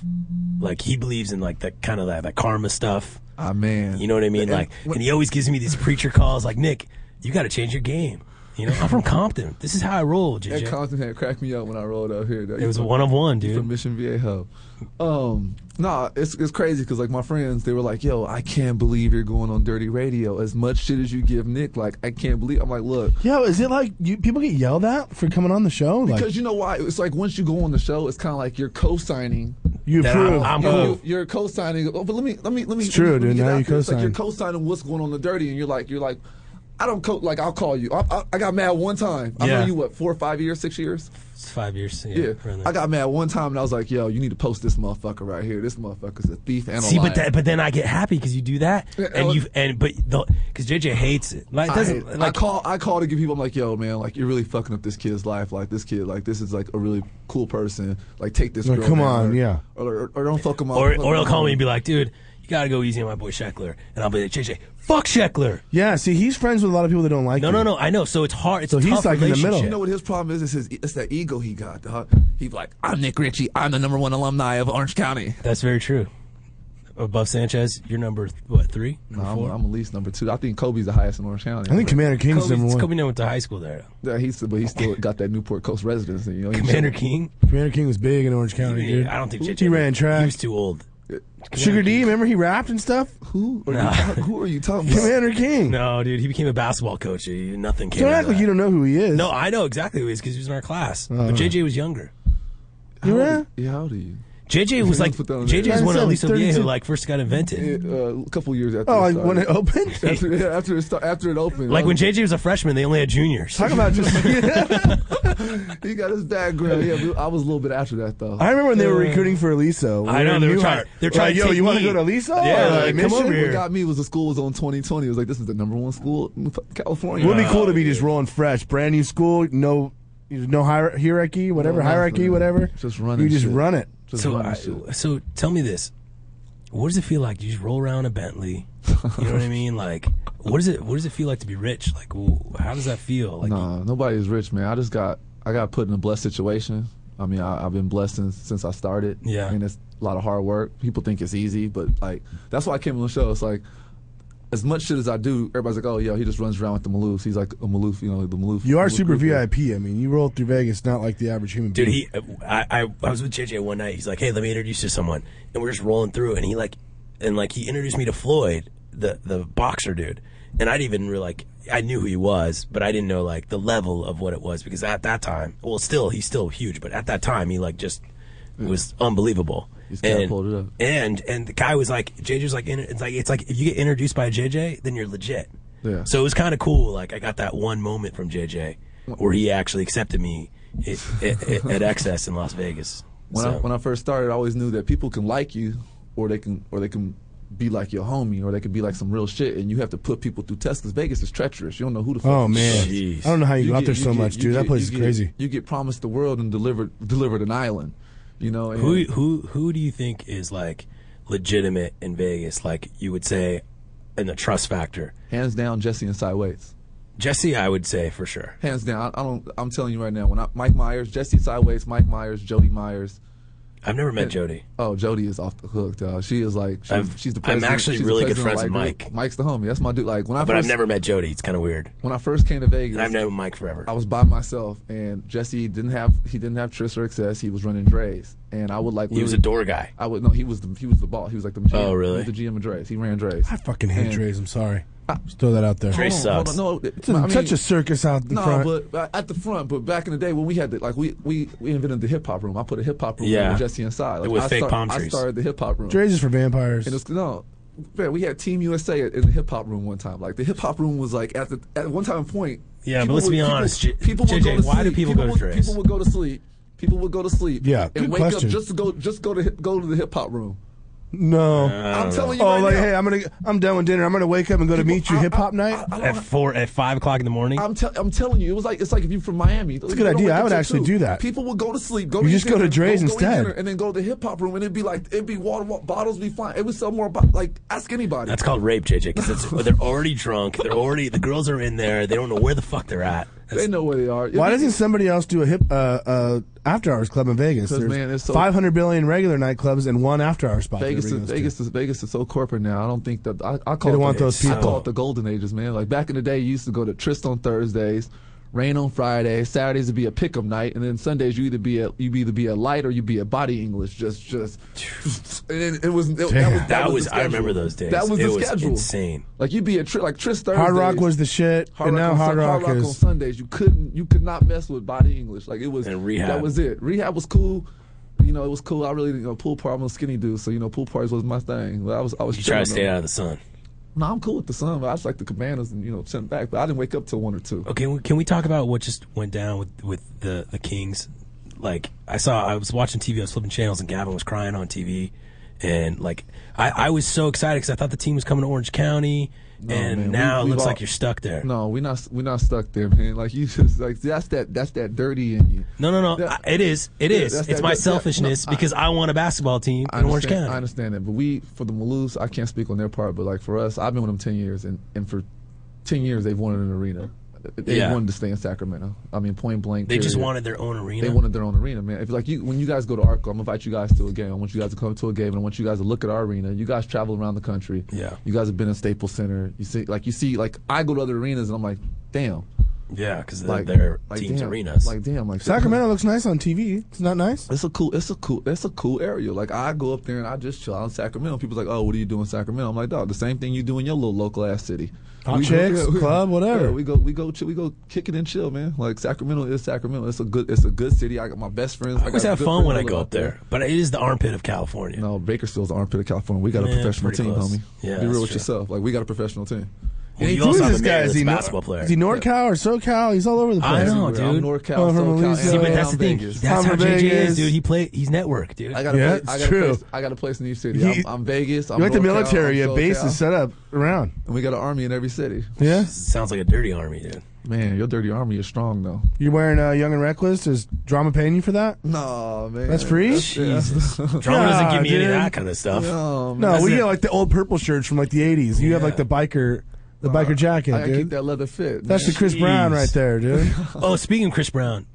S5: like he believes in like that kind of that, that karma stuff.
S27: Ah man,
S5: you know what I mean?
S27: And
S5: Like,
S27: when-
S5: and he always gives me these preacher calls. Like Nick, you got to change your game. You
S27: [LAUGHS]
S5: know, I'm from Compton. This is how I roll,
S27: That
S5: JJ.
S27: Compton had cracked me up when I rolled out here.
S5: It was a one-of-one,
S27: You From Mission Viejo. Um, nah, it's it's crazy because like my friends, they were like, "Yo, I can't believe you're going on Dirty Radio. As much shit as you give Nick, like I can't believe." I'm like, look.
S6: Yo, is it like you, people get yelled at for coming on the show? Like,
S27: Because you know why? It's like once you go on the show, it's kind of like you're co-signing
S6: You
S5: then
S6: approve.
S5: I'm, I'm
S6: You-
S5: cool.
S6: you-
S27: You're co-signing. Oh, but let me let me let me.
S6: It's true,
S27: let me, let
S6: dude.
S27: me get
S6: Now
S27: out
S6: you
S27: here. It's like you're
S6: co-sign.
S27: co-signing what's going on in the dirty, and you're like you're like, I don't co like I'll call you. I, I, I got mad one time. I know
S5: Yeah.
S27: you what four or five years, six years.
S5: It's five years. Yeah.
S27: Yeah,
S5: around there.
S27: I got mad one time and I was like, "Yo, you need to post this motherfucker right here. This motherfucker's a thief and a
S5: See,
S27: liar."
S5: but that, but then I get happy because you do that, and
S27: Ellen-
S5: you and but because JJ hates it. Like it
S27: I,
S5: doesn't
S27: hate it. I
S5: like
S27: call I call to give people. I'm like, "Yo, man, like you're really fucking up this kid's life. Like this kid, like this is like a really cool person. Like take this.
S5: Like,
S27: girl
S5: come
S27: down,
S5: on,
S27: or-
S5: yeah.
S27: or, or, or don't fuck him up.
S5: or
S27: Fuck
S5: or he'll
S27: him
S5: call
S27: up.
S5: me and be like, dude, you gotta go easy on my boy Sheckler, and I'll be like, JJ, fuck Sheckler.
S6: Yeah, see, he's friends with a lot of people that don't like
S5: No,
S6: him.
S5: no, no. I know. So it's hard. It's
S6: So
S5: a
S6: he's,
S5: tough
S6: like, in the middle.
S5: relationship.
S27: You know what his problem is? It's his it's that ego he got. Dog. He's like, I'm Nick Ritchie. I'm the number one alumni of Orange County.
S5: That's very true. Above Sanchez, you're number what three?
S27: No,
S5: Number
S27: I'm,
S5: four?
S27: I'm at least number two. I think Kobe's the highest in Orange County.
S6: I think Commander King's
S5: Kobe,
S6: number one.
S5: Kobe never went to high school there.
S27: Yeah, he's but he still got that Newport Coast residency. You know, he-
S5: Commander King.
S6: Commander King was big in Orange County, dude.
S5: I don't think JJ
S6: he ran
S5: was-
S6: track.
S5: He was too old.
S6: Sugar D, remember he rapped and stuff.
S27: Who?
S5: are you Nah. [LAUGHS] talking-
S27: who are you talking
S6: about? Commander King.
S5: No, dude, he became a basketball coach. He- Nothing came.
S6: Don't
S5: out
S6: act
S5: of
S6: like
S5: that.
S6: you don't know who he is.
S5: No, I know exactly who he is because he was in our class.
S27: Uh.
S6: Oh.
S5: but JJ was younger.
S6: you ran.
S27: Yeah, how do you?
S5: JJ was like
S27: Put that on
S5: JJ
S27: there.
S5: was one of
S27: 97,
S5: Lisa Villa who
S27: 32.
S5: like first got invented.
S27: Yeah, uh, a couple years after.
S5: Oh,
S27: it
S5: like
S27: started.
S5: when it opened?
S27: [LAUGHS] After, yeah, after it sta- after it opened.
S5: Like
S27: I
S5: when
S6: [LAUGHS]
S27: was-
S5: JJ was a freshman, they only had juniors.
S27: Talk about just. [LAUGHS] he got his background. Yeah, but I was a little bit after that though.
S6: I remember when they were
S27: Yeah.
S6: recruiting for Aliso.
S5: I know, they were trying- they were trying
S6: Like,
S5: to
S6: Yo,
S5: take
S6: you want
S5: me.
S6: to go to Aliso?
S5: Yeah,
S6: Or,
S5: like, come
S6: mission?
S5: over
S27: What got me was the school was on 2020. It was like this is the number one school in [LAUGHS] California.
S6: Would be cool to be just rolling fresh, brand new school, no, no hier- hierarchy, whatever
S27: nothing.
S6: hierarchy, whatever.
S27: Just
S6: You just run it.
S5: so, I- so tell me this: What does it feel like? You just roll around a Bentley. You know
S6: [LAUGHS]
S5: what I mean? Like, what does it? What does it feel like to be rich? Like, wh- how does that feel? Like,
S27: nah, nobody's rich, man. I just got I got put in a blessed situation. I mean, I, I've been blessed since, since I started.
S5: Yeah.
S27: and it's a lot of hard work. People think it's easy, but like that's why I came on the show. It's like as much shit as I do, everybody's like, "Oh, yo, he just runs around with the Maloofs. He's like a Maloof, you know, the Maloof."
S6: You are
S27: Maloof
S6: super
S27: group.
S6: VIP. I mean, you roll through Vegas, not like the average human
S5: dude,
S6: being.
S5: he. I, I I was with JJ one night. He's like, "Hey, let me introduce you to someone," and we're just rolling through, and he like, and like he introduced me to Floyd, the the boxer dude, and I didn't even really like. I knew who he was, but I didn't know like the level of what it was because at that time, well, still he's still huge, but at that time he like just was unbelievable.
S27: He's
S5: And-
S27: catapulted up.
S5: And and the guy was like, JJ's like, in- it's like it's like if you get introduced by JJ, then you're legit.
S27: Yeah.
S5: So it was kind of cool. Like I got that one moment from JJ where he actually accepted me i- i- at Excess in Las Vegas.
S27: when I
S5: So-
S27: when I first started, I always knew that people can like you, or they can or they can be like your homie, or they can be like some real shit, and you have to put people through tests because Vegas is treacherous. You don't know who the fuck.
S6: Oh,
S27: you
S6: man.
S27: are.
S6: Jeez. I don't know how you go out there so much, dude. That place
S27: you
S6: is
S27: get-
S6: crazy.
S27: You get promised the world and delivered delivered an island. You know and-
S5: who who who do you think is like legitimate in Vegas? Like you would say, in the trust factor,
S27: hands down Jesse and Cy Waits.
S5: Jesse, I would say for sure.
S27: Hands down, I, I don't. I'm telling you right now. When I, Mike Myers, Jesse Cy Waits, Mike Myers, Jody Myers.
S5: I've never met
S27: and-
S5: Jody.
S27: Oh, Jody is off the hook, dog. She is like she's,
S5: I've-
S27: she's the.
S5: I'm
S27: President,
S5: actually
S27: she's the
S5: really good friends
S27: president of
S5: with
S27: Light Group. Mike's the homie. That's my dude. Like when I
S5: but
S27: first,
S5: I've never met Jody. It's kind of weird.
S27: when I first came to Vegas,
S5: And I've known Mike forever.
S27: I was by myself, and Jesse didn't have he didn't have Tris or Excess. He was running Dre's, and I would like
S5: He was
S27: literally-
S5: a door guy.
S27: I would no, he was the, he was the ball. He was like the GM.
S5: Oh, really?
S27: He was the GM of Dre's. He ran Dre's. I
S6: fucking hate Dre's. I'm sorry. Just throw that out there.
S27: Dre Ah. Hold on, hold sucks. on, no,
S6: it's
S27: I mean-
S6: such a circus out the
S27: No,
S6: front.
S27: but uh, at the front. But back in the day when we had the, like we we, we invented the hip hop room. I put a hip hop room
S5: Yeah.
S27: with Jesse inside. Like,
S5: With
S27: I
S5: fake
S27: start-
S5: palm
S27: I
S5: trees.
S27: started the hip hop room.
S6: Dre's is for vampires.
S27: And it's no, man, we had Team USA in the hip hop room one time. Like the hip hop room was like at the at one time point.
S5: Yeah, but
S27: people
S5: let's
S27: would-
S5: be
S27: people-
S5: honest, J-
S27: People
S5: JJ,
S27: would go to
S5: why do
S27: sleep.
S5: people go to
S27: would-
S5: Dre's?
S27: People would go to sleep. People would go to sleep.
S6: Yeah,
S27: and
S6: good
S27: wake
S6: question.
S27: up just to go just go to hip- go to the hip hop room.
S6: no,
S27: I'm telling you
S6: Oh,
S27: right
S6: like
S27: now.
S6: hey, I'm gonna I'm done with dinner. I'm gonna wake up and go to meet you hip hop night.
S5: At four, at five o'clock in the morning.
S27: I'm, tell I'm telling you, it was like it's like if you're from Miami. It's
S6: a good idea. I would actually do that.
S27: People would go to sleep. Go
S6: You
S27: to
S6: just
S27: eat
S6: go to
S27: dinner,
S6: Dre's
S27: go, Go
S6: instead.
S27: eat dinner, and then go to the hip hop room, and it'd be like it'd be water, wa- bottles, be fine. It would sell more. Bo- like ask anybody.
S5: That's called rape, JJ, because
S27: [LAUGHS]
S5: they're already drunk. They're already the girls are in there. They don't know where the fuck they're at.
S27: They know where they are.
S6: Why doesn't somebody else do a hip uh, uh, after hours club in Vegas?
S27: 'Cause,
S6: There's
S27: man, it's so-
S6: 500 billion regular nightclubs and one after hour spot. that
S27: Vegas is
S6: everybody goes to.
S27: Vegas is Vegas is so corporate now. I don't think that I, I call
S6: don't
S27: it
S6: want
S27: the,
S6: those
S27: I
S6: people.
S27: call it the golden ages, man. Like back in the day, you used to go to Trist on Thursdays, Rain on Fridays, Saturdays would be a pickup night, and then Sundays you either be at you either be a light or you be a body English. Just just and then it was it, that was
S5: That was,
S27: that, was the
S5: I remember
S27: schedule.
S5: those days.
S27: That was
S5: it
S27: the
S5: was
S27: schedule.
S5: insane.
S27: Like you'd be a tri- like Trist Thursdays.
S6: Hard Rock was the shit,
S27: Hard
S6: and
S27: Rock
S6: now
S27: on,
S6: Hard
S27: Sun-
S6: Rock,
S27: on
S6: is.
S27: Sundays. You couldn't you could not mess with body English. Like it was
S5: And Rehab.
S27: That was it. Rehab was cool. you know, it was cool. I really, you know, pool party. I'm a skinny dude, so you know, pool parties was my thing. But I was, I was.
S5: You try to
S27: chilling,
S5: stay
S27: though.
S5: out of the sun.
S27: No, I'm cool with the sun, but I just like the cabanas and you know, sitting back. But I didn't wake up till one or two.
S5: Okay, we- can we talk about what just went down with with the the Kings? Like I saw, I was watching TV, I was flipping channels, and Gavin was crying on TV, and like I, I was so excited because I thought the team was coming to Orange County, and
S27: man, we-
S5: now it
S27: we've
S5: looks
S27: all-
S5: like you're stuck there.
S27: No, we're not. We're not stuck there, man. Like you [LAUGHS] just like that's that. That's that dirty in you.
S5: No, no, no. I- it is. It
S27: Yeah,
S5: is.
S27: that's
S5: It's
S27: that-
S5: my
S27: that- yeah,
S5: selfishness
S27: no, I-
S5: because I want a basketball team
S27: I
S5: in Orange
S27: understand- I
S5: County.
S27: understand that, but we for the Maloofs, I can't speak on their part, but like for us, I've been with them ten years, and, and for ten years they've wanted an arena. They
S5: Yeah.
S27: wanted to stay in Sacramento. I mean, point blank.
S5: They just
S27: period.
S5: wanted their own arena?
S27: They wanted their own arena, man. If like you, when you guys go to Arco, I'm gonna invite you guys to a game. I want you guys to come to a game, and I want you guys to look at our arena. You guys travel around the country.
S5: Yeah.
S27: You guys have been in Staples Center. You see, like you see, like I go to other arenas, and I'm like, damn.
S5: Yeah, 'cause they're- they're teams'
S27: damn,
S5: arenas.
S27: Like damn, like
S6: Sacramento looks nice on TV. It's not nice.
S27: it's a cool. It's a cool. That's a cool area. Like I go up there and I just chill out in Sacramento. People's like, "Oh, what are you doing in Sacramento?" I'm like, "Dog, the same thing you do in your little local ass city.
S6: Hot
S27: We go-
S6: chicks,
S27: [LAUGHS] yeah, we-
S6: club, whatever.
S27: yeah, we go, we go, chill, we go kick it and chill, man. Like Sacramento is Sacramento. It's a good, it's a good city. I got my best friends.
S5: I always
S27: got
S5: have
S27: good
S5: fun
S27: friends
S5: when
S27: that
S5: I
S27: live
S5: go
S27: out
S5: up there, but it is the armpit of California.
S27: No, Bakersfield's the armpit of California. We got a
S5: Yeah,
S27: professional
S5: pretty
S27: team,
S5: close.
S27: homie.
S5: Yeah,
S27: be
S5: that's
S27: real with
S5: true.
S27: yourself. Like we got a professional team.
S5: Well, you
S6: Who
S5: also
S6: is
S5: have
S6: this
S5: a
S6: guy?
S5: man
S6: Is
S5: that's
S6: he
S5: a
S6: Nor-
S5: basketball player.
S6: Is he NorCal or SoCal? He's all over the place.
S5: I know, dude.
S27: I'm NorCal,
S6: Going from
S27: SoCal,
S6: Alicia.
S5: See, but that's the thing.
S27: Vegas.
S5: That's
S6: I'm
S5: how
S6: from
S5: JJ is,
S6: Vegas.
S5: dude. He play. He's network, dude.
S27: I got a
S6: Yeah,
S27: place.
S6: it's
S27: I got a
S6: true.
S27: place. I got a place in each city.
S6: He-
S27: I'm, I'm Vegas. I'm
S6: You're like the
S27: NorCal, I'm
S6: military. Your base
S27: SoCal.
S6: is set up around.
S27: And we got an army in every city.
S6: Yeah.
S5: Sounds like a dirty army, dude.
S27: Man, your dirty army is strong though.
S6: You're wearing uh, Young and Reckless. Is drama paying you for that?
S27: No, man.
S6: That's free?
S27: Jesus.
S5: Drama doesn't give me any of
S6: dude.
S5: that kind of stuff.
S27: No,
S6: No,
S5: That's
S6: we
S5: it.
S6: get like the old purple shirts from like the '80s. You have like the biker, the biker jacket,
S27: Uh, I gotta
S6: dude.
S27: keep that leather fit.
S6: That's the
S27: man.
S6: Chris Brown right there, dude.
S5: [LAUGHS] oh, speaking of Chris Brown,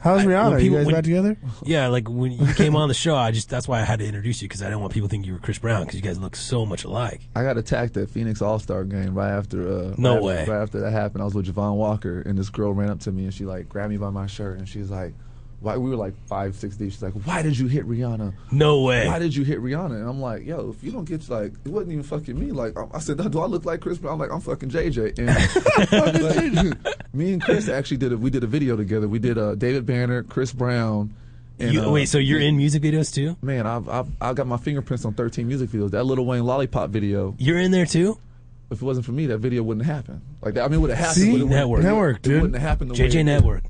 S6: How's Rihanna?
S5: when
S6: Are you
S5: people-
S6: guys
S5: when-
S6: back together?
S5: yeah, like when you came on the show, I just that's why I had to introduce you because I didn't want people thinking you were Chris Brown because you guys look so much alike.
S27: I got attacked at Phoenix All Star game right after. Uh,
S5: No
S27: right after-
S5: way.
S27: right after that happened, I was with Javon Walker, and this girl ran up to me and she like grabbed me by my shirt and she's like, "Why?" We were like five, six deep. She's like, "Why did you hit Rihanna?"
S5: No way.
S27: Why did you hit Rihanna? And I'm like, yo, if you don't get like, it wasn't even fucking me. Like, I, I said, do I look like Chris? Brown? I'm like, I'm fucking JJ. And [LAUGHS] like, me
S5: [LAUGHS]
S27: and Chris actually did a we did a video together. We did uh, David Banner, Chris Brown. And,
S5: You-
S27: uh,
S5: wait, so you're in music videos too?
S27: Man, I've, I've I got my fingerprints on 13 music videos. That Little Wayne Lollipop video.
S5: You're in there too.
S27: If it wasn't for me, that video wouldn't happen. Like that, I mean, it would have happened.
S5: See?
S27: but it wouldn't-
S5: Network.
S27: it-
S5: Network,
S27: it
S5: dude.
S27: wouldn't have happened. The
S5: JJ
S27: way it did.
S5: Network.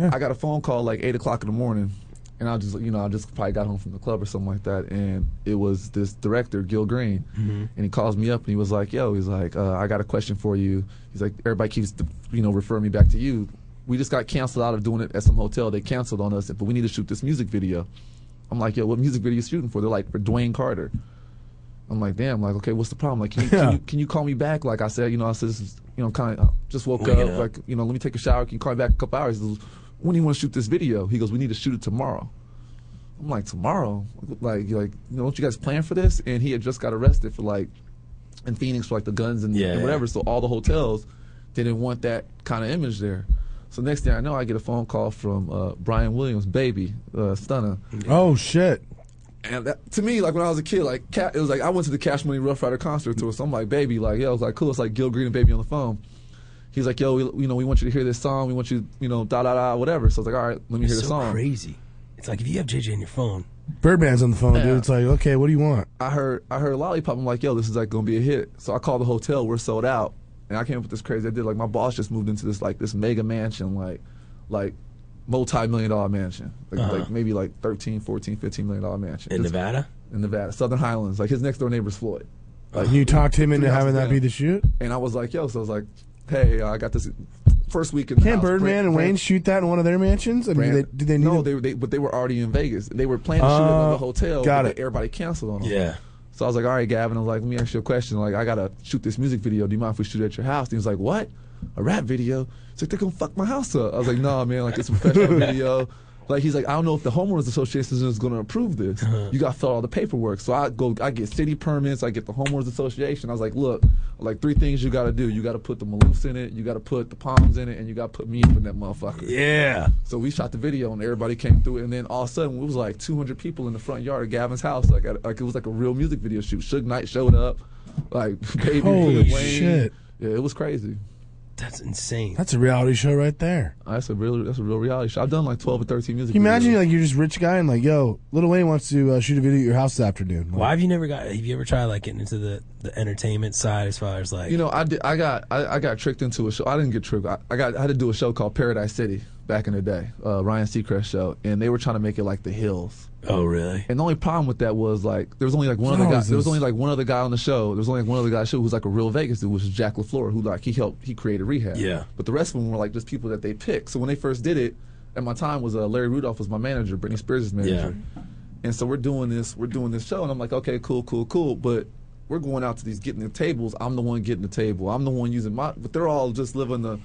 S27: I got a phone call like eight o'clock in the morning, and I just you know I just probably got home from the club or something like that, and it was this director Gil Green,
S1: Mhm.
S27: and he calls me up and he was like, "Yo," he's like, uh, "I got a question for you." He's like, "Everybody keeps you know referring me back to you. We just got canceled out of doing it at some hotel. They canceled on us, but we need to shoot this music video." I'm like, "Yo, what music video you shooting for?" They're like, "For Dwayne Carter." I'm like, damn, like, okay, what's the problem? Like, can you, can you, can you call me back? Like I said, you know, I said, this is, you know, kind of just woke
S5: Waking
S27: up,
S5: up.
S27: Like, you know, let me take a shower. Can you call me back in a couple hours? He goes, when do you want to shoot this video? He goes, we need to shoot it tomorrow. I'm like, tomorrow? Like, you're like, you know, don't you guys plan for this? And he had just got arrested for like, in Phoenix for like the guns and,
S5: Yeah,
S27: and
S5: yeah.
S27: whatever. So all the hotels didn't want that kind of image there. So next thing I know, I get a phone call from uh, Brian Williams, baby, uh, stunner.
S6: Oh shit!
S27: And that, to me, like when I was a kid, like Ca it was like I went to the Cash Money Rough Rider concert tour. So I'm like, baby, like yo, it's like cool. It's like Gil Green and Baby on the phone. He's like, yo, we, you know, we want you to hear this song. We want you, you know, da da da, whatever. So I was like, all right, let me
S5: It's
S27: hear the
S5: so
S27: song.
S5: Crazy. It's like if you have JJ in your phone,
S6: Birdman's on the phone,
S27: Yeah.
S6: dude. It's like, okay, what do you want?
S27: I heard, I heard Lollipop. I'm like, yo, this is like gonna be a hit. So I called the hotel. We're sold out. And I came up with this crazy idea. Like my boss just moved into this like this mega mansion, like, like multi-million dollar mansion, like,
S5: Uh-huh.
S27: like maybe like 13, 14, 15 million dollar mansion
S5: In
S27: Just-
S5: Nevada?
S27: in Nevada, Southern Highlands. Like his next door neighbor's Floyd.
S6: Like, Uh-huh. you talked him into
S27: Three
S6: having
S27: houses
S6: that be
S27: down.
S6: the shoot.
S27: And I was like, yo, so I was like, hey, uh, I got this first week in the
S6: Can't
S27: house.
S6: Birdman
S27: Brand-
S6: and Wayne
S27: brand-
S6: shoot that in one of their mansions? I mean, do
S27: brand-
S6: they, do they need?
S27: no,
S6: a-
S27: they, were- they but they were already in Vegas. They were planning to shoot it
S6: Oh,
S27: in the hotel.
S6: got
S27: but
S6: it.
S27: they- Everybody canceled on them.
S5: Yeah.
S27: So I was like, all right, Gavin. I was like, let me ask you a question. Like, I gotta shoot this music video. Do you mind if we shoot it at your house? And he was like, what? A rap video? He's like, they're gonna fuck my house up. I was like, nah, man. Like, it's a professional video. Like he's like, I don't know if the homeowners association is going to approve this. You got to fill out all the paperwork. So I go, I get city permits, I get the homeowners association. I was like, look, like three things you got to do. You got to put the Maloofs in it, you got to put the Palms in it, and you got to put me up in that motherfucker.
S5: Yeah.
S27: So we shot the video, and everybody came through, and then all of a sudden, it was like 200 people in the front yard of Gavin's house. Like, at, like it was like a real music video shoot. Suge Knight showed up, like [LAUGHS] baby
S6: Holy
S27: Lil Wayne.
S6: shit.
S27: Yeah, it was crazy.
S5: That's insane.
S6: That's a reality show right there.
S27: That's a real that's a real reality show. I've done like twelve or thirteen music.
S6: Can you imagine like you're just a rich guy and like, yo, Little Wayne wants to uh, shoot a video at your house this afternoon. Like,
S5: Why have you never got? Have you ever tried like getting into the the entertainment side as far as like?
S27: You know, I did, I got I, I got tricked into a show. I didn't get tricked. I, I got I had to do a show called Paradise City back in the day, uh, Ryan Seacrest show, and they were trying to make it like the Hills.
S5: Oh, really?
S27: And the only problem with that was like there was only like one other guy.
S5: Thousands.
S27: There was only like one other guy on the show. There was only like one other guy on the show who was like a real Vegas dude, which was Jack LaFleur, who like he helped he created Rehab.
S5: Yeah.
S27: But the rest of them were like just people that they picked. So when they first did it, at my time was uh, Larry Rudolph was my manager, Britney Spears' manager. And so we're doing this, we're doing this show, and I'm like, okay, cool, cool, cool. But we're going out to these getting the tables. I'm the one getting the table. I'm the one using my. But they're all just living the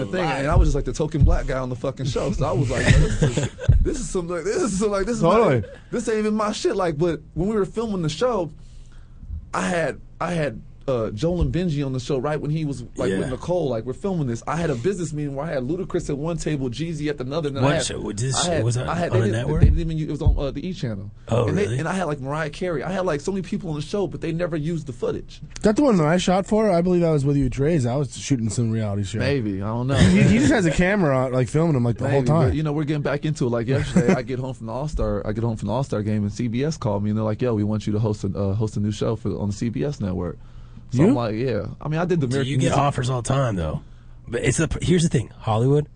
S5: Living
S27: the thing,
S5: life.
S27: and I was just like the token black guy on the fucking show. So I was like, yo, this is, this is some like this is some, like this is
S6: Totally.
S27: not, this ain't even my shit. Like, but when we were filming the show, I had I had uh, Joel and Benji on the show right when he was like
S5: Yeah.
S27: with Nicole. Like we're filming this. I had a business meeting where I had Ludacris at one table, Jeezy at another. And then
S5: What
S27: I had,
S5: show? Was this-
S27: I had,
S5: was that
S27: I
S5: on
S27: had, they
S5: a
S27: didn't-
S5: network?
S27: They didn't even use, it was on uh, the E channel.
S5: Oh,
S27: and
S5: really?
S27: They, and I had like Mariah Carey. I had like so many people on the show, but they never used the footage.
S6: Is that the one that I shot for? I believe I was with you at Dre's. I was shooting some reality show.
S27: Maybe I
S5: [LAUGHS]
S27: don't
S6: [LAUGHS]
S27: know.
S6: he, he just has a camera on, like filming him like the whole
S27: Maybe, but,
S6: time.
S27: you know, we're getting back into it. Like yesterday, I get home from the All Star. I get home from the All Star game, and CBS called me, and they're like, "Yo, we want you to host a uh, host a new show for on the CBS network." So
S5: You?
S27: I'm like, "Yeah." I mean, I did the
S5: Do
S27: American.
S5: you get
S27: Music-
S5: offers all the time though. But it's the here's the thing, Hollywood,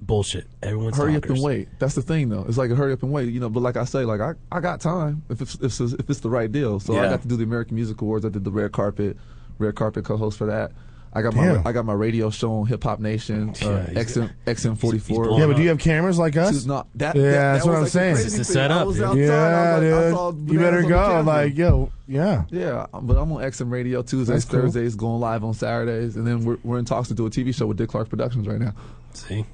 S5: bullshit. Everyone's
S27: Hurry up
S5: talkers.
S27: and wait. That's the thing, though. It's like a hurry up and wait. You know, but like I say, like I, I got time if it's, if it's if it's the right deal. So I
S5: Yeah.
S27: got to do the American Music Awards. I did the red carpet, red carpet co-host for that. I got
S6: Damn.
S27: my I got my radio show on Hip Hop Nation, uh,
S6: Yeah, he's-
S27: XM XM forty four.
S6: yeah, but do you have cameras like us?
S27: Dude, no, that-
S6: yeah,
S27: that-
S6: that's
S27: that
S6: what I'm
S27: was, like, the
S6: saying.
S27: crazy This is thing. set I up, was dude. outside,
S6: yeah,
S27: I was like, I saw
S6: dude. You better
S27: bananas on the
S6: go.
S27: camera.
S6: Like, yo, yeah.
S27: Yeah, but I'm on XM Radio Tuesdays,
S6: That's cool.
S27: Thursdays, going live on Saturdays, and then we're, we're in talks to do a TV show with Dick Clark Productions right now.
S5: See,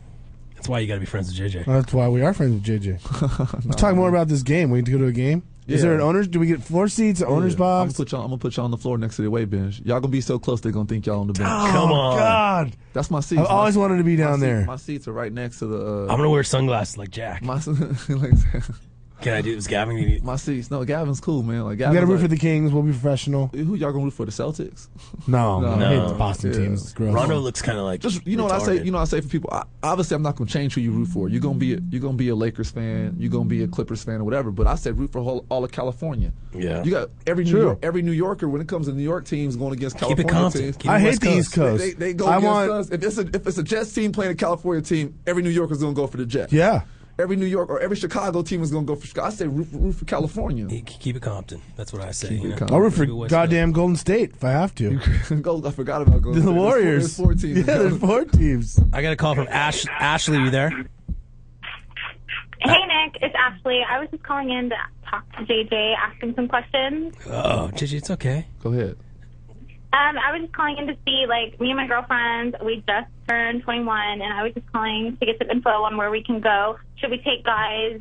S5: that's why you got to be friends with JJ.
S27: Uh,
S6: That's why we are friends with
S27: [LAUGHS]
S6: JJ. Let's talk more about this game. We need to go to a game. Is
S27: Yeah. [LAUGHS]
S6: there an owner's? Do we get floor seats, an owner's
S27: I'm
S6: box?
S27: gonna put y'all. I'm gonna put y'all on the floor next to the weight bench. Y'all gonna be so close they're gonna think y'all on the bench.
S6: Oh, Come on. God.
S27: that's my seat.
S6: I've always wanted to be down there.
S27: My seats are right next to the. Uh,
S5: I'm gonna wear sunglasses like Jack.
S27: My,
S5: Can I do this, Gavin? Can you-
S27: my seats. No, Gavin's cool, man. Like
S6: We
S27: Gavin's
S6: gotta root
S27: like,
S6: for the Kings. We'll be professional.
S27: Who y'all gonna root for? The Celtics? [LAUGHS]
S6: No,
S27: No.
S6: I hate
S27: No.
S6: the Boston
S27: Yeah.
S6: teams. It's gross.
S5: Rondo looks kind of like
S27: Just you know what I say.
S5: retarded.
S27: You know what I say for people. I, obviously, I'm not gonna change who you root for. You're gonna be a, you're gonna be a Lakers fan. You're gonna be a Clippers fan or whatever. But I said root for all, all of California.
S5: Yeah.
S27: You got every New
S5: True.
S27: York, every New Yorker when it comes to New York teams going against
S5: Keep it
S27: California
S5: constant.
S27: teams.
S5: Keep it I hate West the Coast. East Coast.
S27: They, they, they go
S5: I
S27: against
S5: want-
S27: us. If it's a if it's a Jets team playing a California team, every New Yorker's gonna go for the Jets.
S6: Yeah.
S27: Every New York or every Chicago team is gonna go for Chicago. I say root, root for California.
S5: Keep it Compton. That's what I say.
S27: Keep
S5: you
S27: it
S5: know?
S27: Compton.
S6: I'll root for
S5: Maybe West
S6: goddamn Golden State if I have to.
S27: Go, I forgot about
S6: The
S27: Golden State. There's four-
S6: Warriors.
S27: There's four [LAUGHS] teams.
S6: Yeah, there's four teams.
S5: I got a call from Ash. Ashley, you there?
S1: Hey, Nick. It's Ashley. I was just calling in to talk to JJ, ask him some questions.
S5: Oh, JJ, it's okay.
S27: Go ahead.
S1: Um, I was just calling in to see, like, me and my girlfriend, we just turned 21, and I was just calling to get some info on where we can go. Should we take guys?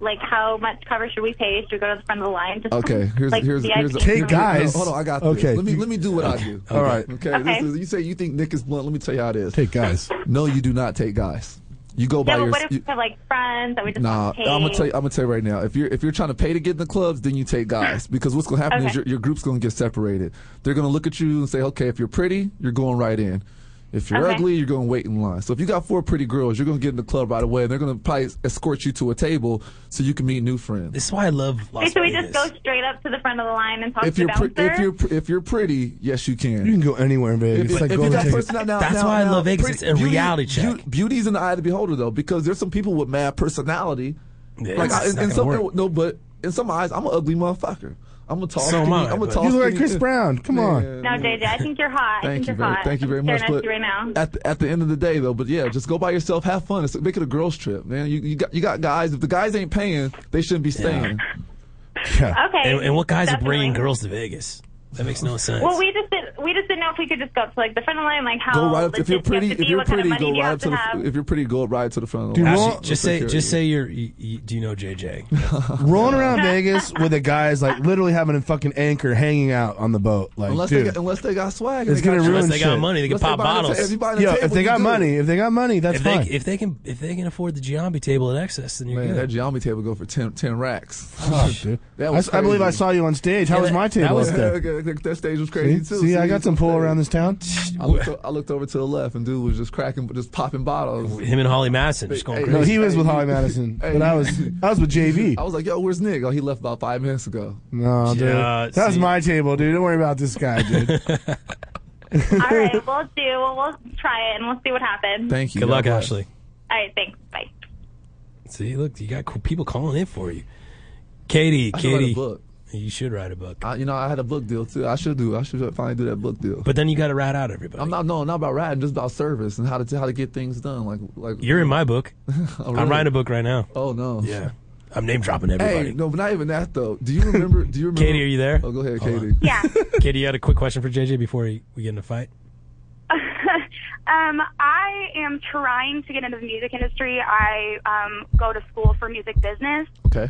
S1: Like, how much cover should we pay? Should we go to the front of the line? Just [LAUGHS]
S27: Okay, here's
S1: like,
S27: here's
S1: VIP.
S27: here's
S6: Hey, guys.
S27: Hold on, I got this.
S6: Okay.
S27: Let me let me do what I do.
S6: Okay.
S27: All right. Okay.
S1: Okay.
S27: This is, you say you think Nick is blunt. Let me tell you how it is.
S6: Take guys.
S27: No, you do not take guys. You go
S1: Yeah,
S27: by
S1: but
S27: your.
S1: what if we
S27: you-
S1: have, like, friends that we just
S27: Nah,
S1: want to pay?
S27: I'm gonna tell you. I'm gonna tell you right now. If you're if you're trying to pay to get in the clubs, then you take
S1: [LAUGHS]
S27: guys because what's gonna happen is
S1: Okay.
S27: your, your group's gonna get separated. They're gonna look at you and say, okay, if you're pretty, you're going right in. If you're
S1: Okay.
S27: ugly, you're gonna wait in line. So if you got four pretty girls, you're gonna get in the club right away, and they're gonna probably escort you to a table so you can meet new friends.
S5: This is why I love
S1: Okay, so we just go straight up to the front of the line and talk
S27: if
S1: to the
S27: you're
S1: bouncer?
S27: pre- if you're pr- if you're pretty, yes, you can.
S6: You can go anywhere in Vegas.
S27: If-
S6: It's like
S27: if
S6: Golden
S27: that
S6: State.
S27: person- now- now-
S5: That's
S27: now-
S5: why I
S27: now,
S5: love Vegas.
S27: pretty-
S5: It's a reality
S27: beau- beauty's in the eye of the beholder, though, because there's some people with mad personality.
S5: Yeah,
S27: like
S5: it's
S27: I, in,
S5: not
S27: in
S5: gonna
S27: some
S5: work.
S27: no, but in some eyes, I'm an ugly motherfucker. I'm a tall.
S5: So am
S27: skinny-
S5: I,
S27: I'm a
S5: but-
S27: tall.
S5: You look like
S27: skinny [LAUGHS]
S5: Chris
S27: dude.
S5: Brown. Come on.
S27: Yeah.
S1: No, JJ, I think you're hot. I
S27: Thank
S1: think
S27: you,
S1: are
S27: very,
S1: hot.
S27: thank you very
S1: I'm
S27: much.
S1: staring
S27: But
S1: at you right now.
S27: At, the, at the end of the day, though, but yeah, just go by yourself, have fun. It's, make it a girls trip, man. You, you got you got guys. If the guys ain't paying, they shouldn't be staying.
S1: Okay,
S5: And, and what guys
S1: definitely.
S5: are bringing girls to Vegas? That makes no sense.
S1: Well, we just did, we just didn't know if we could just go up to like the front of the line, like how
S27: Go right up. If you're
S1: legit
S27: pretty,
S1: do you have to be,
S27: if you're
S1: what kind of
S27: pretty,
S1: money
S27: go
S1: do you
S27: right
S1: have
S27: up to
S1: to have?
S27: the. If you're pretty, go right to the front of the
S6: Dude,
S27: line.
S6: roll-
S27: We'll
S5: just say
S27: secure
S5: just
S27: you.
S5: say you're. You, you, do you know JJ?
S6: Rolling around Vegas with a guy's like literally having a fucking anchor hanging out on the boat. Like,
S27: unless
S6: dude.
S27: they got, unless they got swag,
S6: It's
S27: and
S6: gonna
S27: got
S6: ruin
S27: shit.
S6: shit.
S27: Unless they buy the ta- if you buy the
S6: Yo,
S27: table,
S6: if they
S27: you
S6: got
S27: do.
S6: money, if they got money, that's
S5: if they
S6: fine.
S5: if they can if they can afford the Giambi table at excess, then you're
S27: man, that
S5: good.
S27: Giambi table go for 10, 10 racks.
S6: Gosh, dude.
S27: That
S6: I,
S27: was
S6: s- I believe I
S27: crazy.
S6: saw you on stage. How
S27: Yeah,
S6: was
S27: that-
S6: my table
S27: That, was,
S6: up there?
S27: that stage was crazy
S6: See?
S27: too.
S6: See, I got some pool around this town.
S27: [LAUGHS] I looked, o- I looked over to the left, and dude was just cracking, just popping bottles.
S5: Him and Holly Madison just going
S27: Hey,
S6: No,
S27: hey,
S6: he was with
S27: hey,
S6: Holly Madison,
S27: hey,
S6: but I
S27: you-
S6: was I was with JV.
S27: [LAUGHS] I was like, "Yo, where's Nick?" Oh, he left about five minutes ago.
S6: No, dude,
S27: Yeah,
S6: that was
S27: see.
S6: my table, dude. Don't worry about this
S5: [LAUGHS]
S6: guy, dude.
S1: All
S27: [LAUGHS]
S1: right, we'll do. We'll, we'll try it and we'll see what happens.
S6: Thank you.
S5: Good luck,
S6: God bless.
S5: Ashley.
S1: All right, thanks. Bye.
S5: See, look, you got cool people calling in for you. Katie,
S27: I should write
S5: Katie,
S27: a book.
S5: you should write a book.
S27: I, you know, I had a book deal too. I should do. I should finally do that book deal.
S5: But then you got to rat out everybody.
S27: I'm not no, not about ratting, just about service and how to how to get things done. Like like
S5: You're in my book.
S27: [LAUGHS] Oh,
S5: I'm
S27: really?
S5: writing a book right now.
S27: Oh no.
S5: Yeah, I'm name dropping everybody.
S27: Hey, no, but not even that though. Do you remember? Do
S5: [LAUGHS]
S27: you remember?
S5: Katie, are you there?
S27: Oh, go ahead,
S5: Hold
S27: Katie.
S1: Yeah.
S5: [LAUGHS] Katie, you had a quick question for JJ before we we get in a fight.
S3: [LAUGHS] Um, I am trying to get into the music industry. I um, go to school for music business,
S27: Okay.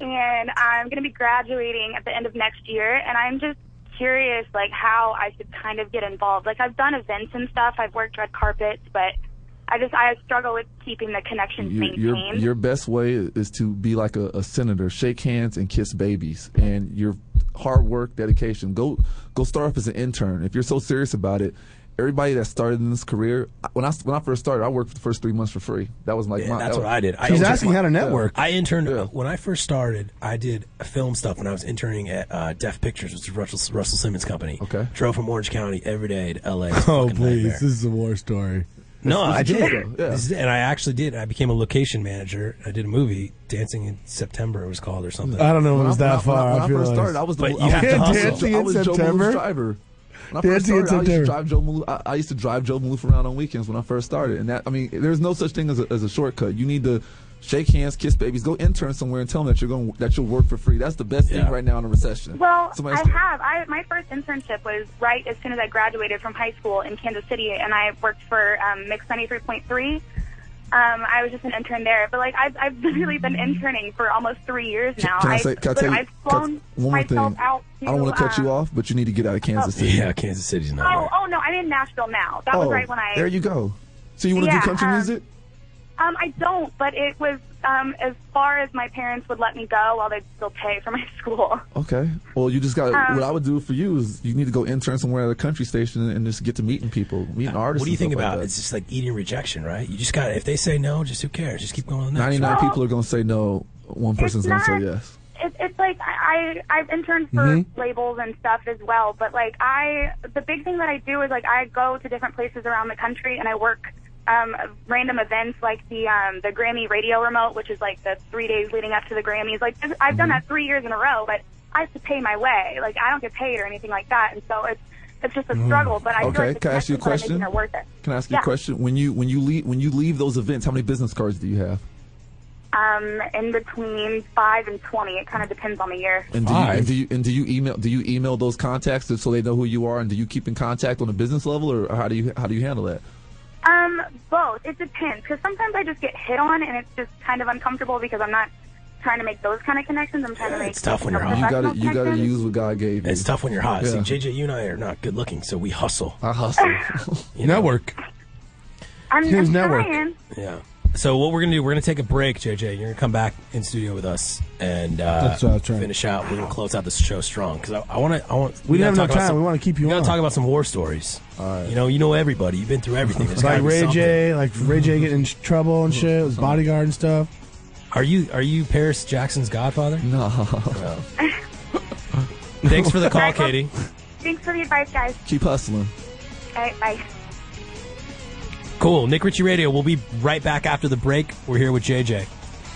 S3: and I'm going to be graduating at the end of next year. And I'm just curious, like, how I should kind of get involved. Like, I've done events and stuff. I've worked red carpets, but I just I struggle with keeping the connections
S27: Your, your
S3: maintained.
S27: your best way is to be like a, a senator, shake hands and kiss babies, and your hard work, dedication. Go go start up as an intern if you're so serious about it. Everybody that started in this career, I- when I when I first started, I worked for the first three months for free. That was like
S5: Yeah,
S27: my.
S5: that's
S27: that
S5: what
S27: was-
S5: I did. I
S27: that was
S5: interned- uh,
S27: my- yeah.
S5: I interned when I first started. I did film stuff when I was interning at uh, Deaf Pictures, which is Russell, Russell Simmons' company. Okay, drove from Orange County every day to
S27: [LAUGHS]
S5: L.A. It's a
S6: Oh
S5: fucking
S6: please,
S5: nightmare.
S6: this is a war story.
S5: No, I
S6: This is
S5: did.
S6: true, though. Yeah.
S5: This is- and I actually did. I became a location manager. I did a movie, Dancing in September, it was called, or something.
S6: I don't know if it
S27: When
S6: was
S27: I-
S6: that
S27: when I-
S6: far.
S27: When I,
S6: I feel
S27: first
S6: like.
S27: started, I was the
S5: But
S27: I
S5: you
S27: was
S5: have to
S27: Joe Maloof-
S5: hustle.
S27: I was
S5: Dancing in
S27: Joe Maloof
S5: September?
S27: driver. When I first
S5: Dancing in
S27: started, I
S5: September.
S27: used to drive Joe Maloof. I, I used to drive Joe Maloof around on weekends when I first started, and that I mean, there's no such thing as a, as a shortcut. You need to shake hands, kiss babies, go intern somewhere, and tell them that you're going that you'll work for free. That's the best
S5: Yeah.
S27: thing right now in a recession.
S3: Well,
S27: Somebody's-
S3: I have. I my first internship was right as soon as I graduated from high school in Kansas City, and I worked for um, Mix ninety three point three. Um, I was just an intern there, but like I've, [LAUGHS] I've literally been interning for almost three years now.
S27: Can I
S3: I've-
S27: say? Can I
S3: but
S27: tell you?
S3: I've
S27: can I-
S3: flown
S27: one more thing.
S3: myself
S27: I
S3: out to,
S27: don't want to cut
S3: um,
S27: you off, but you need to get out of Kansas
S3: oh.
S27: City.
S5: Yeah, Kansas City's not.
S3: Oh, oh no, I didn't Nashville now. That was
S27: Oh,
S3: right when I.
S27: There you go. So you want to
S3: Yeah,
S27: do country
S3: um,
S27: music?
S3: Um, I don't, but it was um, as far as my parents would let me go while they'd still pay for my [LAUGHS] school.
S27: Okay. Well, you just got. to
S3: Um,
S27: what I would do for you is you need to go intern somewhere at a country station and just get to meeting people, meeting artists.
S5: Uh, What do you
S27: and
S5: think
S27: stuff like
S5: about?
S27: that.
S5: it's just like eating rejection, right? You just got to, if they say no, just who cares? Just keep going on the next.
S27: Ninety-nine
S5: right?
S27: people are gonna say no. One person's gonna say
S3: not-
S27: yes.
S3: it, it's like I I- I've interned for
S27: Mhm.
S3: labels and stuff as well, but like I the big thing that I do is like I go to different places around the country and I work um, random events like the um, the Grammy radio remote, which is like the three days leading up to the Grammys. Like I've done
S27: Mm-hmm.
S3: that three years in a row, but I have to pay my way. Like I don't get paid or anything like that, and so it's it's just a
S27: Mm.
S3: struggle. But I feel
S27: Okay,
S3: like the
S27: can I ask you a
S3: connections I'm making
S27: question?
S3: Are worth it.
S27: Can I ask you
S3: Yeah.
S27: a question? When you when you leave when you leave those events, how many business cards do you have?
S3: Um, in between five and twenty, it kind of depends on the year.
S27: And do, you, and do you and do you email do you email those contacts so they know who you are? And do you keep in contact on a business level, or how do you how do you handle that?
S3: Um, both. It depends because sometimes I just get hit on, and it's just kind of uncomfortable because I'm not trying to make those kind of connections. I'm trying to make
S27: You got to you got to use what God gave you.
S5: It's tough when you're hot.
S27: Yeah.
S5: See, JJ, you and I are not good looking, so we hustle. [LAUGHS]
S27: I hustle.
S5: Network.
S3: I'm,
S5: His
S3: I'm
S5: network.
S3: trying.
S5: Yeah. So what we're gonna do? We're gonna take a break, JJ. You're gonna come back in studio with us and uh,
S6: That's what I was trying-
S5: finish out. We're gonna close out this show strong because I want to. I want.
S6: We didn't have enough time. We want to keep you
S5: We gotta
S6: on.
S5: talk about some war stories. You know, you know everybody. You've been through everything. There's
S6: like
S5: gotta be
S6: Ray
S5: something.
S6: J, like Ray J getting in trouble and shit, his bodyguard and stuff.
S5: Are you are you Paris Jackson's godfather?
S27: No.
S5: Thanks for the call,
S3: Right, well-
S5: Katie.
S3: Thanks for the advice, guys.
S27: Keep hustling.
S3: All right, bye.
S5: Cool. Nick Ritchie Radio. We'll be right back after the break. We're here with JJ.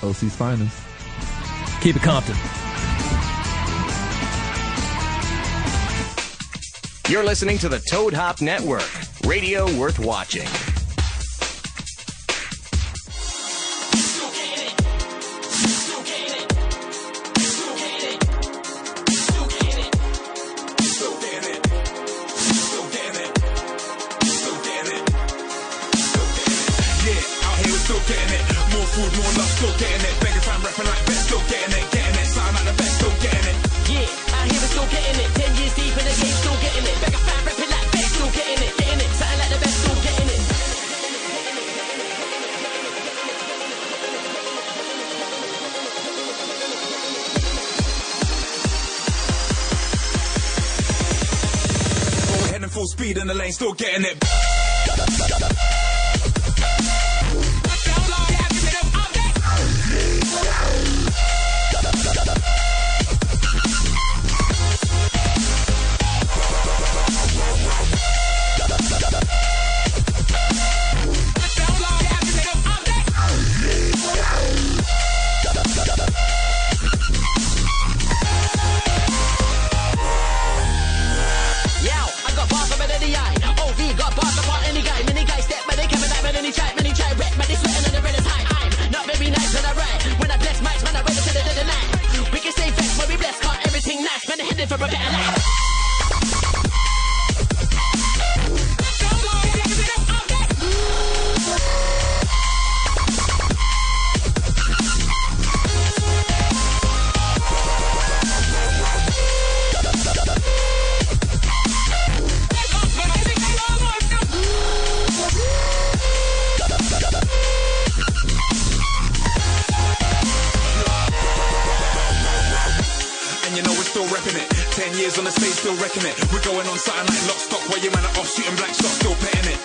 S27: OC's finest.
S5: Keep it Compton.
S2: You're listening to the Toad Hop Network, radio worth watching.
S4: Yeah, out here we're still getting it. More food, more love, still getting it. Bigger time rapping like best, still getting it. Getting it, sound like the best, still getting it. Yeah, out here we're still getting it. Ten years deep in the game, still getting it. Back a fan rapping like best, still getting it. Getting it, something like the best, still getting it. Go ahead and speed in the lane, still getting it.
S19: Yo, I got bars for any eye. OV got bars apart any guy. Many guys step, but they can't like man, any chat, many chat, wreck, man, they sweating and the red is high. I'm not very nice when I write. When I bless mics, man, I wait until the end of the night. We can stay vexed when we bless, got everything nice, man, they're headed for a better life.
S4: And you know we're still repping it. Ten years on the stage, still wrecking it. We're going on something like lock stock, where your man are off shooting black shots, still petting it.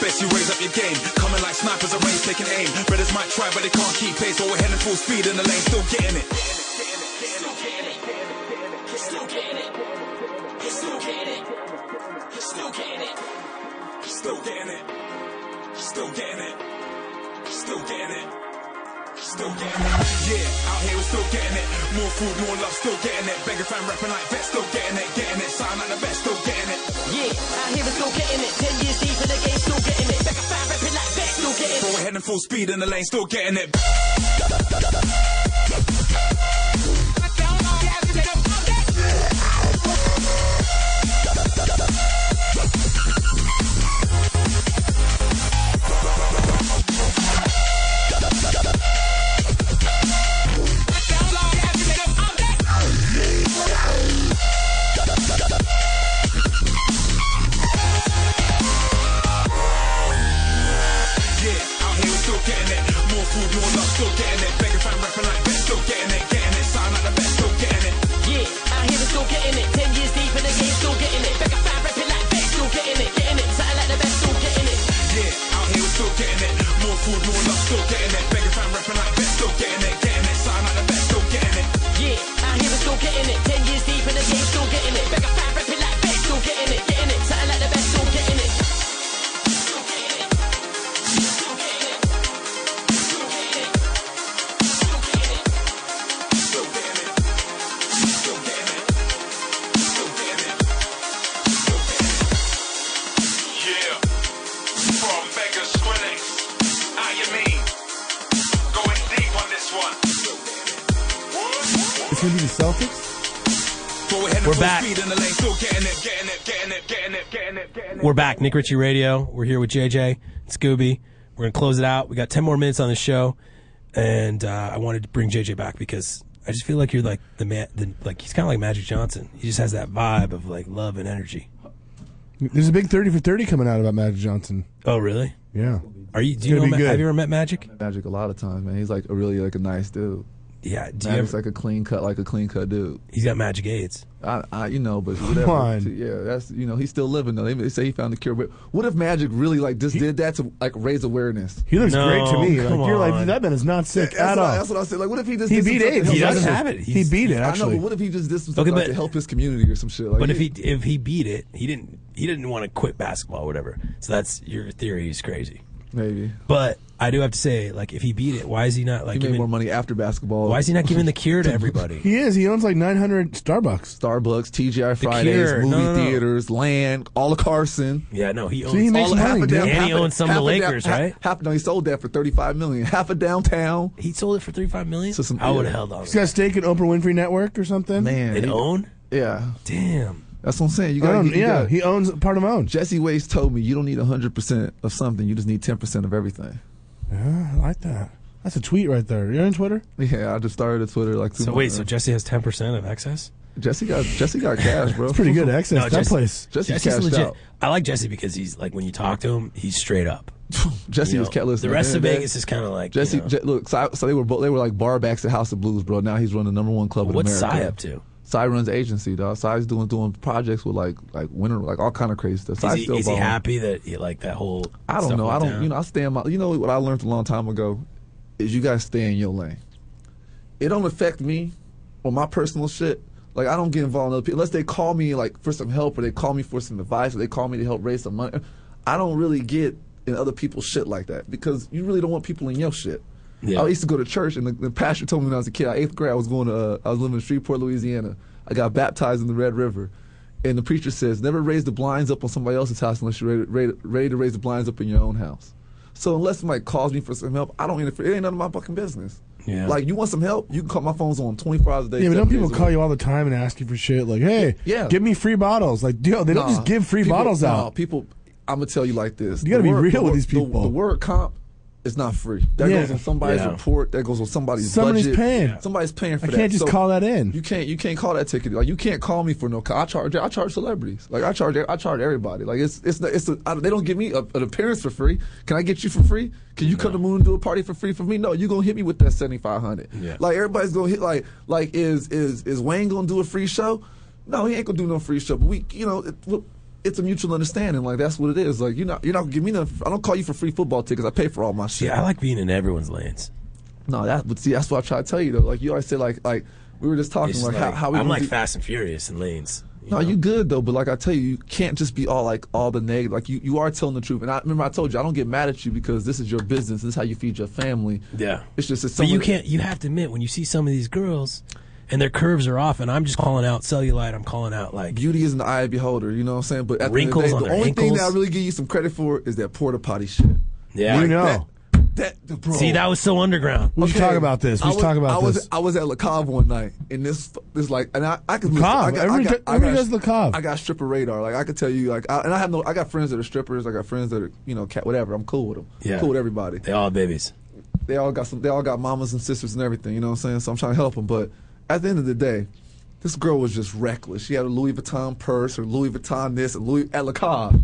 S4: Best you raise up your game, coming like snipers at range, taking aim. Brothers might try, but they can't keep pace. So we're heading full speed in the lane, still getting it.
S19: Still getting it. Still getting it. Still getting it.
S4: Still getting it. Still getting it. Still getting it. Still getting it. Yeah, out here we're still getting it. More food, more love, still getting it. Beggar fan rapping like vets, still getting it. Getting it. Sound like the best, still getting it.
S19: Yeah, out here we're still getting it. Ten years deep in the game, still getting it. Back a five, rapping like that, still getting
S4: But we're heading full speed in the lane, still getting it. Yeah, out here we're still getting it. More food, more love, still getting it. Beggar fan rapping like vets, still getting it. Getting it. Sound like the best, still getting it.
S19: Yeah, out here we're still getting it. Ten years deep in the game, still getting it. Back a five, rapping like that, still getting it. Getting it. Something like the best, still getting it.
S4: Yeah, out here we're still getting it. More food, more love, still getting it. Beggar fan rapping like vets, still getting it. Getting it. Sound like the best, still getting it.
S19: Yeah, out here we're still getting it. Ten years deep in the game, still getting it. Back a five, rapping like that, still getting it. Getting it. Something like the best, still getting it.
S4: Yeah, from Vegas Clinics. How you mean? Going deep on this one.
S6: It's gonna be the Celtics.
S4: But we're heading
S5: We're
S4: full
S5: back.
S4: speed in the lane, still getting it, getting it, getting it, getting it, getting it, getting it.
S5: We're back, Nick Ritchie Radio. We're here with JJ and Scooby. We're gonna close it out. We got ten more minutes on the show, and uh, I wanted to bring JJ back because I just feel like you're like the man. The, like he's kind of like Magic Johnson. He just has that vibe of like love and energy.
S6: There's a big thirty for thirty coming out about Magic Johnson.
S5: Oh, really?
S6: Yeah.
S5: Are you?
S6: It's
S5: Do you know?
S6: gonna be
S5: Ma-
S6: good.
S5: Have you ever met Magic?
S27: Magic a lot of times, man. He's like a really like a nice dude.
S5: Yeah, do you
S27: Magic's like a clean cut, like a clean cut dude.
S5: He's got magic aids.
S27: I, I you know, but whatever.
S5: on.
S27: Yeah, that's you know, he's still living though. They, they say he found the cure, but what if Magic really like just did that to like raise awareness?
S6: He looks great to me.
S27: come
S6: Like, you're like,
S27: on.
S6: dude, that man is not sick
S27: That's
S6: at
S27: what,
S6: all.
S27: I- that's what I said. Like, what if he just
S6: He
S27: did some
S6: beat
S27: stuff to
S6: AIDS.
S27: help
S6: He doesn't
S27: Magic?
S6: have it. He's- He beat it,
S27: I know,
S6: actually.
S27: but what if he just did some stuff
S5: Okay,
S27: like,
S5: but-
S27: to help his community or some shit? Like,
S5: but if he if he beat it, he didn't. He didn't want to quit basketball, or whatever. So that's your theory is crazy.
S27: maybe
S5: But I do have to say, like, if he beat it, why is he not like
S27: he made
S5: giving
S27: more money after basketball.
S5: Why is he not giving the cure to everybody?
S6: He is. He owns like 900 Starbucks.
S27: Starbucks, TGI Fridays,
S5: Cure.
S27: movie
S5: No, no, no.
S27: theaters, land, all of Carson.
S5: Yeah, no, he
S27: So
S5: owns.
S27: he makes
S5: all
S27: money,
S5: half of
S27: dude.
S5: down,
S27: And
S5: and
S27: he
S5: he
S27: half-
S5: owns some of the
S27: half of down-
S5: Lakers,
S27: half-
S5: right?
S27: Half no, he sold that for thirty five million. Half of downtown.
S5: He sold it for thirty five million.
S27: So some,
S5: I would have held on.
S6: He's got a stake in Oprah Winfrey Network or something.
S27: Man,
S5: It
S27: he-
S5: own?
S27: Yeah.
S5: Damn.
S27: That's what I'm saying. You got.
S6: Own, yeah, he owns part of own.
S27: Jesse Waits told me you don't need hundred percent of something. You just need ten percent of everything.
S6: Yeah, I like that. That's a tweet right there. You're on Twitter?
S27: Yeah, I just started a Twitter like. Two
S5: So wait, so Jesse has ten percent of excess?
S27: Jesse got Jesse got cash, bro.
S6: It's pretty good access. that
S5: Jesse-
S6: place.
S27: Jesse's
S5: Jesse's
S27: cashed
S5: legit.
S27: out.
S5: I like Jesse because he's like when you talk to him, he's straight up.
S27: [LAUGHS] Jesse
S5: You
S27: was
S5: know,
S27: kept listening.
S5: The rest
S27: Man,
S5: of
S27: that-
S5: Vegas is kind of like
S27: Jesse,
S5: You know,
S27: Je- look, so, I- so they were both, they were like bar backs at House of Blues, bro. Now he's running the number one club
S5: What's
S27: in America.
S5: Psy up to?
S27: Cy runs agency, dog. Cy's doing doing projects with like like winter, like all kind of crazy stuff.
S5: Is
S27: Cy's
S5: he,
S27: still
S5: is he
S27: balling.
S5: happy that he, like that whole?
S27: I don't
S5: stuff
S27: know. I
S5: went
S27: don't.
S5: down?
S27: You know, I stay in my. You know what I learned a long time ago is you gotta stay in your lane. It don't affect me or my personal shit. Like I don't get involved in other people unless they call me like for some help or they call me for some advice or they call me to help raise some money. I don't really get in other people's shit like that because you really don't want people in your shit.
S8: Yeah.
S27: I used to go to church and the, the pastor told me when I was a kid, I- eighth grade, I was going to uh, I was living in Shreveport, Louisiana. I got baptized in the Red River. And the preacher says, never raise the blinds up on somebody else's house unless you're ready, ready, ready to raise the blinds up in your own house. So unless somebody calls me for some help, I don't interfere. It ain't none of my fucking business.
S6: Yeah.
S27: Like you want some help, you can call my phone's on 24 hours a day.
S6: Yeah, but
S27: seven
S6: don't people
S27: days a
S6: call
S27: week.
S6: you all the time and ask you for shit? Like, hey,
S27: Yeah.
S6: give me free bottles. Like, yo, they don't
S27: Nah,
S6: just give free
S27: people-
S6: bottles
S27: nah,
S6: out.
S27: people, I'm gonna tell you like this.
S6: You gotta
S27: The
S6: be real
S27: the
S6: with these
S27: the- The,
S6: people.
S27: word comp is not free. That
S6: Yeah.
S27: goes on somebody's
S6: Yeah.
S27: report. That goes on somebody's
S6: Somebody's
S27: budget.
S6: paying.
S27: Somebody's paying for
S6: I
S27: that.
S6: can't just
S27: So
S6: call that in.
S27: You can't. You can't call that ticket. Like you can't call me for no. co- I charge. I charge celebrities. Like I charge. I charge everybody. Like it's it's not- it's. A, I, they don't give me a, an appearance for free. Can I get you for free? Can you come to Moon and do a party for free for me? No, you gonna hit me with that seventy five hundred.
S8: Yeah.
S27: Like everybody's gonna hit. Like like is is is Wayne gonna do a free show? No, he ain't gonna do no free show. But we, you know, it, well, it's a mutual understanding. Like that's what it is. Like you're not you're not gonna give me nothing. I don't call you for free football tickets. I pay for all my
S5: See,
S27: shit.
S5: I like being in everyone's lanes.
S27: No, that but see that's what I try to tell you though. Like you always say like like we were just talking
S5: It's
S27: like,
S5: just
S27: how, how we
S5: I'm
S27: gonna
S5: like
S27: do-
S5: Fast and Furious in lanes.
S27: no, you good though, but like I tell you, you can't just be all like all the negative. Like you, you are telling the truth. And I remember I told you I don't get mad at you because this is your business. This is how you feed your family.
S5: Yeah.
S27: It's just that
S5: But you
S27: someone-
S5: can't. You have to admit when you see some of these girls, and their curves are off, and I'm just calling out cellulite. I'm calling out like
S27: beauty is in the eye of the beholder. You know what I'm saying? But at
S5: Wrinkles
S27: the, end
S5: on
S27: of the, day,
S5: their
S27: the only thing that I
S5: ankles.
S27: really give you some credit for is that porta potty shit.
S5: Yeah.
S27: Like
S5: You know.
S27: that- That, bro.
S5: See, that was so underground.
S27: We
S5: should
S27: should
S5: talk about this. We
S27: I
S5: should
S27: was,
S5: talk about
S27: I was,
S5: this.
S27: I was at La Cave one night, and this this like, and I I could
S6: La Cave. Everybody do- everybody does La Cave.
S27: I got stripper radar. Like I could tell you, like, I, and I have no. I got friends that are strippers. I got friends that are you know cat whatever. I'm cool with them.
S5: Yeah.
S27: cool with everybody.
S5: They all have babies.
S27: They all got some. They all got mamas and sisters and everything. You know what I'm saying? So I'm trying to help them, but at the end of the day. This girl was just reckless. She had a Louis Vuitton purse or Louis Vuitton this and Louis at La Cave.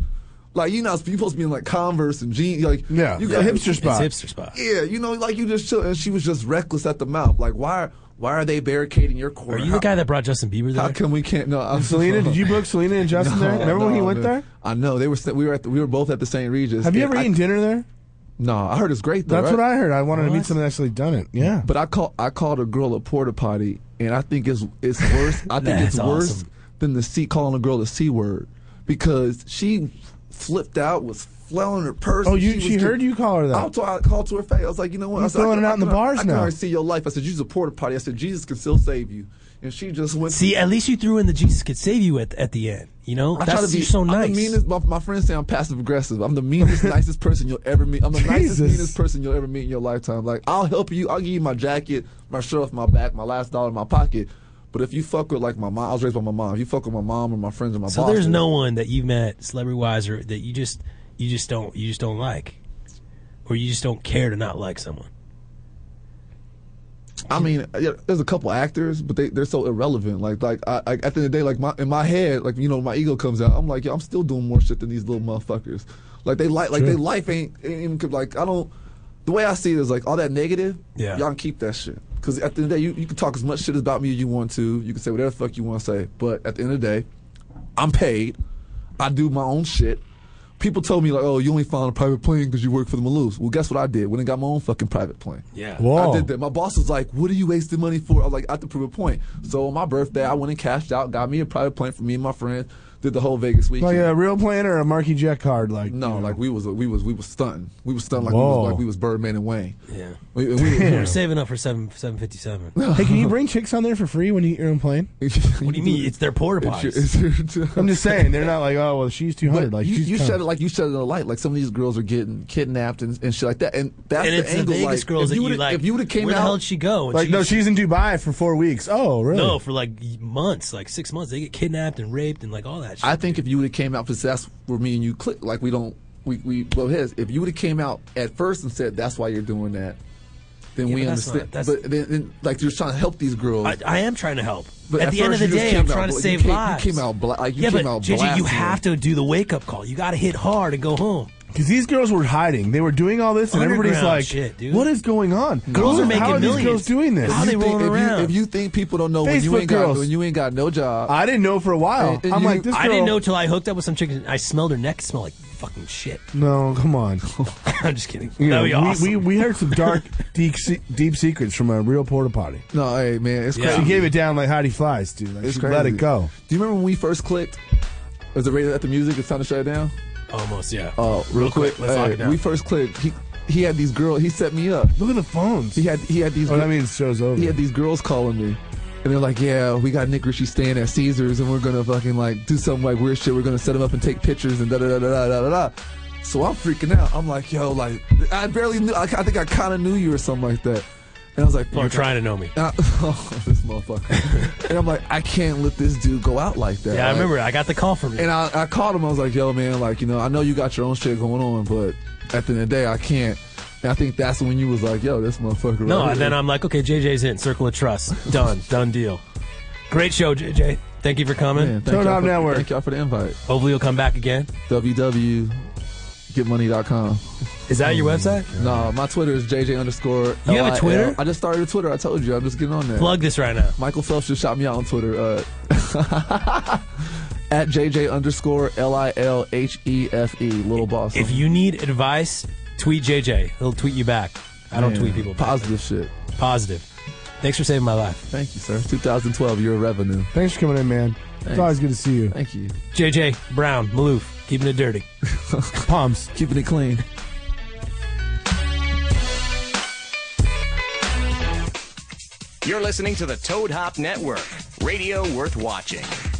S27: Like you know, you supposed to be in like Converse and jeans. Like yeah, you got
S6: Yeah. Hipster spot.
S5: It's hipster spot.
S27: yeah, you know, like you just chill, and she was just reckless at the mouth. Like, why? Why are they barricading your
S5: Are
S27: corner?
S5: you the
S6: [LAUGHS]
S5: guy that brought Justin Bieber there?
S27: How come we can't? No, I'm
S6: Selena, did you
S27: [LAUGHS]
S6: book Selena and Justin there? Remember when he
S27: no,
S6: went
S27: man.
S6: there?
S27: I know they were. st- We were at. The, we were both at the St. Regis.
S6: Have you
S27: It-
S6: ever
S27: I-
S6: eaten dinner there?
S27: No, I heard it's great. Though,
S6: That's
S27: right?
S6: what I heard. I wanted to meet someone that's actually done it. Yeah.
S27: But I call I called a girl a porta potty, and I think it's it's worse. I think it's
S6: That's
S27: worse
S6: awesome.
S27: than the c calling a girl a c word because she flipped out was flailing her purse.
S6: Oh,
S27: and
S6: you-
S27: was
S6: she
S27: getting-
S6: heard you call her that?
S27: I told- I called to her face. I was like, you know what?
S6: You
S27: I said, I
S6: throwing
S27: can-
S6: it out
S27: I
S6: in the
S27: can-
S6: bars
S27: I can
S6: now.
S27: already see your life. I said, you's a porta potty. I said, Jesus can still save you, and she just went.
S5: See, at least you threw in the Jesus could save you at at the end. You know,
S27: I
S5: that's
S27: try to be
S5: you're so nice.
S27: I'm the meanest. My, my friends say I'm passive aggressive. I'm
S5: [LAUGHS]
S27: the meanest, nicest person you'll ever meet. I'm the nicest,
S6: Jesus.
S27: meanest person you'll ever meet in your lifetime. Like I'll help you. I'll give you my jacket, my shirt off my back, my last dollar in my pocket. But if you fuck with like my mom, I was raised by my mom. If you fuck with my mom or my friends or my
S5: so
S27: boss,
S5: there's no one that you've met celebrity wise or that you just you just don't you just don't like, or you just don't care to not like someone.
S27: I mean, yeah, there's a couple actors, but they they're so irrelevant. Like like I, I, at the end of the day, like my in my head, like you know, my ego comes out. I'm like, yo, I'm still doing more shit than these little motherfuckers. Like they like like
S6: Sure.
S27: they life ain't, ain't even could- like I don't. The way I see it is like all that negative.
S6: Yeah.
S27: y'all can keep that shit. Because at the end of the day, you, you can talk as much shit about me as you want to. You can say whatever the fuck you want to say. But at the end of the day, I'm paid. I do my own shit. People told me like, oh, you only found a private plane because you work for the Maloofs. Well, guess what I did? Went and got my own fucking private plane.
S5: Yeah.
S27: I did that. My boss was like, "What are you wasting money for?" I was like, "I have to prove a point." So on my birthday, I went and cashed out, got me a private plane for me and my friend. Did the whole Vegas
S6: Like
S27: weekend.
S6: a real plan or a Marky Jack card? Like
S27: no, like [LAUGHS] we was we was we was stunting. We was stunting like we
S6: Whoa.
S27: was like we was Birdman and Wayne.
S5: Yeah.
S27: We,
S6: [LAUGHS]
S27: we,
S5: We
S27: we
S5: We're saving up for seven seven fifty
S27: [LAUGHS]
S5: seven.
S6: hey, can you bring chicks on there for free when you eat your own plane?
S27: what do
S5: you mean? It's their porta
S27: It's your-
S5: potties.
S27: it's your-
S6: I'm just saying [LAUGHS] they're not like oh well she's two hundred
S27: But
S6: like
S27: you,
S6: she's
S27: you
S6: kind
S27: shed
S6: of-
S27: it like you shed it in the light. Like some of these girls are getting kidnapped and, and shit like that. And that's
S5: And
S27: the
S5: it's the
S27: angle.
S5: Vegas
S27: like,
S5: girls
S27: if
S5: that you
S27: would've-
S5: like,
S27: If you would have came
S5: where the
S27: out,
S5: hell did she go? And
S6: like no
S5: she's-
S6: she's in Dubai for four weeks oh really
S5: No, for like months, like six months, they get kidnapped and raped and like all that. shit.
S27: I think if you would have came out, because that's where me and you click. Like we don't, we we well, his. If you would have came out at first and said that's why you're doing that, then
S5: Yeah,
S27: we
S5: but that's
S27: understand.
S5: not- that's-
S27: but then, then, like you're trying to help these girls.
S5: I, I am trying to help.
S27: But
S5: at,
S27: at
S5: the end of
S27: first
S5: the
S27: you just
S5: day,
S27: came
S5: I'm
S27: out
S5: trying to
S27: bla- you
S5: save
S27: came- you
S5: lives.
S27: came out bla- like, you
S5: yeah,
S27: came
S5: but
S27: out
S5: Gigi, you
S27: blasting
S5: have to do the wake up call. You got to hit hard and go home.
S6: Because these girls were hiding. They were doing all this, and everybody's
S27: Underground
S6: like,
S27: shit, dude.
S6: "What is going on?
S27: Girls
S6: Who-
S27: are making
S6: How are these
S27: millions.
S6: girls doing this?
S27: How are they rolling
S6: if
S27: around?
S6: You,
S27: If
S6: you
S27: think people don't know
S6: Facebook
S27: when you ain't
S6: girls.
S27: got when you ain't got no job.
S6: I didn't know for a while.
S27: And- and
S6: I'm
S27: you-
S6: like, this girl.
S5: I didn't know till I hooked up with some chick. and I smelled her neck. Smell like fucking shit.
S6: No, come on.
S5: [LAUGHS] I'm just kidding.
S6: You know,
S5: That'd be awesome.
S6: we, we, we heard some dark,
S5: [LAUGHS]
S6: deep, se- deep secrets from a real porta potty.
S27: No, hey man, it's
S6: Yeah.
S27: crazy.
S6: She gave it down like Heidi Flies, dude. Like,
S27: It's
S6: she
S27: crazy.
S6: Let it go.
S27: Do you remember when we first clicked? Was it right at the music? It's time to shut it down.
S5: Almost, yeah.
S27: Oh, real, quick,
S5: let's lock
S27: hey,
S5: it down.
S27: we first clicked. He he had these girls. He set me up.
S6: Look at the phones.
S27: He had he had these.
S6: Oh, that means show's over.
S27: He had these girls calling me. And they're like, yeah, we got Nick Ritchie staying at Caesars, and we're gonna fucking like do something like weird shit. We're gonna set him up and take pictures and da da da da da da da. So I'm freaking out. I'm like, yo, like I barely knew. I, I think I kind of knew you or something like that. And I was like,
S5: You were
S27: fuck,
S5: trying to know me.
S27: [LAUGHS] I- oh, this motherfucker. and I'm like, I can't let this dude go out like that.
S5: Yeah, I
S27: Like,
S5: remember. I got the call from you.
S27: and I, I called him. I was like, yo, man, like, you know, I know you got your own shit going on, but at the end of the day, I can't. And I think that's when you was like, yo, this motherfucker.
S5: No,
S27: right
S5: and then
S27: here.
S5: I'm like, okay, JJ's in. Circle of trust. Done. Done deal. Great show, JJ. Thank you for coming.
S27: Man, thank y'all for- Thank y'all for the invite.
S5: Hopefully you'll come back again.
S27: www.getmoney.com.
S5: Is that your website?
S27: No, my Twitter is JJ underscore.
S5: You have a
S27: LIL.
S5: Twitter?
S27: I just started a Twitter. I told you. I'm just getting on there.
S5: Plug this right now.
S27: Michael Phelps just shot me out on Twitter. Uh, [LAUGHS] at JJ underscore L I L H E F E. Little boss.
S5: If you need advice, tweet JJ. He'll tweet you back. I don't
S27: Man,
S5: tweet people. Back.
S27: Positive shit.
S5: Positive. Thanks for saving my life.
S27: Thank you, sir. 2012, you're a revenue.
S6: Thanks for coming in, man. It's
S27: Thanks.
S6: always good to see you.
S27: Thank you.
S5: JJ, Brown, Maloof, keeping it dirty.
S27: [LAUGHS] Palms. Keeping it clean.
S2: You're listening to the Toad Hop Network, radio worth watching.